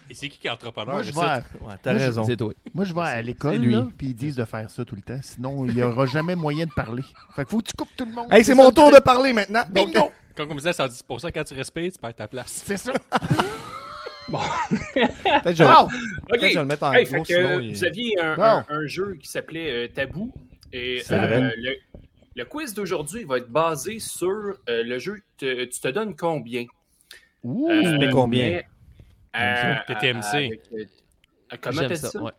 B: et c'est qui qui est entrepreneur?
E: Moi, je vais,
B: ici?
E: à-
C: T'as
E: Moi, je-
C: raison.
D: C'est toi.
E: moi, je vais à l'école,
D: lui.
E: là, puis ils disent de faire ça tout le temps. Sinon, il n'y aura jamais moyen de parler. Fait que faut que tu coupes tout le monde.
C: Hey, c'est mon
E: ça,
C: tour de parler maintenant. Donc, euh,
E: Bingo!
B: Comme on disait, 110%, quand tu respires, tu perds ta place.
E: C'est ça.
C: [laughs] Peut-être que je-
E: Wow!
C: peut-être que je vais le mettre en
F: Hey,
C: gros,
F: fait que,
C: sinon,
F: vous
C: il-
F: aviez un,
E: Non.
F: un- un jeu qui s'appelait euh, Tabou.
G: Et
E: C'est
G: euh,
E: vrai.
G: le, le quiz d'aujourd'hui va être basé sur euh, le jeu te- Tu te donnes combien
E: Ouh!
G: Euh,
C: C'était combien?
G: mais, euh,
B: TTMC.
G: avec, euh, comment
D: J'aime
G: t'as dit ça?
D: ouais.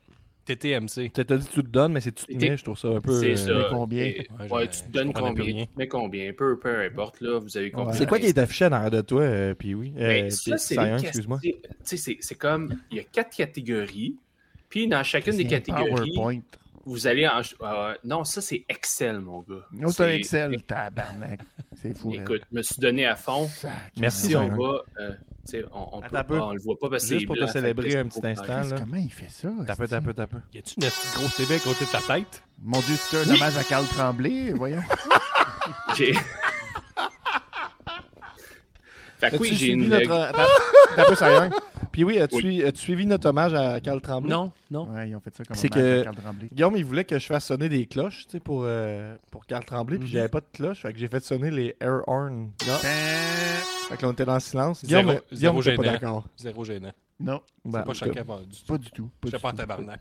B: TTMC.
C: T'as dit que tu te donnes, mais c'est tu te
G: C'était-
C: mets, je trouve ça un peu.
G: C'est
C: euh,
G: ça.
E: mais combien?
G: Et-
B: Ouais,
G: ouais,
B: je-
G: tu te
B: je
G: donnes
B: comprenais plus
G: combien?
B: rien.
G: Tu te mets combien? Peu, peu importe, là, vous avez compris.
C: C'est quoi qui est affiché en arrière de toi, euh, puis oui?
G: Mais
C: Euh,
G: Ben, ça,
C: c'est
G: c'est
C: Cyan,
G: les
C: excuse-moi.
G: casti- tu sais, c'est- c'est comme, il y a quatre catégories, puis dans chacune des
E: C'est
G: catégories,
E: PowerPoint.
G: vous allez en... euh, non, ça, c'est Excel, mon
C: Oh,
G: gars.
E: Non, c'est un
G: C'est-
E: Excel. Tabarnak. C'est fou. hein.
G: Écoute, je me suis donné à fond.
E: Sac,
C: Merci,
G: Si
C: Cyan.
G: on va... euh, tu sais, on, on,
C: Attends
G: peut
C: un peu.
G: pas, on le voit pas parce que
C: Juste
G: c'est
C: pour te
G: blanc, fait
C: célébrer
G: que
C: un
G: c'est
C: petit
G: pas
C: instant,
G: pareil.
E: Christ,
C: là.
E: hein. Comment il fait ça?
C: Tapez,
E: esti?
C: tapez, tapez.
B: Y a-tu une petite grosse TV à côté de ta tête?
E: Mon Dieu, c'est un hommage à Carl Tremblay, voyons.
G: J'ai- [laughs] fait que oui,
C: As-tu
G: j'ai
C: suivi
G: une...
C: notre- euh, Attends, tapez, Cyan. Puis oui, as-tu as-tu suivi notre hommage à Carl Tremblay?
D: Non, non.
E: Ouais, ils ont fait ça comme
C: C'est
E: hommage
C: que-
E: à Carl Tremblay.
C: Guillaume, il voulait que je fasse sonner des cloches tu sais, pour, euh, pour Carl Tremblay, puis
D: Mhm.
C: j'avais pas de cloche, fait que j'ai fait sonner les air horns.
E: Ben,
C: Fait que là, on était dans le silence.
B: Zéro-
C: Guillaume, Guillaume
B: zéro
C: t'es pas
B: gênant.
C: d'accord.
B: Zéro gênant.
E: Non,
C: Ben,
B: C'est pas
C: en tout
B: chacun
C: cas,
B: vendu.
E: Ah, pas du tout.
B: Je
E: du
B: sais pas en
E: tout.
B: tabarnak.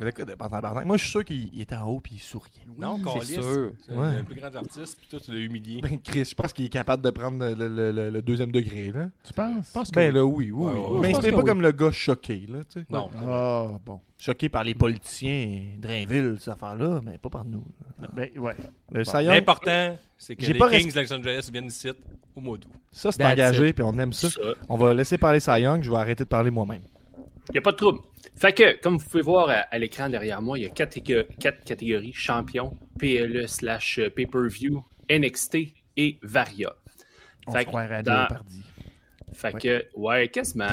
C: mais écoute, pas en tabarnak. Moi, je suis sûr qu'il il était en haut puis il souriait.
B: Non, Calis,
D: sûr.
B: c'est
C: Ouais.
B: le plus grand artiste, puis toi, tu l'as humilié.
C: [laughs] Ben, Chris, je pense qu'il est capable de prendre le, le- le- le deuxième degré, là.
E: Tu penses?
C: Ben là, oui, oui.
B: Ouais,
C: oui.
B: ouais, ouais.
C: mais
D: Je
C: c'était
D: pense
C: pas
D: que
C: comme le gars choqué, là, tu sais.
B: Non.
E: Ah, bon.
C: Choqué par les politiciens, Drainville, cette affaire-là, mais pas par nous.
E: Ben, ouais.
C: Le
E: Bon.
C: Sayon,
B: L'important, c'est que
C: J'ai
B: les
C: pas
B: Kings de Los Angeles viennent ici au mois d'août.
C: ça, c'est
D: That's
C: engagé, puis on aime ça. On va laisser parler Sayon, je vais arrêter de parler moi-même.
G: Il n'y a pas de trouble. Fait que, comme vous pouvez voir à, à l'écran derrière moi, il y a quatre, éca- quatre catégories champion, PLE slash euh, pay-per-view, NXT et Varia.
E: On
G: Fait
E: se
G: que
E: croirait à
G: dans-
E: Léopardi.
G: Fait que, ouais, quasiment.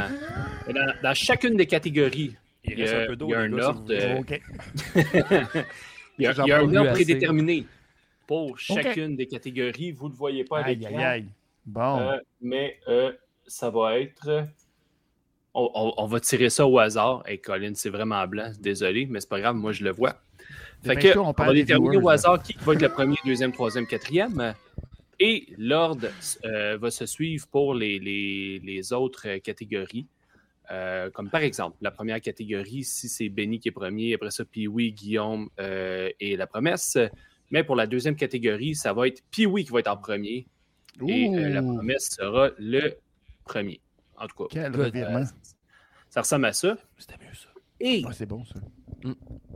G: Mais Dans, dans chacune des catégories,
B: Il
G: il y
B: reste
G: a,
B: un peu d'eau,
G: il y a
B: les
G: un
B: gars, si vous
G: ordre, euh,
E: OK.
G: il y a-
D: J'en
G: il y a un
D: pollue
G: ordre
D: assez.
G: prédéterminé pour chacune des catégories. Vous ne le voyez pas à
E: Aïe,
G: l'écran,
E: aïe, aïe. Bon.
G: euh, mais euh, ça va être... euh, On, on- on va tirer ça au hasard. Et Colin, c'est vraiment blanc. Désolé, mais c'est pas grave, moi je le vois. Fait que,
E: Dépêche-toi,
G: on,
E: parle
G: va
E: des
G: déterminer
E: viewers,
G: au
E: là.
G: hasard qui va être le premier, deuxième, troisième, quatrième. Et l'ordre euh, va se suivre pour les, les- les autres euh, catégories. Euh, comme par exemple, la première catégorie, si c'est Benny qui est premier, après ça, Pee-Wee, Guillaume euh, et la promesse. Mais pour la deuxième catégorie, ça va être Pee-Wee qui va être en premier. Et euh, la
E: Ouh,
G: promesse sera le premier. En tout cas,
E: Quel
D: euh,
E: revirement.
G: ça ressemble à ça.
C: C'était mieux, ça.
G: Et,
E: Ah, c'est bon, ça.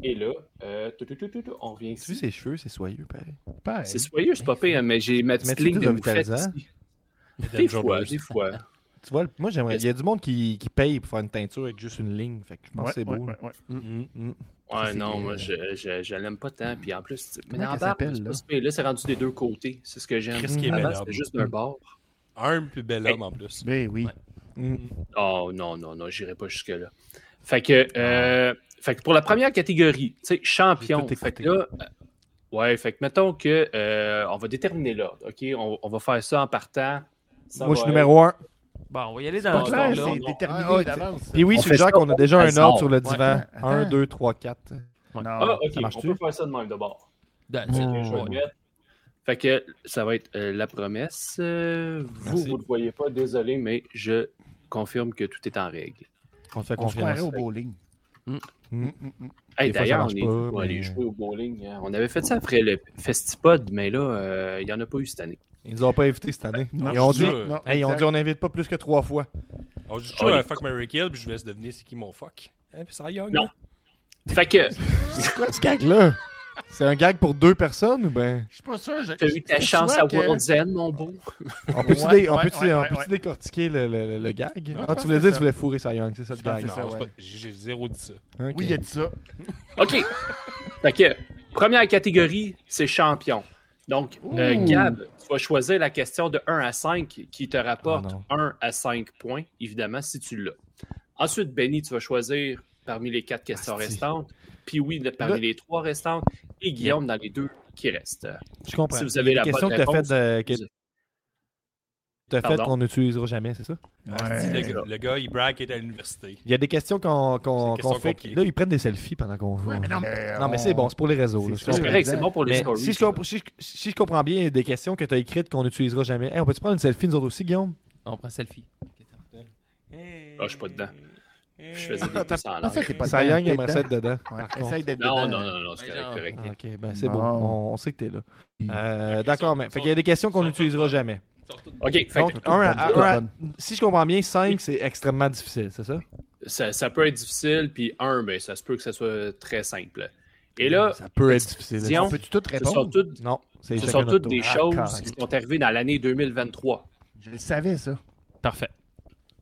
G: et là, euh, tout, tout, tout, tout, tout, on revient
C: Tu
G: ici.
C: vois ses cheveux, c'est soyeux, pareil.
E: Pareil.
G: C'est soyeux, c'est pas pire, hein, mais j'ai ma petite
C: Mets-tu
G: ligne
C: des
G: de moufette
C: revitalisants?
G: ici.
B: Mesdames,
G: Des fois,
B: journalistes.
G: des fois.
C: Tu vois, moi, j'aimerais. Il y a du monde qui, qui paye pour faire une teinture avec juste une ligne. Fait que je pense
E: Ouais,
C: que c'est
E: ouais,
C: beau. Mm,
E: ouais, ouais.
G: Ouais,
C: C'est-
G: non, moi, je, je, je l'aime pas tant. Puis en plus, tu- mais
E: Comment
G: dans
E: qu'elle
G: la barbe,
E: s'appelle,
G: c'est pas
E: là?
G: si pire. Là, c'est rendu des deux côtés. C'est ce que j'aime.
B: Chris qui est
G: Avant,
B: bel
G: c'était
B: homme.
G: juste d'un bord.
B: Un plus bel homme en plus.
E: Ben oui.
G: Oh non, non, non, j'irai pas jusque-là. Fait que,
C: Ah.
G: euh, fait que pour la première catégorie, tu sais, champion.
C: J'ai tout
G: Fait
C: écouté.
G: que là, euh, ouais, fait que mettons que euh, on va déterminer l'ordre, OK? On, on va faire ça en partant. Ça
C: Moi, je
G: va
C: suis
G: être-
C: numéro 1.
D: Bon, on va y aller
G: pas
D: dans
G: clair,
D: le
E: c'est
G: non, non.
E: déterminé
C: Ah, ouais,
E: d'avance. ça.
C: Puis oui,
G: On
C: c'est
G: fait
C: déjà
G: ça
C: qu'on a
G: au
C: déjà un
G: hasard.
C: ordre sur le
D: Ouais.
C: divan.
E: Attends.
C: 1, 2, 3, 4.
G: Ah,
E: Non.
G: OK,
C: Ça marche-tu? Mmh.
G: on peut faire ça de même de bord.
D: That's
G: Fait
D: it.
G: que je vais le mettre. Fait que ça va être euh, la promesse. Euh, vous,
C: Merci.
G: vous ne le voyez pas, désolé, mais je confirme que tout est en règle.
C: On te fait
E: On
C: confiance.
E: se
C: Mm,
E: croirait au bowling.
G: Hey,
C: Des fois, ça
G: D'ailleurs,
C: marche
G: on est
C: pas,
G: pour aller
C: mais-
G: jouer au bowling. hein. On avait fait ça après le Festipod, mais là, euh, il n'y en a pas eu cette année.
C: Ils nous ont pas invités cette année.
E: Non,
C: Ils ont dit,
B: sûr.
E: non,
C: hey, ils ont dit
E: exact.
C: on n'invite pas plus que trois fois.
B: On dit
G: Oh,
B: toujours un
G: les-
B: fuck Mary Kill, puis je vous laisse deviner c'est qui mon fuck. Hein, puis ça y est,
G: Non.
B: là.
G: Fait que
C: C'est quoi ce gag-là? C'est un gag pour deux personnes ou ben?
E: Je suis pas sûr. je-
G: tu as eu ta
E: je-
G: chance
E: soit
G: à
E: que-
G: World's End, mon beau.
C: On peut-tu
E: Ouais,
C: dé- on
E: ouais,
C: peut-tu-
E: ouais,
C: on
E: ouais,
C: peut-tu
E: ouais.
C: décortiquer le, le- le- le gag?
E: Non,
C: Ah,
E: je
C: tu voulais dire
E: pense que
C: tu voulais fourrer Cy Young, c'est ça le
E: pense
C: gag?
E: que c'est
B: Non,
E: ça,
B: c'est
E: ouais.
B: pas- j'ai j'ai zéro dit ça.
C: Ok.
E: Oui, il a dit ça.
G: OK. Fait que, première catégorie, c'est champion. Donc, euh,
E: Ouh.
G: Gab, tu vas choisir la question de 1 à 5 qui te rapporte
C: Ah non.
G: 1 à 5 points, évidemment, si tu l'as. Ensuite, Benny, tu vas choisir parmi les quatre questions
C: Asti.
G: restantes, puis oui, de- parmi
C: Ah, Là-
G: les trois restantes, et Guillaume dans les deux qui restent.
C: Je comprends.
G: Si vous avez la
C: Une question
G: bonne
C: que t'as faite
G: réponse,
C: euh, que t'as faite
G: Pardon?
C: qu'on n'utilisera jamais, c'est ça?
B: Ah, si,
E: Ouais.
B: le, gars- le gars, il braque est à l'université.
C: Il y a des questions qu'on qu'on-
B: C'est des
C: qu'on
B: questions
C: fait.
B: compliquées.
C: Là, ils prennent des selfies pendant qu'on joue.
E: Ouais, mais non, mais,
C: non, mais c'est bon, c'est pour les réseaux.
E: C'est
C: là,
E: sûr.
G: C'est
C: comprends.
G: correct, c'est bon pour les
C: Mais
G: stories.
C: si je, comp- si je- si je comprends bien, il y a des questions que tu as écrites qu'on n'utilisera jamais. Hey, on peut-tu prendre une selfie, nous autres aussi, Guillaume?
D: On prend selfie.
G: Ah, je suis pas dedans. Je
C: [laughs]
G: faisais des pouces en
E: En fait,
G: l'air.
E: t'es pas
C: Ça
E: dedans,
C: Young
E: t'es
C: aimerait ça être dedans.
E: dedans. Ouais,
C: par Ah,
E: Essaye d'être
G: Non,
C: euh,
E: dedans.
G: non, non, non, c'est correct, correct.
D: Ok, ben
C: C'est bon, on, on sait que t'es là. Euh, D'accord, mais fait
B: sont-
C: qu'il y a des questions qu'on
B: sont-
C: n'utilisera jamais.
G: OK, fait que
C: Donc, un ah, à-
E: bonnes, toutes
C: un à-
E: bonnes.
C: si je comprends bien, 5, c'est extrêmement difficile, c'est ça?
G: ça, ça peut être difficile, puis un, mais ça se peut que ça soit très simple. Et là,
C: ça peut être difficile.
G: Dion,
E: On peut-tu tout
G: ce sont
E: répondre?
G: toutes,
C: Non, c'est
G: ce
C: chacun
G: sont
C: notre
G: toutes
C: tour.
G: des
E: Ah,
G: choses
E: correct.
G: qui sont arrivées dans l'année 2023.
E: Je le savais, ça.
D: Parfait.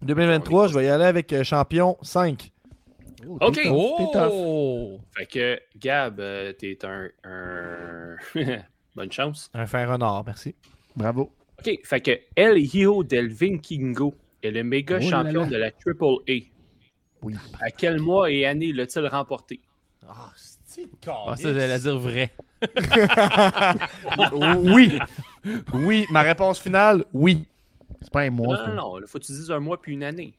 C: 2023, je vais y aller avec euh, champion 5.
E: Oh,
G: OK.
E: t'es tough, t'es tough.
D: Oh!
G: Fait que, Gab, euh, t'es un... un... [laughs] Bonne chance.
C: Un fin renard, merci.
E: Bravo.
G: OK, fait que El Hijo del Vinkingo est le méga
E: Oh là
G: champion
E: là.
G: de la Triple A.
E: Oui.
G: À quel mois et année l'a-t-il remporté?
E: Ah, c'est
D: Ah, ça, j'allais dire vrai.
C: oui. Oui, ma réponse finale, oui.
E: C'est pas un
G: Non,
E: mois.
G: non,
E: ça.
G: non, il faut que tu dises un mois puis une année.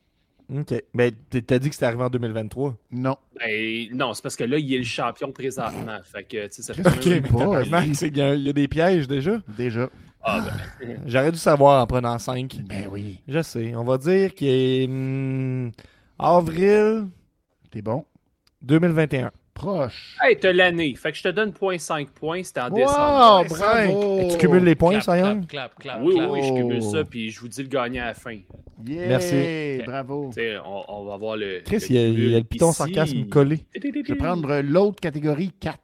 C: OK. Mais t- t'as dit que c'était arrivé en 2023.
E: Non.
G: Ben, non, c'est parce que là, il est le champion présentement. Fait que, tu sais, ça fait...
E: Ok.
G: même-
E: mais pas,
C: tabarnak,
E: oui.
C: c'est qu'il y a- il y, a des pièges déjà.
E: Déjà.
G: Ah, ben,
C: J'aurais dû savoir en prenant 5.
E: Ben oui.
C: Je sais. On va dire qu'il est hmm, avril
E: T'es bon.
C: 2021.
E: Proche.
G: Hey, t'as l'année. Fait que je te donne 0.5 points, c'était en décembre.
E: Wow,
C: Hey,
E: bravo.
C: Et tu cumules les points, ça, Young?
D: clap, clap,
G: Oui, oui,
D: clap.
G: oui, je cumule ça, puis je vous dis le gagnant à la fin. Tu
E: Yeah,
C: Merci.
E: Bravo.
G: sais, on, on va voir le.
C: Chris, il y a, il y a le piton sarcasme collé.
E: Je vais prendre l'autre catégorie 4.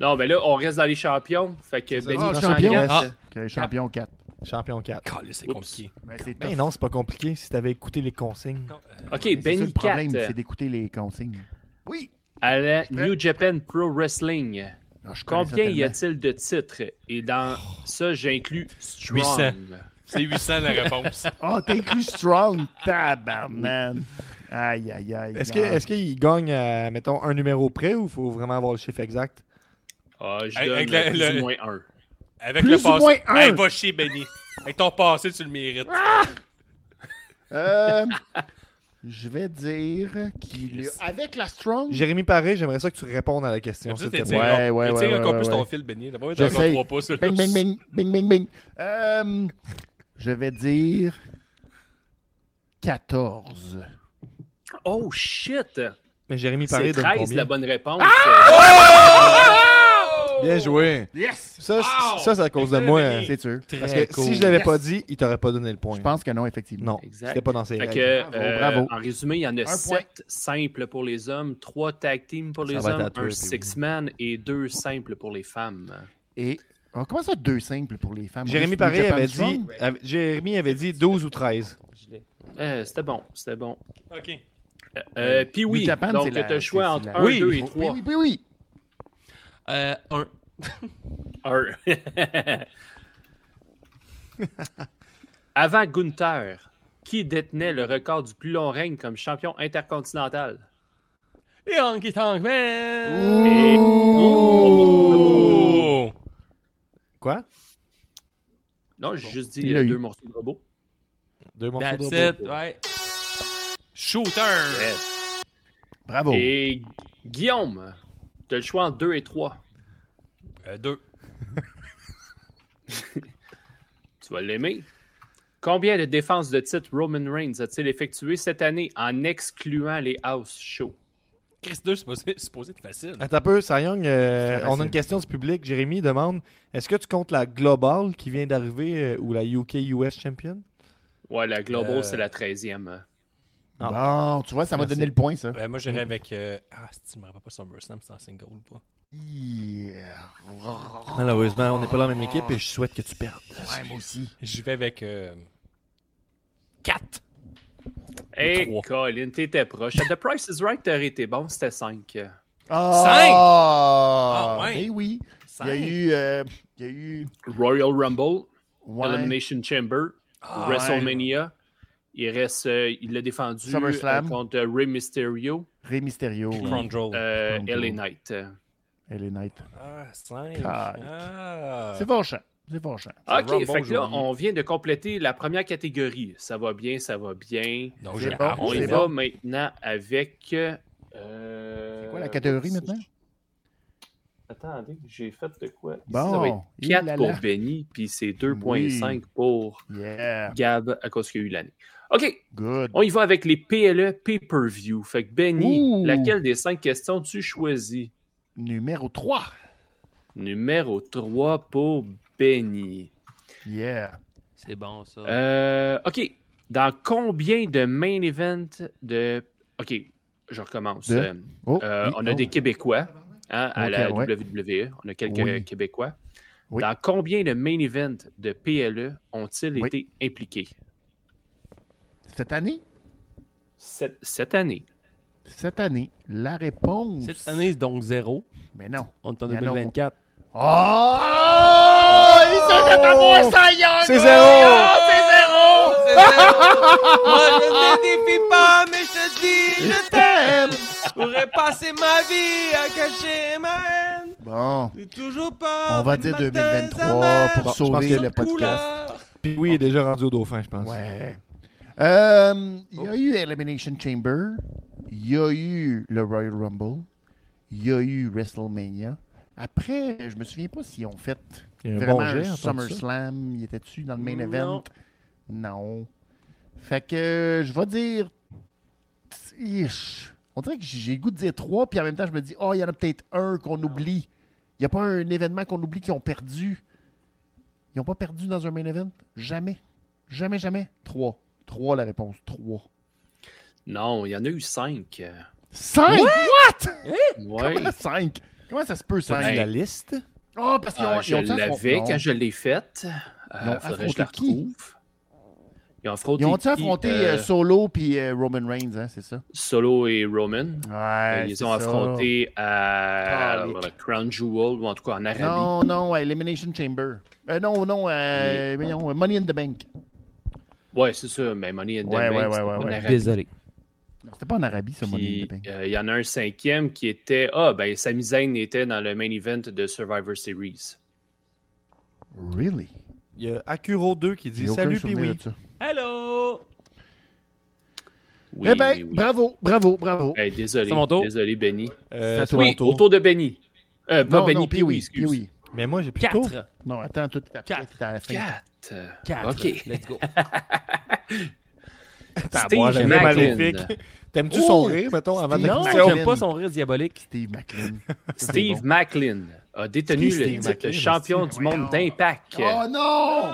G: Non, mais là, on reste dans les champions. Fait que Benny
E: Ah,
G: prend
E: champion.
G: le gain.
D: Ah.
E: Ok, champion 4.
C: Champion [laughs] 4.
B: Calais, c'est
G: Oups.
B: compliqué.
E: Ben, c'est
C: Ben
E: tough.
C: non, c'est pas compliqué si t'avais écouté les consignes.
G: OK,
E: C'est ça,
G: Benny
E: le problème,
G: 4
E: c'est d'écouter les consignes. Oui.
G: à la
E: prêt.
G: New Japan Pro Wrestling.
E: Ah, je connais ça
G: Combien y
E: tellement.
G: a-t-il de titres? Et dans ça, j'inclus Strong.
B: 800. C'est 800 la réponse.
E: Ah, t'as inclus Strong, tabarnan. Aïe, aïe, aïe. Ah,
C: Est-ce que- est-ce qu'il gagne, euh, mettons, un numéro près ou faut vraiment avoir le chiffre exact?
G: Ah, je
B: Avec-
G: donne
B: avec
G: euh,
B: le-
G: plus
B: le-
G: ou moins un.
B: Avec
E: Plus
B: le
E: ou
B: passé.
E: moins un.
B: Hey, va chier, Benny. Avec ton passé, tu le mérites.
E: Euh, je vais dire qu'il est... Avec la Strong...
C: Jérémy Paré, j'aimerais ça que tu répondes à la question.
B: Comme ça,
C: s'il te
B: t'étires
C: plaît.
E: Ouais,
B: encore-
E: ouais,
B: t'étires
E: ouais,
B: encore
E: ouais,
B: plus ton
E: ouais.
B: fil, Benny. D'abord, j'ai encore
E: J'essaye.
B: trois pouces. là.
E: Bing, bing, bing, bing, bing, bing. Euh, je vais dire 14.
G: Oh shit!
C: Mais Jérémy Paré
G: C'est
C: donne
G: 13
C: combien? Ah!
G: la bonne réponse.
C: Bien joué.
E: Yes!
C: Ça, c- ça c'est à cause de moi. hein.
E: C'est sûr.
C: Parce que si je l'avais pas dit, il t'aurait pas donné le point.
E: Je pense que non, effectivement.
C: Non,
G: Exact.
C: c'était pas dans ses
G: Fait
C: règles.
G: que,
E: Bravo,
G: euh,
E: bravo.
G: en résumé, il y en a
E: Un
G: 7 simples pour les hommes, 3 tag team pour les
C: va être à
G: hommes,
C: toi,
G: un
C: puis
G: six-man et 2 simples pour les femmes.
E: Et oh, comment ça, deux simples pour les femmes?
C: Jérémy
E: New
C: Paré
E: Japan
C: avait dit,
E: Strong?
C: avait- Jérémy avait dit 12 ou 13.
G: Euh, c'était bon, c'était bon.
B: Ok.
G: Euh, euh, puis oui,
E: New Japan,
G: donc
E: c'est
G: tu
E: la-
G: as le choix
E: c'est- c'est
G: entre
E: la-
G: 1,
D: Oui.
G: 2 et
E: Oui,
G: 3.
E: Oui, oui, oui.
D: Euh, un.
G: [laughs] Avant Gunther, qui détenait le record du plus long règne comme champion intercontinental?
D: Et Honky Tonk Man!
G: Et-
B: Oh!
C: Quoi?
G: Non, j'ai juste dit
E: Il l'a
G: euh,
E: eu.
G: deux morceaux de robot.
C: Deux morceaux de
D: That's
C: robot.
D: it, ouais. Shooter!
E: Bravo.
G: Et Guillaume, tu as le choix entre 2 et 3.
B: Euh, deux.
G: Tu vas l'aimer. Combien de défenses de titre Roman Reigns a-t-il effectué cette année en excluant les house shows?
B: Chris 2, c'est supposé, c'est supposé être facile.
C: Attends un peu, Sayong, euh,
E: C'est
C: on a
E: facile.
C: une question du public. Jérémy demande est-ce que tu comptes la Global qui vient d'arriver euh, ou la UK-US Champion
G: Ouais, la Global,
B: Euh.
G: c'est la 13e.
E: Bon, tu vois, ça m'a
C: Ah. Merci.
E: donné le point, ça.
B: Euh, moi, j'irais avec. euh, Ah, si tu me rappelles pas SummerSlam, c'est en single ou pas?
E: Yeah.
C: Malheureusement, on n'est pas dans la même équipe et je souhaite que tu perdes.
E: Ouais, moi aussi.
B: J'y vais avec. Euh...
D: 4.
G: Hé,
B: trois.
G: Colin, t'étais proche. À The Price is Right, t'aurais été bon, c'était 5.
B: Ah,
E: Ah,
B: ouais.
E: Eh oui. Il y
B: cinq.
E: a eu. euh, il y a eu.
G: Royal Rumble,
E: Ouais.
G: Elimination Chamber,
B: Ah,
G: WrestleMania. Il reste, euh, il l'a défendu
E: SummerSlam.
G: euh, contre euh, Rey Mysterio,
E: Rey Mysterio.
B: Crown Jewel.
G: euh,
E: Rumble.
G: LA Knight.
E: LA Knight.
B: Ah, 5.
E: Quatre.
B: Ah.
E: C'est fâchant. C'est fâchant.
G: Ok,
B: Rumble,
G: fait que là,
B: j'oublie.
G: on vient de compléter la première catégorie. Ça va bien, ça va bien.
B: Donc,
E: C'est
B: je-
E: bon,
B: ah,
G: On
E: c'est
G: y
B: est
E: bon.
G: va maintenant avec. euh,
E: C'est quoi la catégorie maintenant?
G: Attendez, j'ai fait de quoi? Ici,
E: Bon,
G: ça va être
E: il
G: 4
E: la
G: pour
E: la.
G: Benny, puis c'est 2.5
E: Oui.
G: pour
E: Yeah,
G: Gab à cause qu'il y a eu l'année. OK,
E: good.
G: on y va avec les PLE pay-per-view. Fait que Benny,
E: Ouh.
G: laquelle des 5 questions tu choisis?
E: Numéro 3.
G: Numéro 3 pour Benny.
E: Yeah.
D: C'est bon, ça.
G: Euh, OK. Dans combien de main events de. OK, je recommence.
E: De-
G: Euh,
E: Oh,
G: euh,
E: oui,
G: on a
E: oh.
G: des Québécois hein, à
E: Ok,
G: la
E: ouais.
G: WWE. On a quelques
E: Oui.
G: Québécois.
E: Oui.
G: Dans combien de main events de PLE ont-ils
E: Oui.
G: été impliqués
E: Cette année,
G: cette, cette année?
E: cette année, la réponse.
D: Cette année, c'est donc zéro.
E: Mais non.
D: On est en
E: Il y en a
D: 2024.
E: Oh! Il s'en est à moi, ça, Young!
A: C'est zéro!
E: Oh, c'est zéro! [laughs]
D: Moi, je ne défie pas, mais je te dis, je t'aime. Je pourrais passer ma vie à cacher ma haine.
E: Bon,
D: J'ai toujours pas.
E: on va dire 2023 pour
A: Bon, je pense
E: sauver
A: que-
E: le podcast.
A: Puis oui, il est déjà rendu au dauphin, je pense.
E: Ouais. Euh, Il
D: Oh.
E: y a eu Elimination Chamber. Il y a eu le Royal Rumble. Il y a eu WrestleMania. Après, je me souviens pas si on fait
A: Il y a un
E: vraiment
A: bon
E: un
A: jet, entendu ça.
E: SummerSlam. Il était-tu dans le main
D: Non.
E: event? Non. Fait que euh, je vais dire. Ish. On dirait que j'ai le goût de dire trois, puis en même temps, je me dis, oh, il y en a peut-être un qu'on oublie. Il n'y a pas un événement qu'on oublie qu'ils ont perdu. Ils n'ont pas perdu dans un main event? Jamais. Jamais, jamais. Trois. Trois, la réponse. Trois.
G: Non, il y en a eu 5.
E: Cinq?
G: Ouais.
E: [laughs] Comment cinq? Comment ça se peut,
A: T'as
E: cinq?
A: dit la liste?
E: Oh, parce qu'ils ont,
G: Euh,
E: ils
G: je
E: ont dit à son-
G: l'avais
E: non.
G: quand je l'ai faite. Euh,
E: Ils ont
G: faudrait que je la
E: affronté qui?
G: retrouve. Ils ont affronté,
E: Ils ont
G: qui?
E: affronté
G: Euh,
E: euh, Solo puis euh, Roman Reigns, hein, c'est ça?
G: Solo et Roman.
E: Ouais.
G: ils
E: Euh, c'est
G: ont
E: ça.
G: Ben, affronté à
E: Ah, les-
G: Crown Jewel, ou en tout cas en Arabie.
E: Non, non, à Elimination Chamber. Euh, non, non, euh, voyons, euh, Money in the Bank.
G: Ouais, c'est ça, mais Money in the
E: Ouais,
G: Bank,
E: ouais, ouais,
G: c'était
E: ouais,
G: en
E: ouais.
G: Arabie.
D: Désolé.
E: Non, C'était pas en Arabie, ça, Money in the
G: Puis,
E: Bank.
G: euh, il y en a un cinquième qui était. Ah, ben, Sami Zayn était dans le main event de Survivor Series.
E: Really?
A: Il y a Akuro 2 qui dit
E: J'ai aucun
A: Salut, puis
E: souvenir
A: oui.
E: de ça.
D: Allô?
G: Oui,
E: eh ben,
G: oui, oui. Eh,
E: bravo, bravo, bravo.
G: Hey, désolé,
D: C'est mon tour.
G: désolé, Benny.
A: Euh,
E: C'est à
A: c'est
E: toi.
A: mon
G: Oui,
A: tour.
G: autour de Benny. Euh, pas
E: Non,
G: Benny,
E: non,
G: puis oui,
E: Pee-wee,
G: excuse.
E: Pee-wee.
A: Mais moi, j'ai plus de tour.
D: 4.
E: Non, attends, tout à
D: Quatre.
E: à la fin.
G: Quatre.
D: 4.
G: OK.
D: Let's
G: [laughs]
D: go.
G: Steve
A: moi, j'aimais
G: McLean.
A: Maléfique. T'aimes-tu
C: Oh!
A: son rire, mettons, avant de
E: Non,
D: Non,
E: Mac-
D: j'aime pas son rire diabolique.
E: Steve
G: [laughs]
E: McLean.
G: Steve McLean a détenu
E: C'est qui,
G: le
E: Steve
G: titre
E: McLean,
G: de champion
E: aussi?
G: du monde d'Impact.
E: Oh non!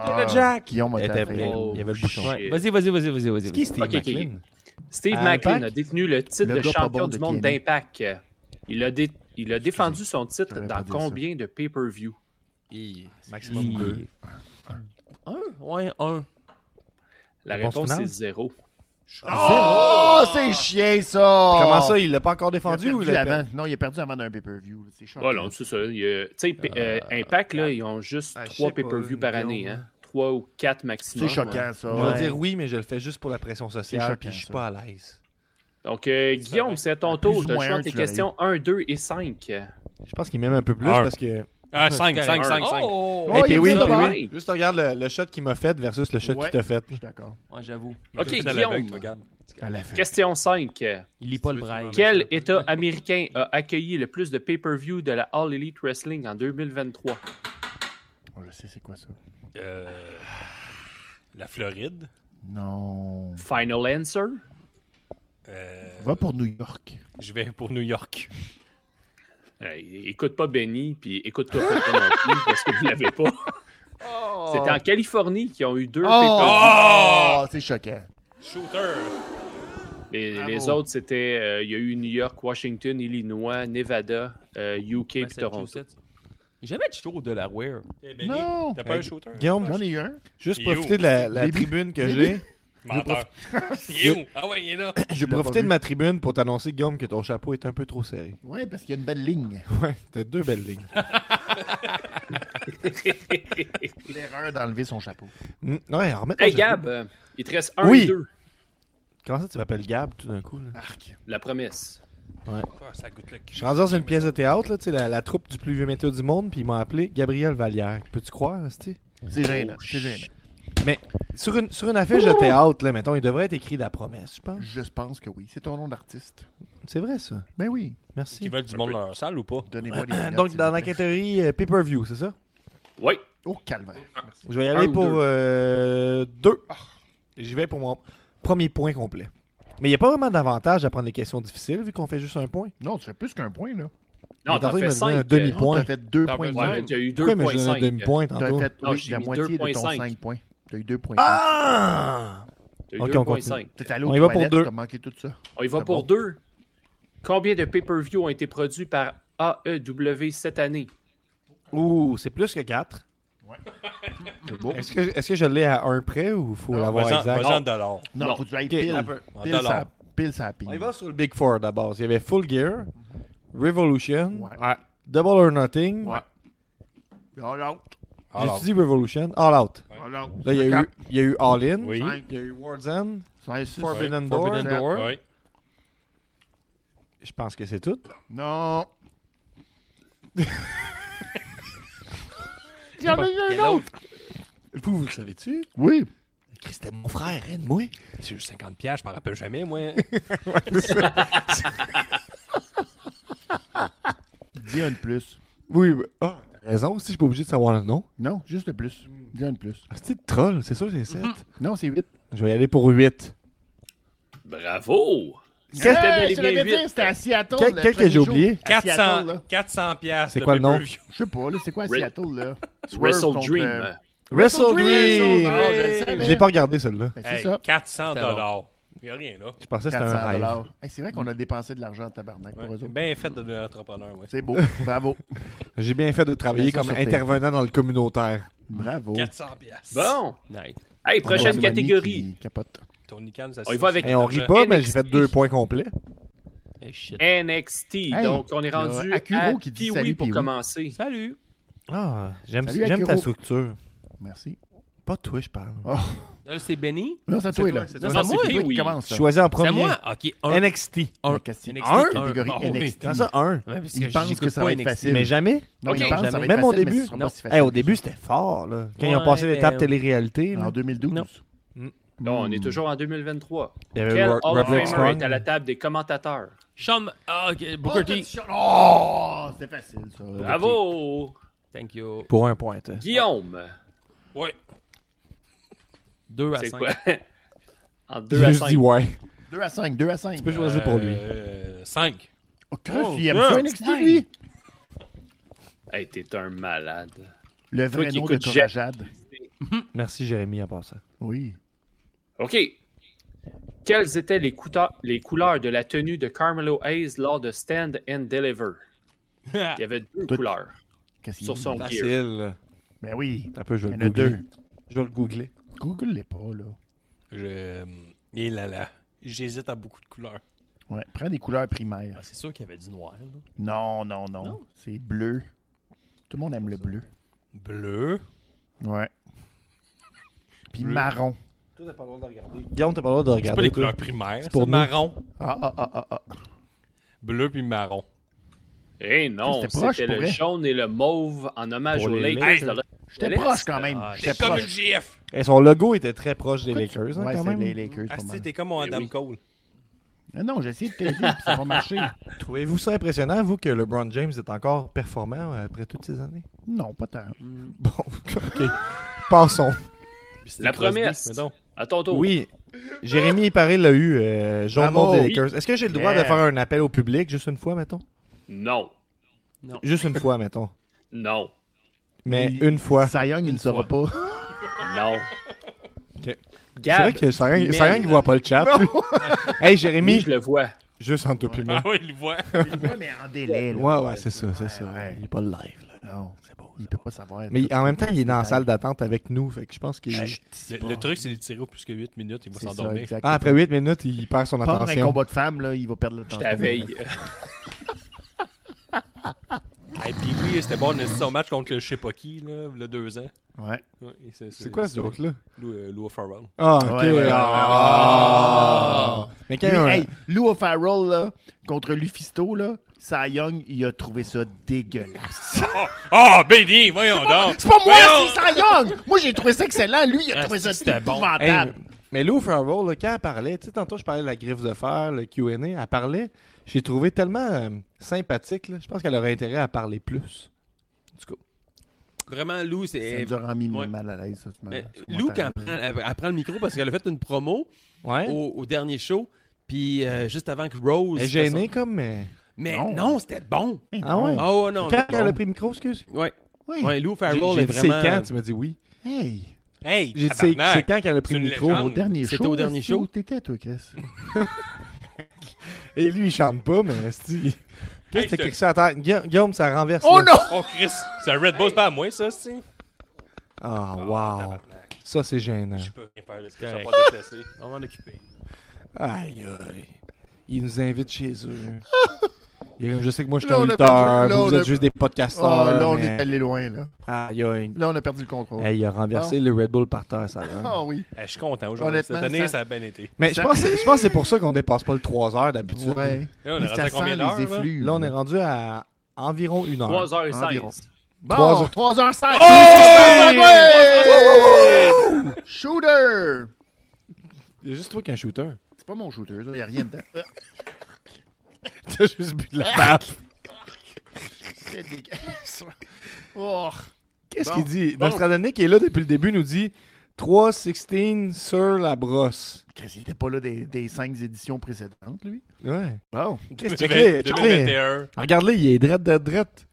E: Ah,
D: Jack.
E: Guillaume a
A: Elle
E: tapé.
A: était pleine.
G: Oh,
A: Il y avait le bouchon.
D: Ouais, vas-y, vas-y, vas-y, vas-y. vas-y.
A: Qui Steve
G: Ok, ok.
A: McLean?
G: Steve
A: À
G: McLean a
A: Impact?
G: détenu le titre
E: Le
G: de
E: gars pas
G: champion
E: bon
G: du
E: de
G: monde
E: TNA.
G: d'Impact. Il a, dé- il a défendu son titre
E: J'aurais pas
G: dans
E: dit ça.
G: combien de pay-per-view?
A: Maximum 2.
D: Un? Ouais, un.
G: La
A: Réponse
G: réponse,
A: finale?
G: c'est zéro.
E: Oh, c'est chien, ça!
A: Comment ça, il l'a pas encore
E: il a
A: défendu
E: perdu
A: ou il l'a
E: avant? Non, il a perdu avant d'un pay-per-view. là. C'est chaud.
G: Oh non, c'est ça. il y a- Tu sais, p- euh, Impact, là, ils ont juste
A: Ah, je
G: trois
A: sais pas,
G: pay-per-view
A: une
G: par
A: vidéo,
G: année.
A: ouais.
G: Hein? Trois ou quatre maximum.
E: C'est choquant, ça.
A: Je vais
E: Ouais.
A: dire oui, mais je le fais juste pour la pression
E: C'est
A: sociale,
E: choquant,
A: puis je suis
E: ça.
A: pas à l'aise.
G: ouais. Donc, euh, Guillaume, c'est à ton
E: Plus
G: tour.
E: ou
G: Tu as
E: moins
G: le choix
E: un,
G: entre tes
E: tu l'as
G: questions 1, 2 et 5.
A: Je pense qu'il m'aime un peu plus
B: Un.
A: parce que.
B: Ah, 5, 5, 5, 5.
D: Oh!
A: Hey,
E: il est
A: puis oui,
E: bien
A: puis
G: devant.
A: oui. Juste regarde le, le shot qu'il m'a fait versus le shot
E: Ouais.
A: qu'il t'a fait.
E: Je suis d'accord.
D: Ouais, j'avoue.
G: OK, Guillaume.
B: regarde.
E: À la fin.
G: Question 5.
D: Il lit pas le braille.
G: Quel État américain a accueilli le plus de pay-per-view de la All Elite Wrestling en 2023?
E: Oh, je sais, c'est quoi ça?
B: Euh, la Floride.
E: Non.
G: Final answer?
B: Euh,
E: Va pour New York.
B: Je vais pour New York.
G: Hey, Euh, écoute pas Benny, puis écoute-toi pas toi non plus, parce que vous l'avez pas. C'était en Californie qu'ils ont eu
C: Oh.
G: deux
C: Ah.
G: pay-per-view.
E: Oh! C'est choquant.
B: Shooter.
G: Les,
E: Bravo.
G: les autres, c'était... euh, Il y a eu New York, Washington, Illinois, Nevada, euh, UK, puis Toronto.
D: Massachusetts. Jamais de chaud de la wear.
B: Eh, Benny,
E: Non!
B: T'as pas
A: Hey,
B: un shooter?
A: Guillaume,
E: J'en ai eu un.
A: juste
B: You.
A: profiter de la, la
E: Début.
A: tribune que [coughs] j'ai.
B: Menteur. [laughs] Il est où? Ah ouais, il est là.
A: Je vais
E: l'ai pas
A: profiter
E: vu.
A: de ma tribune pour t'annoncer, Guillaume, que ton chapeau est un peu trop serré.
E: Oui, parce qu'il y a une belle ligne.
A: Ouais, t'as deux belles lignes.
E: L'erreur d'enlever son chapeau.
A: Mm, Ouais, remets ton
G: Hey
A: chapeau.
G: Gab, euh, il te reste un
A: Oui.
G: et deux.
A: Comment ça, tu m'appelles Gab tout d'un coup? là?
E: Arc.
G: La promesse.
B: Ah, ça goûte le
A: Je suis rendu dans une pièce de théâtre, là, tu sais, la, la troupe du plus vieux métal du monde, puis ils m'ont appelé Gabriel Vallière. Peux-tu croire, là, c'ti?
E: C'est gênant.
G: Oh,
E: C'est gênant.
C: Sur une, sur une affiche de théâtre, là, mettons, il devrait être écrit la promesse, je pense.
E: Je pense que oui. C'est ton nom d'artiste.
C: C'est vrai, ça.
E: Ben oui.
B: Qui
C: Merci.
B: veulent du monde dans leur salle ou pas?
E: Donnez-moi des lunettes,
C: Euh, Donc,
E: s'il
C: dans
E: vous
C: la
E: plaît.
C: catégorie euh, pay-per-view, c'est ça?
G: Oui.
E: Oh, calvaire.
C: Je vais y
G: Un
E: Ah,
C: aller
G: ou
C: pour
G: deux.
C: euh, deux. J'y vais pour mon premier point complet. Mais il n'y a pas vraiment d'avantage à prendre les questions difficiles vu qu'on fait juste un point.
E: Non, tu fais plus qu'un point, là.
G: Non,
C: Mais
G: t'en
C: tantôt, il
G: fais euh,
C: m'a donné
G: 5.
C: un demi-point.
E: Tu as fait deux
D: T'en
E: points. de
D: veux dire?
E: moins.
G: tu as eu
C: Pourquoi mais j'ai donné
G: 2.5.
C: un demi-point
E: T'as
C: tantôt?
E: fait
G: Non,
E: oui,
G: j'ai
E: la
G: mis
E: moitié de ton
G: 2,5.
E: 5 points. T'as eu 2 points.
C: Ah!
G: T'as eu
C: Ok, on Ah
G: 2.5.
E: T'es allé
C: On
E: aux
C: y va pour
E: toilettes,
C: deux.
E: t'as manqué tout ça.
G: On y va
E: C'est
G: pour
E: bon.
G: deux. Combien de pay-per-view ont été produits par AEW cette année?
C: Ouh, c'est plus que 4.
E: C'est beau.
C: Est-ce que, est-ce que je l'ai à un près ou faut
E: Non,
C: l'avoir
B: Vas-en
C: exact?
B: vas-en en dollars.
E: Non,
G: Non.
E: faut que tu ailles
C: Ok,
E: pile.
C: un peu.
B: En
E: Pile
B: dollars.
E: sa- Pile sa pile.
C: On y va sur le Big Four d'abord. Il y avait Full Gear, Revolution,
E: Ouais.
C: Double or Nothing.
E: Ouais. All out.
B: Alors,
C: J'ai dit Revolution, All Out.
E: All out.
C: Là, il y a, eu,
E: Quatre,
C: il y a eu All In,
B: oui.
E: cinq,
C: il y a eu World's End,
E: cinq, six,
C: Forbidden
E: sept,
C: Door.
E: sept.
D: Forbidden Door.
B: Oui.
C: Je pense que c'est tout.
E: Non. [laughs] Il y en a eu
D: Quel
E: un autre.
D: autre?
C: Vous, vous le savez-tu?
E: Oui.
C: C'était mon frère, aide-moi.
B: C'est juste 50 piastres, je m'en rappelle jamais,
E: [laughs]
B: moi.
E: Dis un de plus.
C: Oui, mais- ah, t'as raison aussi, je suis pas obligé de savoir le nom.
E: Non, juste le plus. Dis un de plus.
C: Ah, C'est de troll, c'est sûr, c'est 7.
E: Non, c'est 8.
C: Je vais y aller pour 8.
G: Bravo!
C: Qu'est-ce
G: que t'avais
E: je
G: bien
E: l'avais
G: huit?
E: dit, c'était à Seattle.
C: Quel,
E: le
C: quel que
E: premier
C: j'ai
E: show.
C: oublié?
E: À Seattle,
B: 400,
E: là.
B: 400 piastres.
C: C'est quoi le nom?
B: pay-per-view.
E: Je sais pas, là, c'est quoi à
G: Re-
E: Seattle, là? Swerve
G: Wrestle
E: contre,
G: Dream.
E: euh,
C: Wrestle Dream!
E: Ah, je le savais.
C: Je l'ai pas regardé, celle-là.
E: Ben, c'est
B: Hey,
E: ça.
B: 400 dollars. Il n'y a rien là.
C: Je pensais que c'était un
E: 400
C: rêve.
E: dollars. Hey, c'est vrai qu'on a dépensé de l'argent en tabarnak pour eux
B: Ouais,
E: autres.
B: Bien fait de devenir entrepreneur. Ouais.
E: C'est beau. Bravo.
C: J'ai bien fait de travailler
E: Mais ça,
C: comme
E: sur tes-
C: intervenant dans le communautaire.
E: Bravo.
B: 400 piastres.
G: Bon!
D: Nice.
G: Hey, prochaine
E: Bonne
G: catégorie.
E: manie qui Capote.
B: Tony Khan, ça
G: On y va avec-
C: Et on rit pas, mais j'ai fait deux points complets.
D: Eh, shit.
G: NXT.
E: Hey,
G: Donc, on est
E: il
G: rendu
E: y a
G: à
E: Akuro qui dit
G: Pee-wee
E: salut,
G: pour
E: Pee-wee.
G: commencer.
D: Salut.
C: Ah, j'aime
E: Salut, j'aime ta Akiro.
C: structure.
E: Merci.
C: Pas toi, je parle.
E: Oh.
D: Là, Euh, c'est Benny.
E: Non, c'est à toi, là.
C: toi, c'est
E: Non,
D: toi.
E: c'est
D: Non,
E: toi
D: c'est
E: qui
G: Pee-wee.
E: commence, là.
C: Choisis en
D: C'est à
C: premier.
D: moi? OK. Un.
C: NXT.
D: un.
E: La question.
D: NXT.
E: La
D: Un.
E: catégorie
D: Ah, oui.
E: NXT.
C: Dans ça, un.
D: Ouais, parce
E: Il
D: que
E: pense
D: j'écoute
E: que ça
D: pas
E: va être
D: NXT.
E: facile.
C: Mais jamais.
E: Non, il pense que
G: Ok,
E: ça va
C: jamais.
E: être
C: Même au
E: facile, mais
C: début.
E: ce sera pas
D: Non.
E: si
C: Hey,
E: facile.
C: au début, c'était fort, là. Quand ils ont
D: Ouais,
C: passé l'étape
D: mais-
C: télé-réalité, là.
E: En 2012. Hmm.
G: Non, on est toujours en 2023.
C: il y avait
G: Quel
C: Ro-
G: Hall of
C: Roderick
G: Famer
C: Strong.
G: est à la table des commentateurs?
D: Sean. Ah, OK. Booker T.
E: Oh, c'est facile, ça.
G: Bravo!
D: Thank you.
C: Pour un point, toi.
G: Guillaume,
B: Ouais.
D: 2 à
G: c'est
D: 5.
G: quoi? [laughs] en 2 à
C: Je dis
G: 5.
C: ouais. Euh,
E: 2 à 5, 2 à 5.
C: Tu peux choisir pour lui.
B: Euh, 5.
E: Oh, Chris,
B: Oh,
E: il aime
B: yeah.
E: ça NXT, lui.
G: Hey, t'es un malade.
E: Le vrai
G: Toi qui
E: nom de
G: écoutes Jet.
E: Corajade.
C: Merci, Jérémy, en passant.
E: Oui.
G: OK. Quelles étaient les, couteurs- les couleurs de la tenue de Carmelo Hayes lors de Stand and
E: [laughs]
G: Deliver? Il y avait deux
E: Tout-
G: couleurs
E: Qu'est-ce qu'il
G: sur
E: dit?
G: son gear.
C: Facile.
E: Ben oui.
C: Un peu, je
E: Il y
C: vais
E: en
C: le
E: a
C: googler.
E: deux.
C: Je vais le googler.
E: Google les pas, là.
B: Je... euh, Et là là. J'hésite à beaucoup de couleurs.
E: Ouais, prends des couleurs primaires.
D: Ah, C'est sûr qu'il y avait du noir. là.
E: Non, non, non. C'est bleu. Tout le monde aime le bleu.
B: Bleu.
E: Ouais. Puis marron.
C: Guillaume, t'as pas le droit de
B: C'est pas les
C: regarder. toi.
B: couleurs primaires.
C: pour
B: C'est
C: nous.
B: marron.
E: Ah, ah, ah, ah, ah.
B: Bleu puis marron.
G: Eh non,
E: C'était proche,
G: c'était
E: pour
G: le
E: vrai.
G: jaune et le mauve en hommage
C: Pour
G: aux
C: les
G: Lakers.
B: Lakers.
E: J'étais
G: Alex,
E: proche quand même.
D: ah,
E: J'étais
B: C'est comme
E: proche.
B: une GF.
C: Et son logo était très proche des Lakers, hein,
E: Ouais,
C: quand
E: c'est les
C: même.
E: Lakers.
B: Ah,
E: pas
B: si,
E: mal.
B: t'es comme mon
G: Eh
B: Adam
G: oui.
B: Cole.
E: Ah non, j'ai essayé de t'aider, puis ça va marcher.
C: Trouvez-vous ça impressionnant, vous, que LeBron James est encore performant euh, après toutes ces années?
E: Non, pas tant.
C: Bon, OK. Passons.
B: Puis c'était
G: La
B: Crosby,
G: promesse.
B: mettons.
G: À ton tour.
C: Oui, Jérémy Paré l'a eu, euh, jaune
E: Bravo.
C: mauve des Lakers. Est-ce que j'ai le droit
E: Yeah.
C: de faire un appel au public, juste une fois, mettons?
G: Non.
C: Juste une fois, mettons.
G: Non.
C: Mais
E: Il-
C: une fois.
E: Cy Young, il ne saura pas.
B: [laughs]
G: Non.
C: Ok. C'est vrai
G: Gab,
C: que Sarin
G: Mel.
C: ne voit pas le chat. [laughs] hey,
G: oui,
C: Jérémy,
G: je le vois.
C: juste en toi puis
B: Ah
C: moi.
B: oui, il le voit.
E: Ouais, mais en délai. là.
C: Ouais, ouais, c'est ça, c'est ça.
E: ouais.
C: Il est pas live. Là.
E: Non, c'est beau. Il ne peut pas savoir.
C: Mais en même temps, il est dans la salle d'attente avec nous. Fait que je pense qu'il.
B: Le, le truc, c'est de le tirer au plus que 8 minutes, il va
E: c'est ça,
B: s'endormir.
E: exact.
C: Ah, après 8 minutes, il perd son
E: Pas un
C: attention.
E: Ah, combat de femmes, là, il va perdre le temps.
G: Je t'avais.
B: Et puis oui, c'était bon, on a dit son match contre le je sais pas qui, là, il y a deux ans.
E: Ouais.
B: Ouais, et
C: C'est quoi ce autre là
B: Lou, euh, Lou Farrell. [laughs]
C: Ah,
E: ok. Ouais, ouais, ouais, Ah.
C: Mais quand
E: Lui,
C: un-
E: hey, Lou O'Farrell, là, contre Lufisto, là, Cy Young, il a trouvé ça dégueulasse.
B: Ah, Benny, voyons donc!
E: C'est pas moi, c'est Cy Young! Moi, j'ai trouvé ça excellent. Lui, il a trouvé ça
D: c'était bon.
C: Hey,
E: épouvantable.
C: mais Lou Farrell, là, quand elle parlait, tu sais, tantôt je parlais de la griffe de fer, le QA, elle parlait, j'ai trouvé tellement euh, sympathique, là, je pense qu'elle aurait intérêt à parler plus.
D: Vraiment, Lou, c'est.
E: Ça nous a remis
D: Ouais.
E: mal à l'aise. ça, ce
D: Mais
E: moment-là.
D: Lou, quand elle prend, elle- elle prend le micro parce qu'elle a fait une promo
C: Ouais.
D: au, au dernier show, puis euh, juste avant que Rose.
C: Hein?
E: Oh,
C: Elle est gênée comme, mais.
D: Mais non,
E: Non.
D: c'était bon.
C: Ah ouais?
D: Ah ouais, non.
C: quand
D: c'était
C: elle a
D: bon.
C: pris le micro, excuse.
D: Ouais.
E: Oui.
D: ouais, Lou
C: J'ai-
D: Farrell
C: j'ai
D: est
C: dit, C'est
D: vraiment.
C: quand? Tu m'as dit oui.
E: [laughs] Hey,
B: Hey,
C: J'ai dit, c'est
B: tabarnak.
C: c'est quand qu'elle a pris
B: C'est
C: le
B: une
C: micro.
B: légende.
E: au dernier show.
D: C'était au dernier
E: est-ce que
D: show.
E: Où t'étais, toi, Chris?
C: Et lui, il chante pas, mais esti,
B: Hey,
C: C'était
B: je te-
C: quelque chose à terre. Guilla- Guillaume, ça renverse.
E: Oh
C: là.
E: non!
B: Oh, Chris, c'est un Red Bull, c'est pas à moi, ça, c'est.
C: Ah, wow. Ça, c'est gênant.
B: Je peux rien faire, là, ça va
D: correct.
B: pas déplacer.
D: On va en occuper.
C: Aïe, aïe. Ils nous invitent chez eux. Il y a- Je sais que moi, je suis
E: Là,
C: un
E: on a
C: lutteur.
E: perdu- là,
C: Vous,
E: on
C: vous êtes
E: a-
C: juste des
E: Oh,
C: podcasteurs.
E: là, on
C: mais-
E: est allé Oh. loin, là.
C: Aïe, aïe.
E: Là, on a perdu le contrôle.
C: Hey, il a renversé le Red Bull par terre, ça. là.
E: Ah oui.
B: Eh, je suis content aujourd'hui.
E: Honnêtement,
B: Cette année,
E: ça-
B: ça a bien été.
C: Mais je
E: Ça-
C: pense, je pense que c'est pour ça qu'on dépasse pas le 3 heures d'habitude.
E: Ouais.
B: Là, on
E: Mais
B: est rendu à
E: ça sent
B: combien d'heures?
E: les
B: là? [laughs]
E: effluves.
C: Là, on est rendu à environ une heure.
G: 3h16.
E: Bon,
C: Trois-
E: 3h16. Shooter!
C: Il y a juste toi qu'un
E: [laughs]
C: shooter.
E: C'est pas mon shooter, il n'y a rien dedans.
C: T'as juste bu de la pâte.
E: [laughs] C'est dégueulasse. Oh.
C: Qu'est-ce
E: Bon.
C: qu'il dit?
E: Bon.
C: Nostradamus, qui est là depuis le début, nous dit 3.16 sur la brosse.
E: Chris, il était pas là des, des cinq éditions précédentes, lui.
C: Ouais.
E: Bon.
C: Qu'est-ce que check-les,
B: 20-
C: check-les.
B: 2021.
C: Regarde-le, il est drette, drette, drette.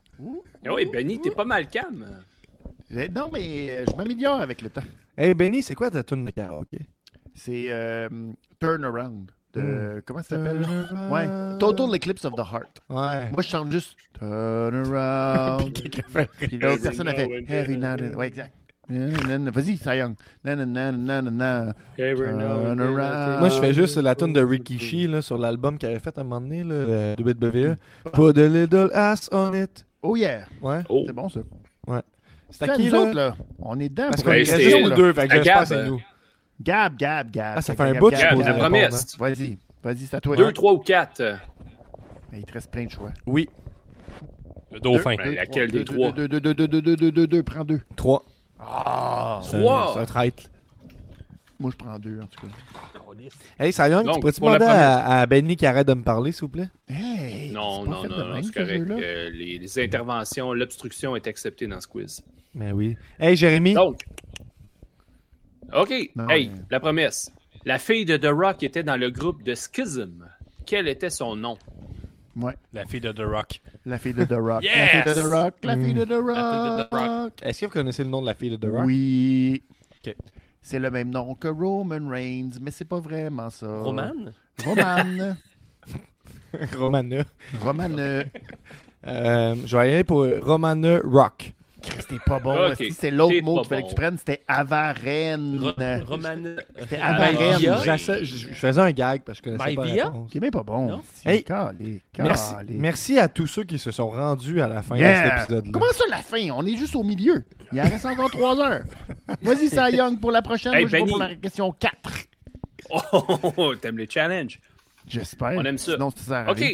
G: Ah oui, Benny, t'es pas mal calme.
E: Eh, Non, mais euh, je m'améliore avec le temps.
C: Hey Benny, c'est quoi ta tune de karaoké?
E: C'est euh, Turnaround. De, Comment ça s'appelle? là? Ouais. Total Eclipse of the Heart.
C: Ouais.
E: Moi, je chante juste Turnaround. [laughs] Puis l'autre personne a fait Heavy Night. and- Ouais, exact. Nanana. Vas-y, Cy Young. Nanana, nanana. Turn around.
C: Moi, je fais juste la tune de Rikishi là, sur l'album qu'il avait fait à un moment donné, là, euh, WWE. Put a little ass on it.
E: Oh yeah.
C: Ouais.
G: Oh,
E: C'est bon, ça.
C: C'est
E: C'est
C: à qui,
E: nous
C: là?
E: autres, là. On est dedans.
C: Parce qu'on
E: pour
G: Ouais,
C: est
E: une
G: Ben,
C: juste
G: c'est-
E: question,
C: nous
E: Ben, là.
C: deux, fait que
G: À
C: j'espère que
G: Gab,
C: c'est
G: euh,
C: nous.
E: Gab, Gab, Gab.
C: Ah, ça
E: Gab,
C: fait un
E: Gab,
C: bout,
E: Gab,
C: je
G: Gab,
E: Gab,
C: suppose.
G: la
E: Gab.
C: répondre,
G: promesse.
C: hein.
E: Vas-y, vas-y, c'est à toi.
G: 2, 3 ou 4.
E: Mais Ben, Il te reste plein de choix.
C: Oui.
B: Le dauphin.
G: Ben, laquelle des trois?
E: 2, 2, 2, 2, 2, 2, 2, 2, 2, prends 2.
C: Trois. C'est un-
G: Trois.
C: C'est un traître.
E: Moi, je prends 2, en tout cas.
C: Hey, Sayong, tu
G: Donc,
C: pourrais-tu
G: pour la
C: demander à, à Benny qui arrête de me parler, s'il vous plaît?
E: Hey,
G: Non,
E: c'est pas
G: non,
E: fait de
G: non, non,
E: même,
G: c'est
E: ce
G: correct.
E: jeu-là.
G: Euh, les, les interventions, l'obstruction est acceptée dans ce quiz.
C: Ben oui. Hey, Jérémy.
G: Donc, OK.
E: Non,
G: hey,
E: mais-
G: la promesse. La fille de The Rock était dans le groupe de Schism. Quel était son nom? [laughs]
E: Ouais,
B: La fille de The Rock.
E: la fille de The Rock. La
B: Yes!
E: fille de The Rock. La fille de The
G: La fille de The
E: Rock.
C: Est-ce que vous connaissez le nom de la fille de The Rock?
E: Oui.
C: Ok.
E: C'est le même nom que Roman Reigns, mais c'est pas vraiment ça.
C: Oh.
D: Roman?
C: [laughs]
E: Roman.
C: [laughs] Romana.
E: Roman. euh,
C: Euh, je vais aller pour euh, Romana Rock.
E: C'était pas bon.
G: Ok.
E: hostie, C'est
G: C'est
E: l'autre mot
G: pas
E: qu'il fallait que tu
G: bon.
E: prennes. C'était avarène.
D: Roman. euh,
E: C'était
D: Maria?
E: avarène.
D: Maria?
E: J'aime
C: J'essa- Ah, Je je faisais un gag parce que je connaissais
D: My
C: pas la
D: Via?
C: réponse.
E: C'est même pas bon.
D: Non?
E: hostie.
C: Hey,
E: Calé, calé.
C: Merci, merci à tous ceux qui se sont rendus à la fin de
E: Yeah!
C: cet épisode-là.
E: Comment ça, la fin? On est juste au milieu. Il en reste encore trois heures. Vas-y, Cy Young, pour la prochaine.
G: Hey,
E: Moi, je vais
G: Benny.
E: pour la question 4.
G: Oh, oh, oh, oh, t'aimes les challenges.
E: J'espère.
G: On aime ça.
E: Sinon, ça sert à
G: OK.
E: rien.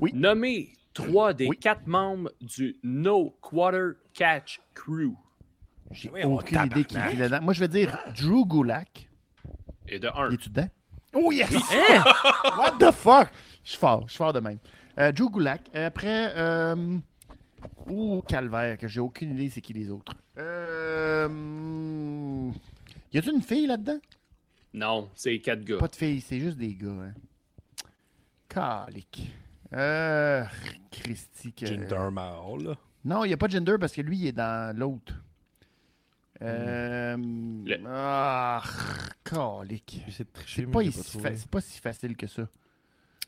E: Oui.
G: Nommez trois des
E: Oui.
G: quatre membres du No Quarter Catch Crew.
E: J'ai
B: Oui, on
E: aucune idée qui est là-dedans. Moi, je vais dire Drew Gulak.
G: Et de un.
E: Es-tu dedans?
C: Oh yes! [laughs]
E: What the fuck? Je suis fort, je suis fort de même. Euh, Drew Gulak. Après, euh... Ouh, Calvaire, que j'ai aucune idée c'est qui les autres. Euh... hum, Y a-t-il une fille là-dedans?
G: Non, c'est quatre gars.
E: Pas de fille, c'est juste des gars. Hein. Calique. Euh... Christy. que-
B: Jinder Mahal. là.
E: Non, il n'y a pas de gender parce que lui, il est dans l'autre. Euh...
G: Hmm. Le-
E: Ah, calique.
C: J'essaie de tricher,
E: C'est
C: mais
E: pas,
C: j'ai
E: si
C: trouvé.
E: fa- c'est pas si facile que ça.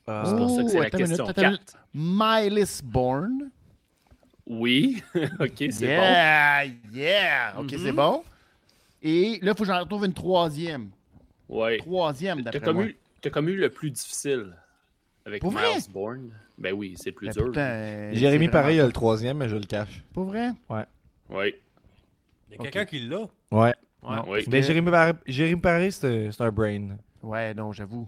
G: Ah, C'est pour ça que c'est
E: Oh,
G: la
E: attends une minute,
G: question
E: attends une minute.
G: 4.
E: Miles Bourne.
G: Oui. [laughs] OK, c'est bon.
E: Yeah, yeah. OK,
G: Mhm.
E: c'est bon. Et là, il faut que j'en retrouve une troisième.
G: Ouais.
E: Troisième,
G: T'as
E: d'après
G: comme,
E: moi.
G: eu- t'as comme eu le plus difficile. Avec
E: Pour
G: Miles
E: vrai?
G: Bourne. Ben oui, c'est plus
E: Mais
G: dur.
E: pourtant, euh,
C: Ben, Jérémy,
E: c'est
C: pareil,
E: vraiment
C: a le troisième, mais je le cache.
E: Pas vrai?
G: Oui.
B: Il y a quelqu'un qui l'a.
C: Ouais.
D: Ouais.
G: Oui.
E: Ben,
C: Mais Ben, Jérémy, Par- Jérémy Paré, c'est un- c'est un brain.
E: Ouais, non, j'avoue.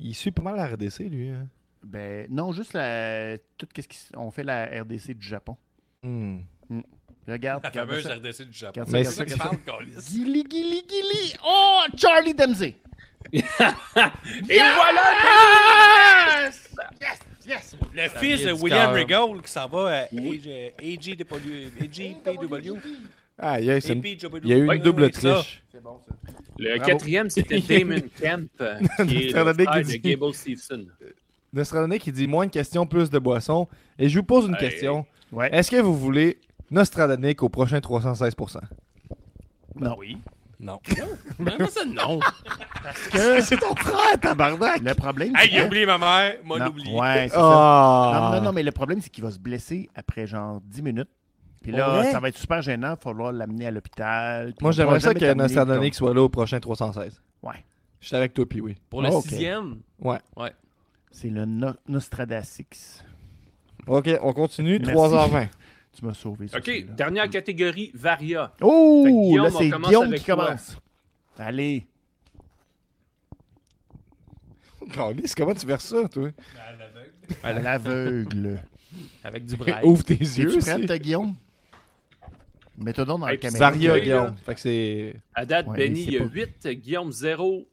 C: Il suit pas mal la RDC, lui. hein.
E: Ben, non, juste la... tout ce qu'on fait la RDC du Japon.
C: Hmm.
E: Regarde.
B: La
E: regarde
B: fameuse
E: ça.
B: RDC du Japon.
E: Regarde ça,
C: Mais
B: C'est ça
E: regarde ça,
B: que
E: regarde ça.
B: parle, câlisse.
E: Gilly, Gilly, Gilly! Oh, Charlie Dempsey!
G: Et voilà!
E: Yes! Yes! Yes!
B: Le fils de
D: vient du
B: William
D: cœur.
B: Regal qui s'en va euh, à AJ AJPW.
C: Ah, il y a, c'est une- il y a eu une
B: Oui,
C: double
B: oui, ça.
C: triche.
E: C'est bon, ça.
G: Le
C: Bravo.
G: quatrième, c'était [laughs] Damon Camp, euh, qui est
C: Étant
G: le
C: donné
G: frère
C: qu'il
G: de
C: dit-
G: Gable Stevenson.
C: Nostradamus qui dit moins de questions, plus de boissons. Et je vous pose une
G: Hey.
C: question.
E: Ouais.
C: Est-ce que vous voulez Nostradamus au prochain 316%?
E: Non.
B: Non.
D: Mais moi, ça, non.
C: C'est ton frère, tabarnak!
E: Le problème,
B: [laughs] Hey,
E: c'est
B: il a
E: que-
B: oublié ma mère, m'a
E: Non.
B: oublié.
E: Ouais, c'est ça. Non,
C: Ah!
E: non, non, mais le problème, c'est qu'il va se blesser après genre 10 minutes. Puis là,
C: Ouais.
E: ça va être super gênant. Il va falloir l'amener à l'hôpital. Puis
C: Moi,
E: on pourra
C: j'aimerais ça
E: jamais
C: que
E: terminer,
C: Nostradamus
E: comme-
C: soit là au prochain 316.
E: Ouais.
C: Je suis avec toi, puis oui.
D: Pour le
E: Ah, ok.
D: sixième,
E: C'est le no Nostradasix.
C: OK, on continue.
E: Merci.
C: 3h20. [laughs]
E: Tu m'as sauvé. sur
G: OK,
E: celui-là.
G: dernière catégorie, Varia. Fait que
E: Oh,
G: Guillaume,
E: là,
G: on
E: c'est
G: commence
E: Guillaume
G: avec
E: qui
G: toi.
E: commence. Allez.
C: Câlisse, comment tu verses ça, toi?
E: À l'aveugle.
D: avec du braille.
C: Ouvre tes yeux,
E: Es-tu
C: c'est...
E: prête, Guillaume? Mets-toi donc dans la
G: Hey,
E: caméra.
C: Zaria,
G: Oui,
C: Guillaume. Fait que c'est...
G: À date,
E: Ouais,
G: Benny, il y a
E: c'est
G: 8, Guillaume 0,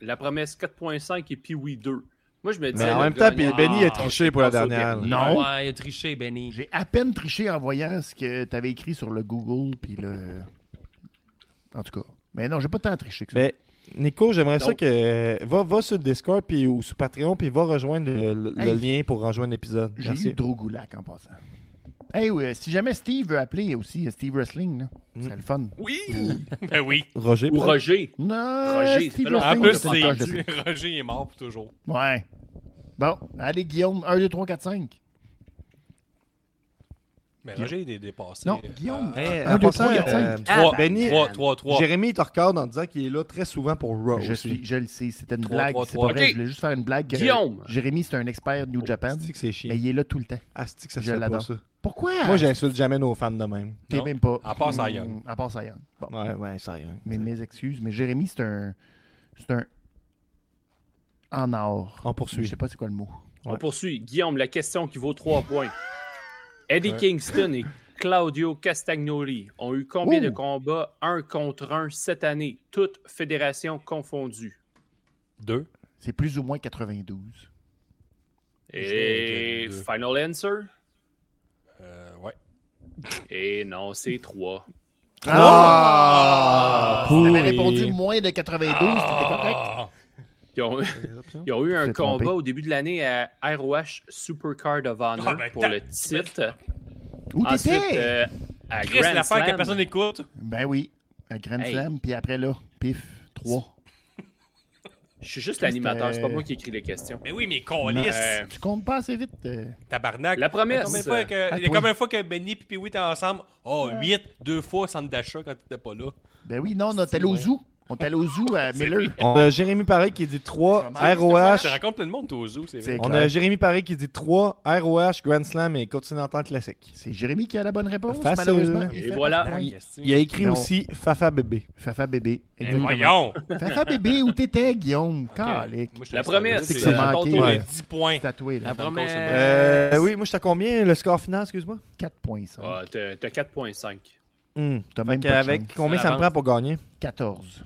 G: La Promesse 4.5 et Pee-Wee 2. Moi, je me dis.
C: Mais en même temps, puis Benny a triché pour la dernière. là.
E: Non.
D: Ah Ouais, il a triché, Benny.
E: J'ai à peine triché en voyant ce que tu avais écrit sur le Google, puis le... En tout cas. Mais non, j'ai pas tant triché que ça.
C: Mais Nico, j'aimerais ça
G: Donc-
C: que. Va, va sur le Discord puis, ou sur Patreon, puis va rejoindre le, le- le
E: Hey.
C: lien pour rejoindre l'épisode.
E: J'ai eu
C: Merci.
E: Drew Goulak en passant. Hey, ouais, si jamais Steve veut appeler, il y a aussi euh, Steve Wrestling, là.
C: Mm.
E: c'est le fun.
B: Oui! Ben oui.
C: Roger.
G: Ou
C: peut-être?
G: Roger.
E: Non,
G: Roger,
E: Steve
G: c'est pas
B: En
E: Wrestling,
B: plus,
E: je sais pas, je sais
B: c'est Roger est mort pour toujours.
E: pas. Ouais. Bon, allez, Guillaume, 1, 2, 3, 4, 5.
B: Mais Roger, il est dépassé.
E: Non, Guillaume. Ah,
C: Hey,
E: Un,
C: en
E: deux,
C: passant,
E: trois, quatre,
C: euh,
E: cinq.
B: Trois,
C: Benny,
B: trois, trois, trois.
C: Jérémy te regarde en disant qu'il est là très souvent pour Raw.
E: Je,
C: aussi.
E: suis, je le sais, c'était une
B: Trois,
E: blague.
B: trois,
E: c'est
B: trois.
E: pas vrai,
G: Ok.
E: je voulais juste faire une blague.
G: Guillaume.
E: Euh, Jérémy, c'est un expert de New Japan,
C: Asti que c'est chiant.
E: mais il est là tout le temps.
C: Asti que ça
E: Je
C: se fait pas
E: l'adore. Ah.
C: ça.
E: Pourquoi?
C: Moi, j'insulte jamais nos fans de même.
E: T'es
B: Non.
E: même pas.
B: À part Cy Young.
E: Mm, À part Cy Young. Bon.
C: Ouais, ouais, ça y est.
E: Mais mes excuses, mais Jérémy, c'est un. C'est un. En or.
C: On
E: Je
C: poursuit.
E: sais pas c'est quoi le mot.
G: On poursuit. Guillaume, la question qui vaut 3 points. Eddie Kingston et Claudio Castagnoli ont eu combien de
E: Ouh.
G: combats 1 contre 1 cette année, toutes fédérations confondues?
B: Deux.
E: C'est plus ou moins 92.
G: Et
B: Je vais avec, euh,
G: final answer?
B: Euh, ouais.
G: Et non, c'est 3.
E: Ah! Tu avais
C: pourri.
E: répondu moins de 92,
G: Ah!
E: c'était correct.
B: Ah!
G: Ils ont, ils ont eu un
E: t'es
G: combat
E: trompé.
G: au début de l'année à ROH Supercard of Honor
B: Ah, ben,
G: pour
B: t'as-
G: le titre.
E: Où
G: Ensuite,
E: t'étais?
G: euh,
E: Ah,
G: à
B: Chris,
G: Grand
B: l'affaire que
G: Slam.
B: personne n'écoute.
E: Ben oui, à Grand
G: Hey.
E: Slam, puis après là, pif, 3.
G: Je suis juste l'animateur, c'est pas
E: C'était-
G: moi qui écris les questions.
B: Mais oui, mais câlisse.
G: Euh,
E: Tu comptes pas assez vite. euh.
B: Tabarnak.
G: La promesse.
B: Il y a combien de fois que,
E: Ah,
B: il y a
E: toi.
B: combien de fois que Benny et Pee-Wee étaient ensemble? Oh, huit, deux fois, centre d'achat quand t'étais pas là.
E: Ben oui, non, on est allé au zoo. On est allé au zoo
G: [laughs]
E: à Miller.
C: On a Jérémy Paré qui dit 3,
B: Je
C: ROH.
B: raconte plein de monde, toi, au zoo, c'est
E: C'est
B: vrai.
C: On
E: clair.
C: a Jérémy Paré qui dit 3, ROH, Grand Slam et Continental Classique.
E: C'est Jérémy qui a la bonne réponse,
C: Facile.
E: malheureusement.
G: Et
E: Il fait
G: voilà.
E: pas de
B: Ah,
E: point.
B: question.
C: Il a écrit
E: Non.
C: aussi Fafa Bébé.
E: Fafa bébé.
B: Mais
E: Exactement.
B: Eh, voyons!
E: Fafa bébé, où t'étais, Guillaume? Calique.
B: Moi, je
G: La
B: te-
G: promesse,
E: C'est
G: c'est
E: que
G: que
E: ça manquait, ouais.
B: 10 points.
E: Tatoué, là.
D: La
B: promesse.
D: promesse.
C: Euh, oui, moi, je t'ai combien le score final, excuse-moi?
E: 4.5.
G: Ah, t'as t'as 4.5.
C: Hmm.
E: T'as même
C: Fait
E: pas de
C: qu'avec
E: chance.
C: combien
D: Ça
C: ça me
D: avance.
C: prend pour gagner?
E: 14.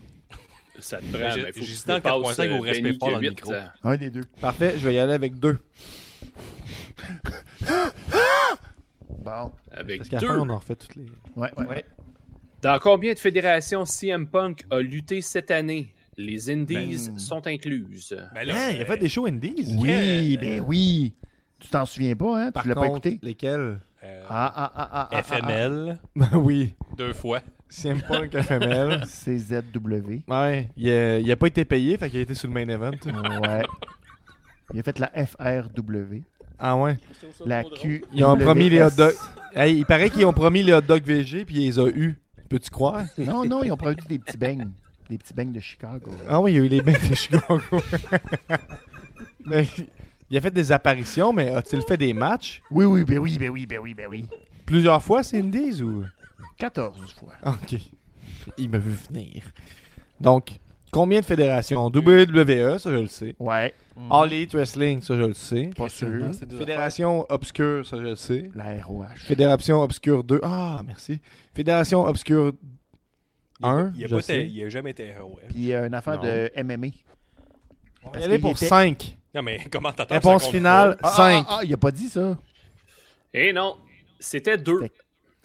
G: Ça te
B: Mais
G: prend,
B: j'ai-
G: mais faut que
B: j'hésitais
G: tu
B: en 4.5
G: dépasses, euh,
B: au respect
G: Benny euh,
B: fort dans le
G: qui a
B: micro.
G: huit.
E: Un des deux.
C: Parfait, je vais y aller avec 2.
E: Bon.
G: Avec
C: Parce qu'à la
G: deux.
C: fin, on en refait toutes les.
E: Ouais, ouais.
C: Ouais.
G: Dans combien de fédérations CM Punk a lutté cette année? Les Indies
E: Ben-
G: sont incluses.
B: Mais
C: Hein, il a
B: euh,
C: fait des shows indies.
E: Oui, ben oui. Tu t'en souviens pas, hein?
C: Par
E: Tu l'as pas
C: contre,
E: écouté?
C: lesquels?
B: euh,
E: Ah, ah, ah, ah, ah.
B: FML,
C: [laughs] Ben oui,
B: deux fois.
C: CM Punk FML.
E: Ah, CZW.
C: Ouais, il a, il a pas été payé, fait qu'il a été sur le main event.
E: Ouais. Il a fait la FRW.
C: Ah ouais.
E: La Q.
C: Ils ont promis les hot dogs. Hey, il paraît qu'ils ont promis les hot dogs VG, puis ils les ont eu. Peux-tu croire?
E: Non, non, ils ont produit des petits beignes. Des petits beignes de Chicago.
C: [laughs] Ah oui, il y a eu les bains de Chicago. Mais Il a fait des apparitions, mais a-t-il fait des matchs
E: Oui, oui, ben oui, ben oui, ben oui, ben oui.
C: plusieurs fois, Cindy's ou
E: 14 fois.
C: Ok. Il m'a vu venir. Donc, combien de fédérations WWE, ça je le sais.
E: Ouais,
C: All Elite Wrestling, ça je le sais.
E: pas sûr.
B: C'est des
C: Fédération Obscure, ça je le sais.
E: La ROH.
C: Fédération Obscure 2. Ah, merci. Fédération Obscure
B: affaires.
C: 1.
B: Il
C: je
B: n'a
C: sais.
B: jamais été héros. hein.
E: Puis il y a une affaire de MMA.
C: On va y
E: parce
C: aller
E: qu'il
C: pour
E: était-
C: 5.
B: Non, mais [laughs] comment t'attends que ça
C: Réponse
B: compte
C: finale,
E: Ah,
C: 5.
E: Ah, ah, il a pas dit ça.
G: Et Eh non, c'était deux.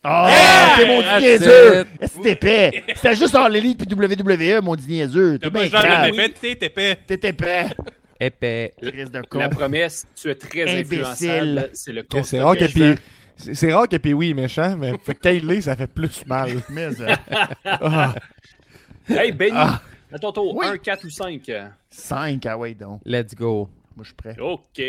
E: Ah, t'es mon petit niaiseux! Est-ce que t'es épais? C'était juste All Elite puis WWE, mon petit niaiseux.
B: pas?
E: T'es
B: T'as
C: Eh ben,
B: pas
E: bien
B: genre
E: crade.
B: de pété, t'es épais.
E: T'es épais. [laughs]
D: Épais.
E: Crise de con.
G: La promesse, tu es très
E: Imbécile.
G: influençable. C'est le
C: Ok, C'est
G: constat.
C: rare
E: que
C: que
E: ah, je
C: puis-
E: fais.
C: c'est- c'est rare que puis oui est méchant, mais fait que quand il l'est, ça fait plus
E: [laughs]
C: mal.
E: Mais, euh,
C: Ah,
G: Hey, Benny, à ton tour,
E: Ah. Oui.
G: 1, 4 ou 5.
E: Cinq, ah ouais, donc.
D: Let's go.
E: Moi, je suis prêt.
G: OK.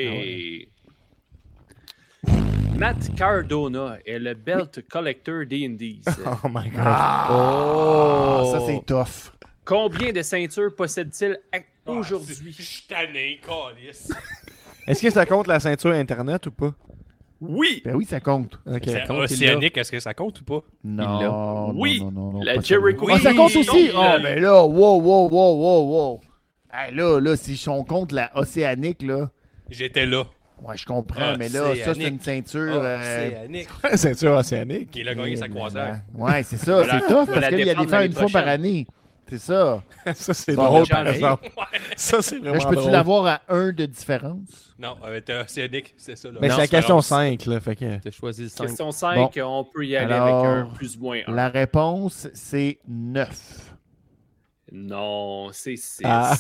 G: Matt Cardona est le belt collector
E: [laughs]
G: des Indies.
C: oh my god.
E: Ah, ça, c'est tough.
G: Combien de ceintures possède-t-il à-
B: Ah, Je
G: aujourd'hui?
B: suis tanné, calice.
C: Est-ce que ça compte la ceinture Internet ou pas?
G: Oui!
E: Ben oui, ça compte.
C: Ok.
B: C'est Océanique, est-ce que ça compte ou pas?
E: Non, non,
G: Oui,
E: non, non, non,
G: la
E: pas ça.
G: Jericho-
E: Ah, ça compte
G: Oui,
E: aussi?
G: non,
E: Oh,
G: le-
E: mais là, wow, wow, wow, wow, wow. Hey, là, là, si on compte la océanique, là,
B: J'étais là.
E: ouais, je comprends, mais là, ça, c'est une
B: Océanique.
E: ceinture...
C: Ah,
E: euh,
B: Océanique.
C: [laughs] La ceinture océanique. [laughs]
B: Qui a gagné sa croisière.
E: Ouais, c'est ça,
G: Voilà.
E: c'est tough, parce
G: Voilà,
E: qu'il y a des
G: défendre
E: faire une
G: l'année
E: fois par
G: prochaine.
E: année. C'est ça.
C: Ça, c'est
E: Bon,
C: drôle,
G: j'en
C: par
G: ai.
C: exemple. Ça, c'est
E: Là,
C: vraiment
E: je peux-tu
C: drôle.
E: l'avoir à un de différence?
B: Non, euh, t'es océanique, c'est ça. Là.
C: Mais Ben,
B: Non,
C: c'est la question
B: différence.
C: 5, là. Fait que...
D: T'as choisi le 5.
G: Question 5, on peut y aller avec
E: Alors,
G: un plus ou moins 1.
E: La réponse, c'est 9.
G: Non, c'est 6.
C: Ah.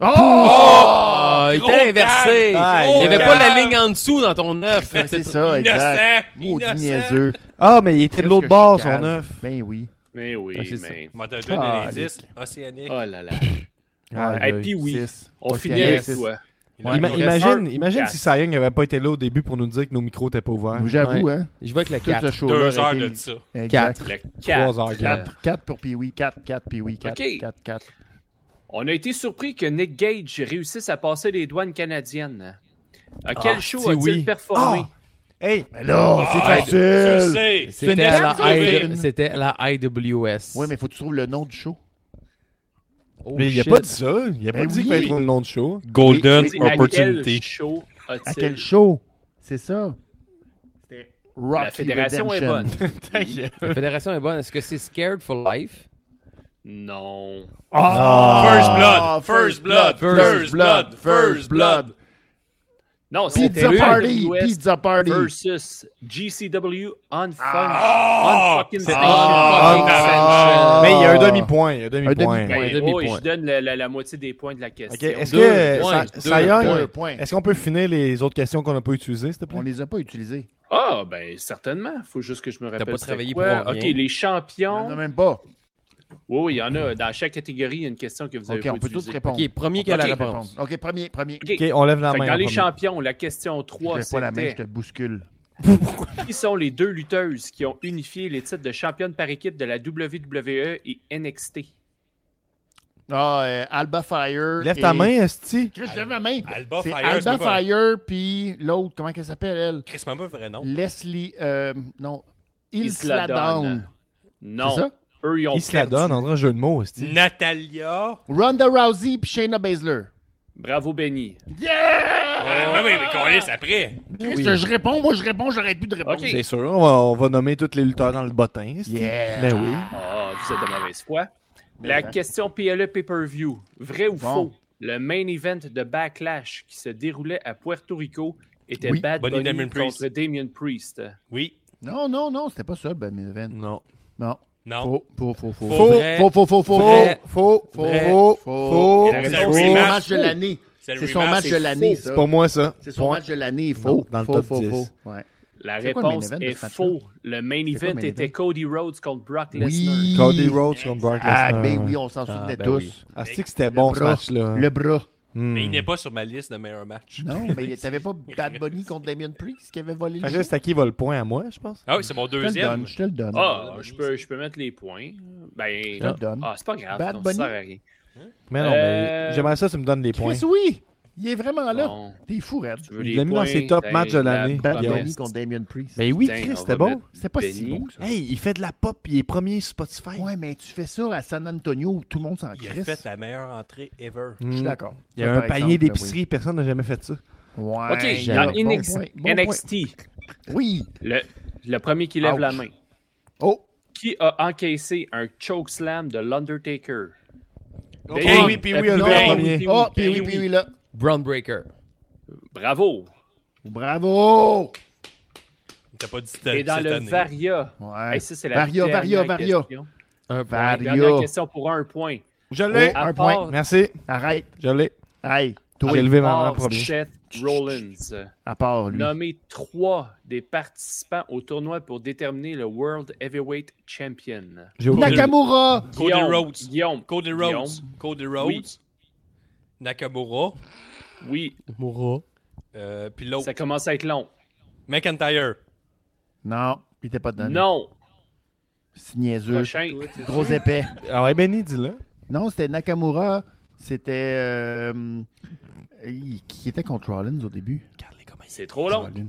D: Ah, il
B: Gros
D: était inversé.
B: calme.
C: Ah,
D: Il n'y avait
B: Gros
D: pas la
B: calme.
D: ligne en dessous dans ton 9.
E: Ouais, c'est ça, exact.
B: Innocent!
E: Maudit
B: Innocent!
E: niaiseux.
C: Ah, mais il était de
E: Qu'est-ce
C: l'autre
E: que
C: bord,
E: je
C: son
E: cale?
C: neuf.
E: Ben oui.
G: Mais oui,
D: Ah, c'est ça.
G: mais.
B: Moi, t'as donné
E: Ah,
B: l'indice, océanique.
G: Oh là là.
C: Ah,
G: Et
C: oui.
G: puis oui,
E: Six.
G: on
E: Ok,
G: finit avec
E: six.
G: toi.
B: Il en
D: Ouais,
C: Ima-
B: reste
C: imagine
G: un,
C: imagine
G: quatre.
C: si Sayang n'avait pas été là au début pour nous dire que nos micros n'étaient pas ouverts.
E: J'avoue, hein.
D: Je vais avec le
E: Tout ce
D: 4.
E: show-là.
B: deux heures
E: aurait
B: de
E: été-
B: ça.
E: Exact.
D: Quatre.
G: Le 4.
C: Trois heures, quatre.
E: 4 pour Pee-Wee, 4, 4 Pee-Wee, 4,
G: Ok.
E: 4, 4.
G: On a été surpris que Nick Gage réussisse à passer les douanes canadiennes. À quel
D: Ah,
G: show
D: si
G: a-t-il
D: oui.
G: performé?
E: Ah,
C: Hey,
E: Mais Ben là, c'est
B: Ah, Tu
E: facile!
B: sais!
D: C'était à la
E: excellente
D: I-
E: idée.
D: C'était à la IWS.
E: Oui, mais faut que tu trouves le nom du show.
D: Oh,
C: mais il a
D: shit.
C: pas dit ça. Il a pas
E: Ben
C: dit qu'il
E: oui.
C: fallait trouver le nom de show.
B: Golden
E: Et- et-
G: À quel
B: Opportunity.
G: show
E: À quel
G: a-t-il
E: show? C'est ça? C'était Rocky
G: La fédération est [laughs] bonne.
E: Redemption.
D: La fédération est bonne. Est-ce que c'est Scared for Life?
G: Non.
E: Ah!
B: First Blood! First Blood! First Blood! First Blood!
G: Non, c'était
E: Pizza
G: le
E: Party!
G: US
E: Pizza Party!
G: versus GCW on fun.
B: Ah!
G: on fucking
B: C'est-
G: station. Ah.
E: Ah!
C: Mais il y a un demi-point. Il y a un demi-point.
E: demi-point.
G: Ben,
D: demi-point.
G: oui, je donne la, la- la moitié des points de la question.
C: Ok, Est-ce
D: Deux
C: que
D: points,
C: Sa-
D: deux
C: Sayang,
E: Deux points.
C: est-ce qu'on peut finir les autres questions qu'on n'a pas utilisées, s'il te plaît?
E: On les a pas utilisés.
G: Ah, ben certainement. Faut juste que je me rappelle.
D: pas
G: c'était
D: travaillé
G: quoi.
D: pour rien.
G: OK, les
E: On
G: champions.
E: en a même pas.
G: Oui, oui, il y en a. Dans chaque catégorie, il y a une question que vous avez
E: OK, on peut tous répondre.
D: Ok, premier qui a la
G: Ok.
D: réponse.
E: OK, premier, premier.
G: Ok.
C: Ok, on lève la
G: Fait que
C: main.
G: dans
C: en
G: les
C: premier.
G: champions, la question 3,
E: Je fais pas la main, je
G: c'était
E: te bouscule.
G: qui sont les deux lutteuses qui ont unifié les titres de championne par équipe de la WWE et NXT?
E: Ah, euh, Alba Fire.
C: Lève
E: et-
C: ta main, Esti.
E: Chris, lève ma main.
B: Alba
E: C'est
B: Fire,
E: Alba
B: c'est pas-
E: Fire, puis l'autre, comment qu'elle s'appelle, elle?
B: Chris, c'est pas un vrai nom.
E: Leslie, euh, non, Isla
G: Isla
E: Dawn.
G: Dawn.
E: C'est
G: Non.
E: ça?
G: Eux, ils ont
C: Il se la
G: perdu.
C: donne, on dirait un jeu de mots, Esti.
B: Natalia.
E: Ronda Rousey puis Shayna Baszler.
G: Bravo, Benny.
B: Ah, oui, mais calice après.
E: Chris, je réponds, moi je réponds, j'arrête plus de répondre.
G: Ok.
C: C'est sûr, on va, on va nommer tous les lutteurs dans le bottin. c'est-
E: Yeah.
C: Ben oui.
G: Ah, vous êtes de mauvaise foi. La
E: hein.
G: question PLE Pay-Per-View. Vrai ou
E: Bon.
G: faux? Le main event de Backlash qui se déroulait à Puerto Rico était
E: Oui.
G: Bad
B: Bunny
G: Bunny
B: Damien
G: contre
B: Priest.
G: Damien Priest.
B: Oui.
E: Non, non, non, c'était pas ça le Ben Event.
C: Non.
E: Non.
B: Non.
E: Faux, faux, faux, faux.
B: Faux.
D: Vrai.
E: Faux, faux, faux, faux.
D: Vrai.
C: Faux, faux,
D: Vrai.
C: faux, faux.
E: C'est
B: C'est un
E: son
B: rematch.
E: match de l'année.
B: C'est le
E: C'est son
B: rematch,
E: match de
B: c'est
E: l'année,
C: C'est
E: ça.
C: pas moi, ça.
E: C'est son
C: Point.
E: match de l'année,
C: Non,
E: faux.
C: dans le
E: Faux,
C: top
E: faux,
C: 10.
E: faux. Ouais.
G: La
E: C'est quoi le main
G: réponse
E: event de
G: est
E: ce match-là?
G: faux. Le main
E: C'est quoi le
G: event
E: main
G: était
E: event?
G: Cody Rhodes contre Brock Lesnar.
E: Oui.
C: Cody Rhodes contre Brock Lesnar.
E: Ah, ben oui, on s'en souvenait
D: ben
E: tous.
D: oui.
C: Ah, c'est que c'était bon,
E: Le
C: ce
E: bras.
C: match-là.
E: Le bras.
C: Hmm.
B: Mais il n'est pas sur ma liste de meilleurs matchs.
E: Non, mais t'avais pas Bad Bunny contre Damien Priest qui avait volé le
C: Fait que
E: jeu?
C: là, c'est à qui il va le point à moi, je pense.
B: Ah oui, c'est mon
E: Je te le
B: deuxième.
E: donne, je te le donne.
G: Ah, je peux, je peux mettre les points. Ben,
E: Je te le donne.
G: ah, c'est pas grave.
E: Bad
G: non, ça
E: Bunny.
G: sert à rien.
C: Mais non, mais
G: Euh,
C: j'aimerais ça, tu me donnes des points.
E: Chris, oui! Il est vraiment là.
G: Bon,
E: T'es fou, Red.
G: tu veux
C: Il
G: les
C: l'a mis dans
G: points, ben,
C: ses top
G: t'as
C: matchs de
G: la
C: l'année.
G: bonne
C: Bad
E: Benny
G: liste.
E: contre Damien Priest.
C: Mais oui,
G: Putain,
C: Chris,
G: on
C: c'était
G: va
C: bon.
G: mettre
E: C'était pas si
G: Benny.
E: bon que ça.
A: Hey, il fait de la pop, il est premier sur Spotify.
E: Ouais, mais tu fais ça à San Antonio où tout le monde s'en
B: Il a
E: crisse.
B: fait la meilleure entrée ever.
E: Je suis d'accord.
A: Mm. Il y a
E: Ça,
A: un
E: par
A: panier
E: exemple, ben
A: d'épicerie, personne n'a jamais fait ça.
E: Ouais.
G: OK,
E: j'ai
G: dans
E: un Ben, bon
G: NXT,
E: point, bon
G: NXT,
E: point. Oui.
G: le, le premier qui lève
E: Ouch.
G: la main.
E: Oh.
G: Qui a encaissé un choke slam de l'Undertaker?
A: Oh,
G: Ben
A: Pee-wee,
G: oui,
A: Pee-wee a
G: ben
A: levé
G: oui,
A: en
G: ben
A: premier.
G: oui,
E: Oh,
G: ben
E: puis oui, puis oui, là.
D: Brown Breaker.
G: Bravo!
E: Bravo.
B: Il t'a pas dit cette
G: Et dans
B: cette
G: le
B: année.
G: Varia.
E: Ouais.
G: Hey, ça, c'est la
E: Varia,
G: dernière
E: Varia, Varia.
G: question.
D: Un point.
E: Varia.
G: Dernière question pour un point.
A: Je l'ai.
E: Oh.
G: À
E: Un
G: part
E: point.
A: Merci.
E: Arrête.
A: Je l'ai.
E: Hey, toi,
A: J'ai levé ma main en
G: Paul
A: premier.
G: Seth Rollins,
E: à part lui.
G: nommé trois des participants au tournoi pour déterminer le World Heavyweight Champion.
A: J'ai aucune-
E: Nakamura.
B: Cody
G: Guillaume,
B: Rhodes.
G: Guillaume.
B: Cody Rhodes. Cody Rhodes.
G: Oui.
B: Nakamura.
G: Oui,
D: Moura.
B: euh, puis l'autre.
G: ça commence à être long.
B: McIntyre.
E: Non, il était pas dedans.
G: Non.
E: C'est niaiseux.
G: Prochain.
E: Gros épais.
A: Ah ouais, Benny, dis-le.
E: Non, c'était Nakamura. C'était. euh, il- Qui était contre Rollins au début?
G: C'est trop long.
E: Rollins.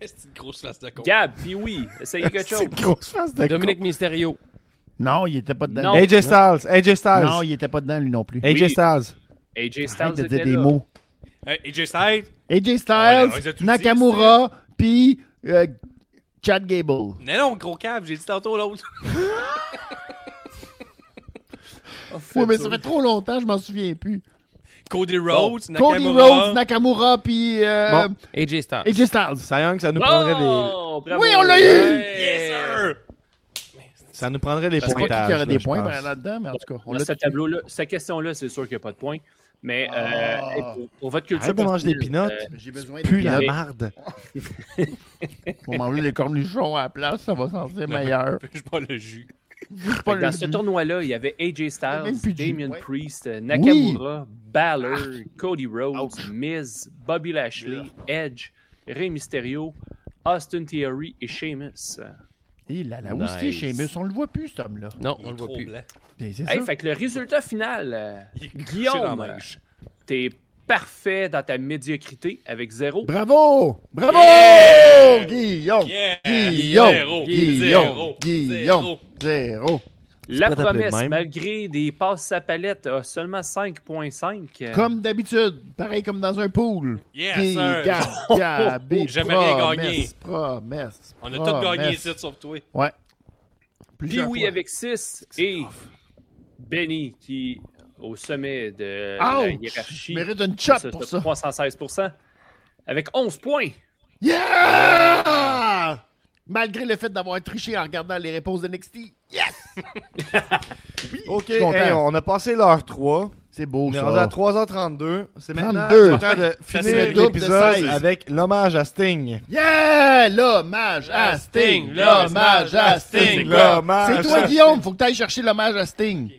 B: C'est une grosse face de con.
G: Gab, puis oui,
C: [laughs]
G: essayez quelque chose.
A: une grosse face de
D: Dominique Mysterio.
E: Non, il était pas dedans.
G: Non.
A: AJ Styles. AJ Styles.
E: Non, il était pas dedans, lui non plus.
A: AJ
G: Oui.
A: Styles.
G: AJ
E: Arrête
G: Styles
E: de
G: était
E: dire des
G: là.
E: mots.
B: Hey, AJ Styles.
E: AJ
B: Ah, ouais, ils ont
E: Styles,
B: tout dit,
E: Nakamura, puis euh, Chad Gable.
B: Non, non, gros cave, j'ai dit tantôt l'autre. [laughs]
E: Ouais, mais ça fait trop longtemps, je m'en souviens plus.
B: Cody Rhodes,
E: Cody
B: Nakamura.
E: Rhodes, Nakamura, puis euh,
A: Bon.
D: AJ Styles.
E: AJ Styles.
A: Ça young, ça nous prendrait des.
G: Oh, bravo.
E: Oui, on l'a eu!
B: Yes, sir! [laughs]
A: Ça nous prendrait des
E: Je sais pas
A: pointages.
E: qui
A: là,
E: aurait des
A: je
E: points
A: pense.
E: par là-dedans, mais en tout cas, on
G: Dans
E: l'a
G: ce tableau-là, cette question-là, c'est sûr qu'il n'y a pas de point. Mais euh,
E: Ah.
G: hey, pour, pour votre culture.
A: Arrête de manger des
G: populaire,
A: pinottes.
G: euh,
E: J'ai besoin
A: Plus la
G: mais-
A: marde.
E: On manger des cornichons à la place, ça va sentir meilleur.
B: Je prends le jus.
E: C'est
G: Fait
E: pas
G: que
E: le
G: dans ce
E: but.
G: tournoi-là, il y avait AJ
E: même
G: Styles,
E: plus de jus.
G: Damien
E: Ouais. Ah.
G: Priest, Nakamura, Balor, Cody Rhodes, Miz, Bobby Lashley, Edge, Rey Mysterio, Austin Theory et Sheamus.
E: Et Eh là, là, où est-ce qu'il est
D: Nice.
E: chez Mus? On le voit plus, cet homme-là.
D: Non,
B: Il
D: on
B: est
D: le voit
B: trop
D: plus.
B: blanc.
E: Ben, c'est
G: Hey,
E: ça.
G: fait que le résultat final, euh,
B: Il est couché dans
G: Guillaume,
B: la mèche.
G: t'es parfait dans ta médiocrité avec zéro.
E: Bravo! Bravo!
B: Yeah!
E: Guillaume!
B: Yeah!
E: Guillaume!
B: Zéro!
E: Guillaume!
B: Zéro!
E: Guillaume!
B: Zéro!
E: Zéro!
G: La
A: peux t'appeler de
G: promesse,
A: même.
G: malgré des passes à palette, a seulement 5.5.
E: Comme d'habitude, pareil comme dans un pool.
B: Yes,
E: Guy,
B: sir. [laughs] Oh,
E: Gab, Gab, et
B: Jamais rien
E: promesse,
B: gagné.
E: Promesse.
C: Ah,
B: On a tous gagné
E: promesse.
B: ici sur toi.
E: Ouais.
G: Puis
E: Plusieurs
G: oui
E: fois.
G: avec 6 et Benny qui au sommet de la
E: Ouch! Je
G: hiérarchie.
E: mérite une chop
G: Ça,
E: pour
G: c'est
E: ça.
G: 316 avec 11 points.
E: Yeah! Malgré le fait d'avoir triché en regardant les réponses de NXT. Yes!
A: Ok,
E: Je suis content.
A: hey, on a passé l'heure 3.
E: C'est beau,
A: On est
E: ça.
A: rendu à 3h32. C'est maintenant
E: 32.
A: le temps de
E: c'est
A: finir
E: le double de
A: l'épisode
E: 16.
A: avec l'hommage à Sting.
E: Yeah! L'hommage à Sting! L'hommage à Sting! C'est
A: L'hommage
E: toi,
A: à-
E: Guillaume, faut que tu ailles chercher l'hommage à Sting.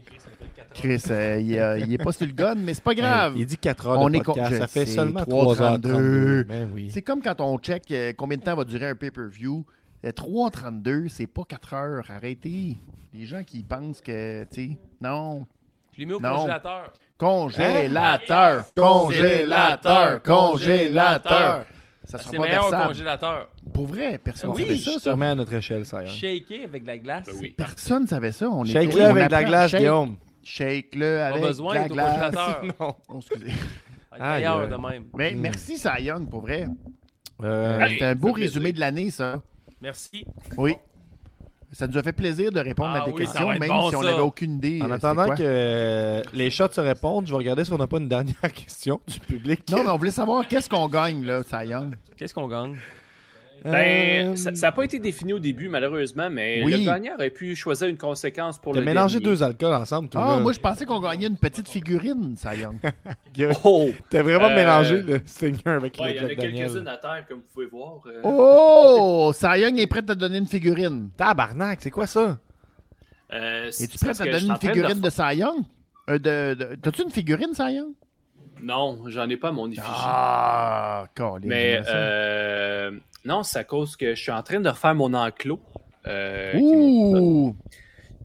E: Chris, euh, il, euh, il est pas sur le gun, mais c'est pas grave.
A: Il dit 4 heures
E: On
A: de
E: est con-
A: podcast.
E: je
A: Ça fait
E: sais,
A: seulement
E: 3h32.
A: 3h32. Ben oui.
E: C'est comme quand on check euh, combien de temps va durer un pay-per-view. Euh, 3.32, c'est pas 4 heures. Arrêtez. Les gens qui pensent que, tu sais, non.
D: Je l'ai mis au
E: Non.
D: congélateur.
E: Congélateur, congélateur, congélateur. Ça
D: C'est
E: sera pas
D: meilleur au
E: versable.
D: congélateur.
E: Pour vrai, personne ne
D: Oui,
E: savait
A: ça,
E: ça. ça.
A: sûrement à notre échelle, ça. Hein.
D: Shaker avec de la glace.
G: Ben oui.
E: Personne ne savait ça. On est-
A: Shake-le
E: on
A: avec de la
E: apprend.
A: glace,
E: Shake-
A: Guillaume.
E: Shake-le
D: Pas
E: avec
D: besoin
E: de la
D: d'être au
E: glace.
D: congélateur.
A: Non.
E: [laughs] Oh, excusez.
D: À
A: Aïe,
D: l'intérieur
A: aïe.
D: de même.
E: Mais
A: Hmm.
E: merci, ça Young, pour vrai.
A: Euh,
G: Hey,
E: C'est un beau
G: ça fait
E: résumé de l'année, ça.
D: Merci.
E: Oui. Ça nous a fait plaisir de répondre
D: Ah
E: à tes
D: oui, ça
E: questions,
D: va être
E: même
D: bon,
E: si on
D: ça.
E: n'avait aucune idée. euh,
A: en
E: c'était
A: attendant
E: quoi.
A: que euh, les shots se répondent, je vais regarder si on n'a pas une dernière [laughs] question du public.
E: Non, mais on voulait savoir qu'est-ce qu'on gagne, là, ça Young.
D: Qu'est-ce qu'on gagne?
G: Ben,
A: Euh,
G: ça n'a pas été défini au début, malheureusement, mais
E: Oui.
G: le gagnant aurait pu choisir une conséquence pour
A: T'as
G: le
A: mélangé
G: dernier.
A: deux alcools ensemble, toi.
E: Ah,
A: là.
E: moi, je pensais qu'on gagnait une petite figurine,
A: [laughs]
E: ça Young.
G: Oh!
A: T'as vraiment
G: Euh,
A: mélangé le Stinger avec
G: Ouais, il y
A: le
G: en a
A: Jack Daniel.
G: quelques-unes à terre, comme vous pouvez voir. euh.
E: Oh! ça Young est prête à te donner une figurine.
A: Tabarnak, c'est quoi ça?
G: Euh, c'est
E: Es-tu prête
G: parce
E: à
G: que
E: te donner
G: je suis en
E: une
G: train
E: figurine de
G: de
E: Cy Young? Euh, de, de- T'as-tu une figurine, Cy Young?
G: Non, j'en ai pas mon effigie.
E: Ah, câlisse,
G: mais
E: j'aime ça.
G: euh, non, c'est à cause que je suis en train de refaire mon enclos. euh, qui
E: Ouh!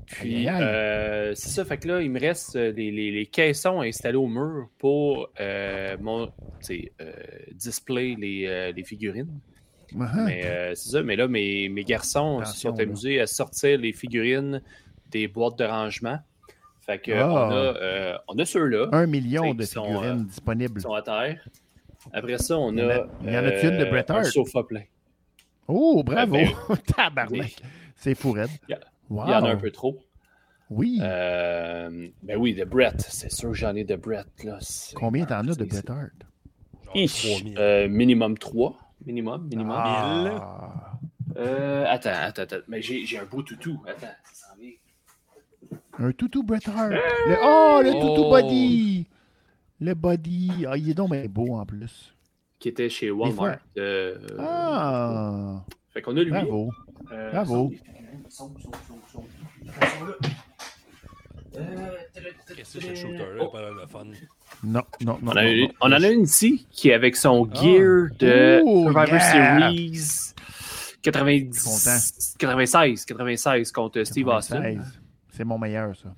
G: Puis,
E: Aïe, aïe, aïe.
G: euh, c'est ça, fait que là, il me reste euh, les, les- les caissons installés au mur pour euh, mon tu sais, euh, display les, euh, les figurines.
E: Uh-huh.
G: Mais euh, c'est ça, mais là, mes, mes garçons se
E: Ah, ben. Attention,
G: sont
E: là.
G: amusés à sortir les figurines des boîtes de rangement. Fait que,
E: Ah.
G: on a, euh, on a ceux-là
E: Un million de
G: Ils sont,
E: figurines
G: euh,
E: disponibles.
G: qui sont à terre. Après ça, on
E: Il y en
G: a. euh,
E: a- il y en a-tu une de Bret
G: un
E: Hart?
G: sofa plein.
E: Oh, bravo!
G: Ben,
E: [laughs] Tabarnak! C'est fourette.
G: Il y a-
E: Wow.
G: Il y en a un peu trop.
E: Oui.
G: Euh, ben oui, de Brett. C'est sûr que j'en ai de Brett. Là. C'est-
E: Combien t'en as de Bret
G: c'est-
E: Hart?
G: Ish.
B: 3000.
G: Euh, minimum 3. Minimum, minimum.
E: Ah,
G: Euh, attends, attends, attends. Mais j'ai j'ai un beau toutou. Attends, ça s'en vient.
E: un toutou Bret Hart. Le- oh, le toutou
D: Oh.
E: body! Le body. Ah, il est donc bien beau en plus.
G: Qui était chez
E: fois.
G: Walmart. Euh,
E: Ah,
G: Fait qu'on a lui.
E: bravo.
G: Euh,
E: bravo.
G: son- son- son- son- son- son- là. Euh,
B: Qu'est-ce que c'est, ce
D: oh.
B: shooter-là? Pas le fun.
E: Non, non, non.
G: On, en a
E: non,
G: une-
E: non.
G: on en a une ici qui est avec
C: Oh.
G: son gear de
E: Oh,
G: Survivor
E: yeah!
G: Series 90, 96, 96 contre Steve Austin.
E: 96. C'est mon meilleur, ça.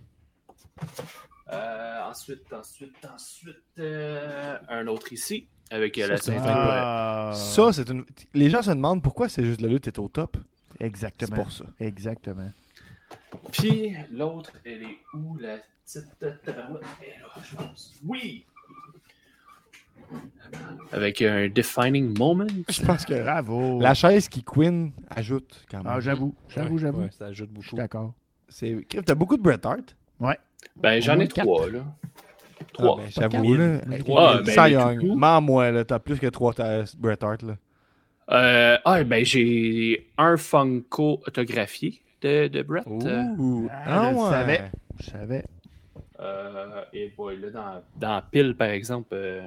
G: Euh, ensuite, ensuite, ensuite, euh, un autre ici avec euh, la
C: c'est
G: ceinture.
E: Ah,
C: Ça, c'est une. Les gens se demandent pourquoi c'est juste la lutte est au top. C'est
E: Exactement.
C: pour
E: [laughs]
C: ça.
E: Exactement.
G: Puis l'autre, elle est où la petite tabarouette? Elle est là, je pense. Oui! Avec un defining moment.
C: Je pense que
E: Bravo.
C: la chaise qui Quinn ajoute quand même.
E: Ah, j'avoue, j'avoue,
B: Ouais,
E: j'avoue.
B: ouais, ça ajoute
E: Je
B: beaucoup.
E: suis d'accord.
C: C'est... Crif, T'as beaucoup de Bret Hart.
G: Ben, j'en
E: moins
G: ai
E: quatre.
G: trois, là. Trois.
C: Ah, ben,
E: Pas
C: j'avoue, là.
B: Trois,
C: Hey,
G: ben,
C: Cy
G: les
C: Young,
G: toutous.
C: Mens-moi, là. T'as plus que trois t'as- Bret Hart, là.
G: Euh, ah, ben j'ai un Funko autographié de, de Brett.
C: Ouh.
E: Ah, je le savais. Je savais.
G: Euh, et voilà, là, dans, dans Pile, par exemple, euh,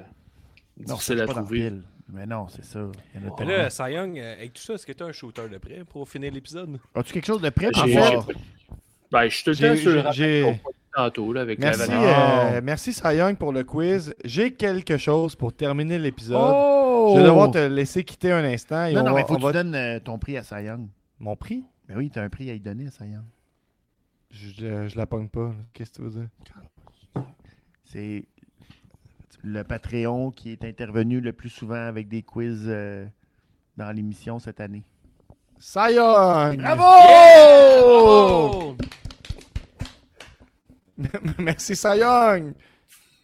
G: difficile
E: c'est
G: à
E: pas dans
G: trouver.
E: pile. Mais non, c'est ça. Il y en a tellement.
B: Là, Cy Young, euh, avec tout ça, est-ce que t'as un shooter de près pour finir l'épisode?
E: As-tu quelque chose de prêt pour
G: J'ai-
E: voir?
G: j'ai- Ben, je suis tout le
C: J'ai-
G: temps sur le
C: j'ai-
G: rappel
C: j'ai-
G: qu'on voit tantôt, là, avec la
C: Merci,
G: vanille.
C: euh, merci Cy Young pour le quiz. J'ai quelque chose pour terminer l'épisode.
E: Oh!
C: Je vais devoir te laisser quitter un instant. Et
E: Non,
C: on
E: non,
C: va-
E: mais faut
C: on
E: que
C: va-
E: tu donnes euh, ton prix à Cy Young.
C: Mon prix?
E: Ben oui, t'as un prix à lui donner à Cy Young.
C: Je, je- je la pogne pas. là. Qu'est-ce que tu veux dire?
E: C'est le Patreon qui est intervenu le plus souvent avec des quiz euh, dans l'émission cette année.
C: Cy Young!
E: [laughs]
D: Oh!
C: merci Cy Young!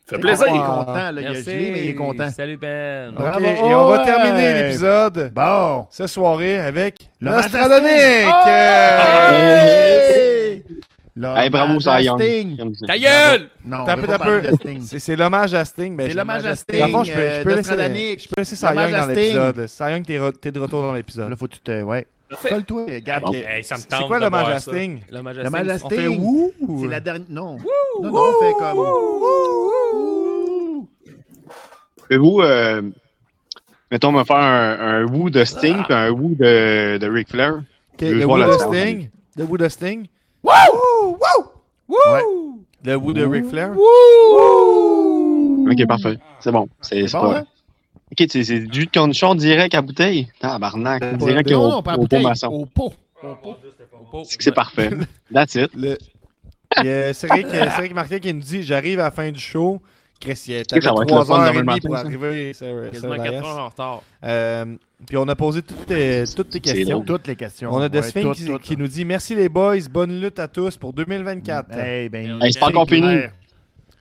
G: Ça fait
E: Il est
G: plaisir!
E: content, là. Il a gelé, mais il est content.
D: Salut Ben.
C: Ok,
E: Bravo.
C: et on va
E: Ouais.
C: terminer l'épisode
E: Bon!
C: ce soirée avec Oh!
E: Le
C: Nostradonique!
E: Là,
H: Hey, bravo,
E: à
H: Cy Young.
E: Sting.
H: Comme je dis.
D: Ta gueule!
E: Non,
C: T'as
E: on
C: peu,
E: veut
C: t'as
E: pas
C: peu.
E: parler de Sting.
C: C'est c'est l'hommage à Sting. Ben,
E: C'est
C: je-
E: l'hommage
C: Dans le
E: à
C: fond, je
E: Sting,
C: peux, je peux
E: euh,
C: laisser,
E: Nostradonique.
C: je peux laisser Cy
E: L'hommage
C: Young
E: à
C: dans
E: Sting.
C: l'épisode. Cy Young, t'es re- t'es de retour dans
E: Là,
C: l'épisode.
E: faut que tu te... Ouais. Colle-toi, garde.
C: Ok.
B: Hey, ça me
C: C'est
B: tente
C: quoi
B: de
C: l'hommage
B: voir
C: à
B: ça.
C: Sting?
D: L'hommage à
E: L'hommage
D: Sting.
E: à
C: On fait
E: Sting.
C: wouh!
E: C'est la dernière... Non. Non, non, on fait comme...
H: Pouvez-vous, euh, mettons, me faire un, un woo de Sting puis un woo de, de Ric Flair?
C: Ok, le
H: Je
C: Wood
H: vois
C: of
H: la
C: Sting. Le Wood of Sting.
E: Ouais.
C: Le Wood de Ric Flair.
H: Ok, parfait. C'est bon. C'est c'est
E: Bon,
H: pas-
E: hein?
H: Ok, c'est c'est du jus de cornichon direct à bouteille. Tabarnak. Direct
E: Non,
H: au,
E: non,
H: au
E: pas à
H: pot
E: bouteille,
H: maçon.
E: Au pot.
H: C'est que
E: [laughs]
H: c'est parfait. That's it.
C: Le... Il y a Cédric, Cédric Martin qui nous dit J'arrive à la fin du show. Chris, il était
H: Ça va être le
C: 3
H: fun
C: heures
H: demain
C: et demie
H: matin,
C: pour
H: ça.
C: arriver. euh, sur- sur
D: Quasiment
C: la
D: 4
C: reste.
D: heures en retard.
C: Euh, Puis on a posé toutes tes, toutes tes
H: C'est
C: questions.
H: drôle.
E: Toutes les questions.
C: On a
E: des
C: Desphin qui, qui nous dit Merci les boys, bonne lutte à tous pour 2024.
E: Hey, ben,
H: Hey, c'est pas encore fini.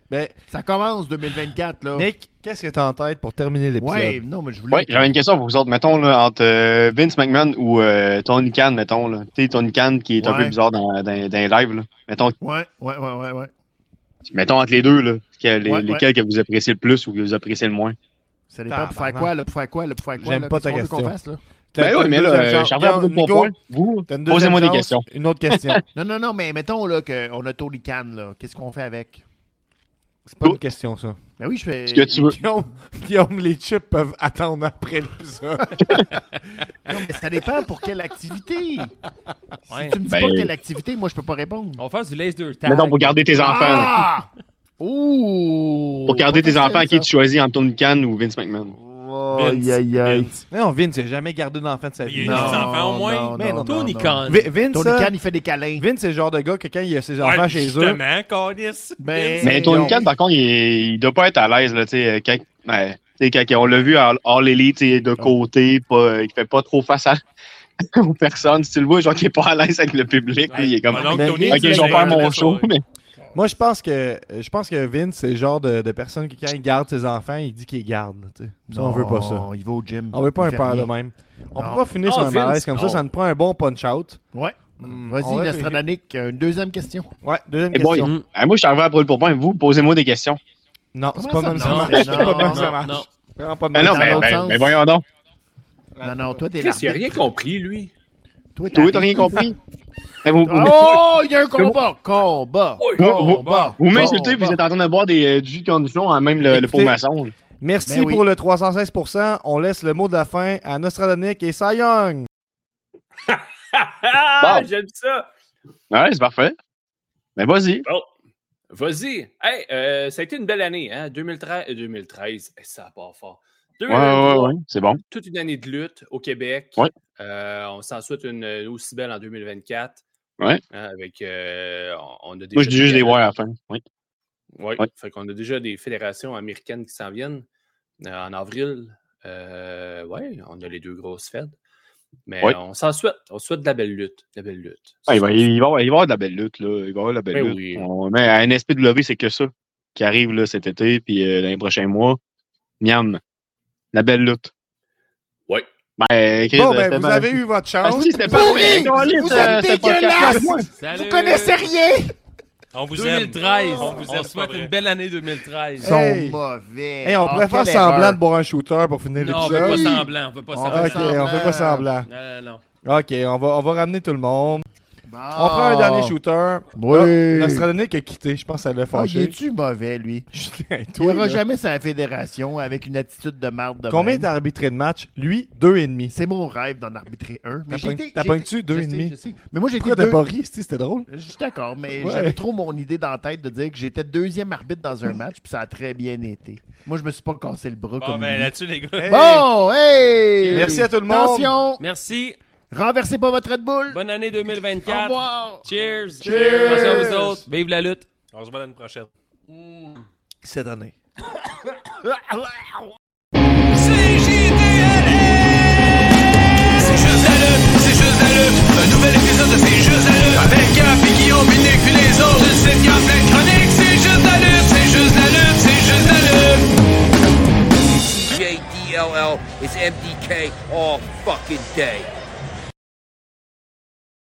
C: Ben,
E: Ça commence 2024, là.
C: Nick, qu'est-ce que t'as en tête pour terminer l'épisode
E: Ouais, non, mais je voulais.
H: Ouais, j'avais une question pour vous autres. Mettons, là, entre euh, Vince McMahon ou euh, Tony Khan, mettons. Là. Tu sais, Tony Khan qui est un
E: Ouais.
H: peu bizarre dans, dans, dans les lives. Là. Mettons,
E: Ouais, ouais, ouais, ouais, ouais.
H: mettons entre les deux, là, que- les-
E: Ouais, ouais.
H: lesquels que vous appréciez le plus ou que vous appréciez le moins.
E: Ça dépend pour faire quoi, là, pour faire quoi, là, pour faire quoi.
C: J'aime
E: là,
C: pas ta
E: qu'est-ce qu'on veut qu'on
C: question.
E: fasse, là?
C: T'as-
H: Ben
C: t'as
H: oui,
C: une
H: mais
C: deuxième
H: là,
C: chance.
H: j'en reviens à
C: Nico,
H: mon point. Vous,
C: t'as une deuxième
H: posez-moi des
C: chance.
H: questions.
C: Une autre question.
E: Non, non, non, mais mettons, là, qu'on a Tony Khan, là. Qu'est-ce qu'on fait avec?
C: C'est pas une question, ça. [laughs]
E: Ben oui, je fais.
H: Ce que tu veux.
C: Guillaume, Guillaume, les chips peuvent attendre après
B: [laughs]
C: l'épisode.
E: Non, mais ça dépend pour quelle activité. Si
D: Ouais.
E: tu me dis
H: Ben-
E: pas quelle activité, moi, je peux pas répondre.
D: On va faire du laser deux tag.
H: Mettons, pour garder tes enfants. là.
E: Ah! Ouh!
H: Pour garder
E: Pas
H: tes enfants,
E: facile,
H: qui
E: ça.
H: tu choisis entre Tony Khan ou Vince McMahon?
E: Oh,
B: Vince,
E: aïe, aïe, aïe.
B: Vince.
C: Non, Vince, il a jamais gardé d'enfant de sa
B: Il y a
C: vie.
B: eu des
E: Non,
B: enfants au moins.
E: non,
B: mais
E: non,
B: Tony
E: non, non.
B: Khan.
C: Vi- Vince,
E: Tony
C: euh,
E: Khan, il fait des câlins.
C: Vince, c'est le genre de gars que quand il a ses enfants
B: Ouais,
C: chez eux,
B: justement, câlisse.
E: Mais-
B: Vince.
H: Mais Tony
E: non.
H: Khan, par contre, il, est- il doit pas être à l'aise, là, tu sais, euh, quand, ouais, tu sais, quand on l'a vu à All Elite, tu sais, de côté, pas, il fait pas trop face à, [laughs] aux personnes. Si tu le vois, genre, qu'il est pas à l'aise avec le public, là, il est comme,
B: Mon oncle
C: Mais
B: Tony,
H: ok,
B: tu
H: je vais
B: l'as
H: faire mon
B: la
H: show,
B: soirée.
H: mais
C: moi je pense que je pense que Vince, c'est le genre de, de personne que quand il garde ses enfants, il dit qu'il les garde. tu sais.
H: ben-
C: Ça, on veut pas ça.
E: Non, Il va au gym.
C: On veut pas
E: Il
C: un
E: fait
C: père de
E: rien.
C: même. On
E: Non.
C: peut pas finir sur
G: Ah,
C: un malaise
G: Vince,
C: comme ça, ça nous prend un bon punch-out.
E: Ouais.
C: Hmm, on
E: Vas-y,
C: va-
E: l'astrononique, une deuxième question.
C: Ouais, deuxième
H: Eh
C: question.
H: boy. Ah, moi, je suis arrivé à brûle pour point. Vous, posez-moi des questions.
C: Non, c'est pas
E: Comment ça,
C: même ça
E: non?
C: marche.
E: Non,
C: C'est pas même ça
E: non,
C: marche.
D: non.
C: Vraiment pas de
H: Mais
C: même
H: non,
C: ça
H: mais,
C: marche.
E: l'autre
H: mais-
E: sens.
H: mais voyons donc.
E: Non, non, toi, t'es là.
G: Chris, il a rien compris, lui.
E: Toi,
H: Toi, t'as rien compris. Mais vous, vous-
E: Oh, il y a un combat! Combat!
H: vous- vous-
E: Combat!
H: vous m'insultez, puis
E: Combat.
H: vous êtes en train de boire des, euh, du jus de condition à même le, le pot
C: Écoutez-
H: maçon.
C: Merci
E: Ben oui.
C: pour le 316%. On laisse le mot de la fin à Nostradonic et Cy Young.
G: [laughs] Ah,
H: Bon.
G: j'aime ça.
H: Ouais, c'est parfait. Mais vas-y.
G: Vas-y. Hey, euh, ça a été une belle année, hein? 2013. euh, 2013, eh, ça part fort.
H: Ouais, ouais,
G: 2023,
H: ouais, c'est bon.
G: toute une année de lutte au Québec.
H: Ouais.
G: Euh, on s'en souhaite une euh, aussi belle en 2024.
H: Ouais.
G: Hein, avec, euh, on- on a
H: Moi,
G: déjà
H: je dis juste des ouais à la fin. Oui.
G: Oui,
H: Ouais.
G: fait qu'on a déjà des fédérations américaines qui s'en viennent euh, en avril. Euh, oui, on a les deux grosses fêtes. Mais
H: Ouais.
G: on s'en souhaite. On souhaite de la belle lutte. De la belle lutte.
H: Ouais, Ah, il, va, il, va, avoir- il va avoir de la belle lutte, là. Il va avoir de la belle
G: Ben
H: lutte.
G: oui.
H: On- mais à NSPW, c'est que ça qui arrive là, cet été, puis euh, dans les prochains mois. Miam. La belle lutte.
G: Ouais.
H: Ben, Chris,
C: Bon,
H: euh,
C: ben,
H: c'était
C: vous
H: pas-
C: avez eu votre
H: Ah,
C: chance.
H: si, c'était pas euh,
E: Pourri! Vous êtes dégueulasse!
D: Salut!
E: Vous connaissez rien!
B: On vous aime.
D: 2013.
B: On
D: On,
B: vous aime, c'est pas
D: souhaite
B: vrai.
D: une belle année 2013.
C: Hey,
E: Sont mauvais.
C: Hey, on
E: Ah,
C: pourrait faire
E: quelle
C: semblant
E: erreur.
C: de boire un shooter pour finir
D: Non, on fait pas
C: l'épisode.
D: semblant. On fait pas
E: On
D: semblant.
E: va
C: Ok, on fait pas semblant.
D: Non, non, non.
C: Ok, on va, on va ramener tout le monde.
E: Bon.
C: On prend un dernier shooter.
E: Oh. Oui.
C: L'Astradonic a quitté, je pense que ça l'a
E: Ah, il
C: fâché. [laughs]
E: est-tu mauvais, lui?
C: Justin,
E: Il
C: toi, là,
E: ira jamais sur la fédération avec une attitude de marde de
C: Combien
E: même.
C: t'as arbitré de matchs? Lui, deux et demi.
E: C'est mon rêve d'en arbitrer un. Mais
C: T'as
E: j'ai
C: pogn-
E: été-
C: t'as
E: j'ai
C: pogné-tu
E: été-
C: deux
E: je
C: et
E: sais,
C: demi?
E: je sais. Mais moi, j'ai été
C: Pourquoi t'as
E: deux...
C: pas ri? c'ti, C'était drôle.
E: Je suis d'accord, mais
C: Ouais.
E: j'avais trop mon idée dans la tête de dire que j'étais deuxième arbitre dans un match, puis ça a très bien été. Moi, je me suis pas cassé le bras
B: Bon,
E: comme
B: ben
E: lui.
B: là-dessus, les gars.
C: Hey,
E: Bon, hey!
C: Merci à tout le monde.
E: Attention!
D: Merci.
E: Renversez pas votre Red Bull!
D: Bonne année
E: Au
D: 2024.
E: revoir!
D: Cheers.
C: Cheers.
D: Merci à vous autres. Vive la lutte.
B: On se voit dans une prochaine.
C: Cette année.
I: C'est juste la lutte, c'est juste la lutte. Un nouvel épisode de C'est juste la lutte. Avec Gap et Guillaume, Binic, puis les autres. Le site Gap, la chronique. C'est juste la lutte, c'est juste la lutte, c'est juste la lutte.
J: JDLL is MDK all fucking day.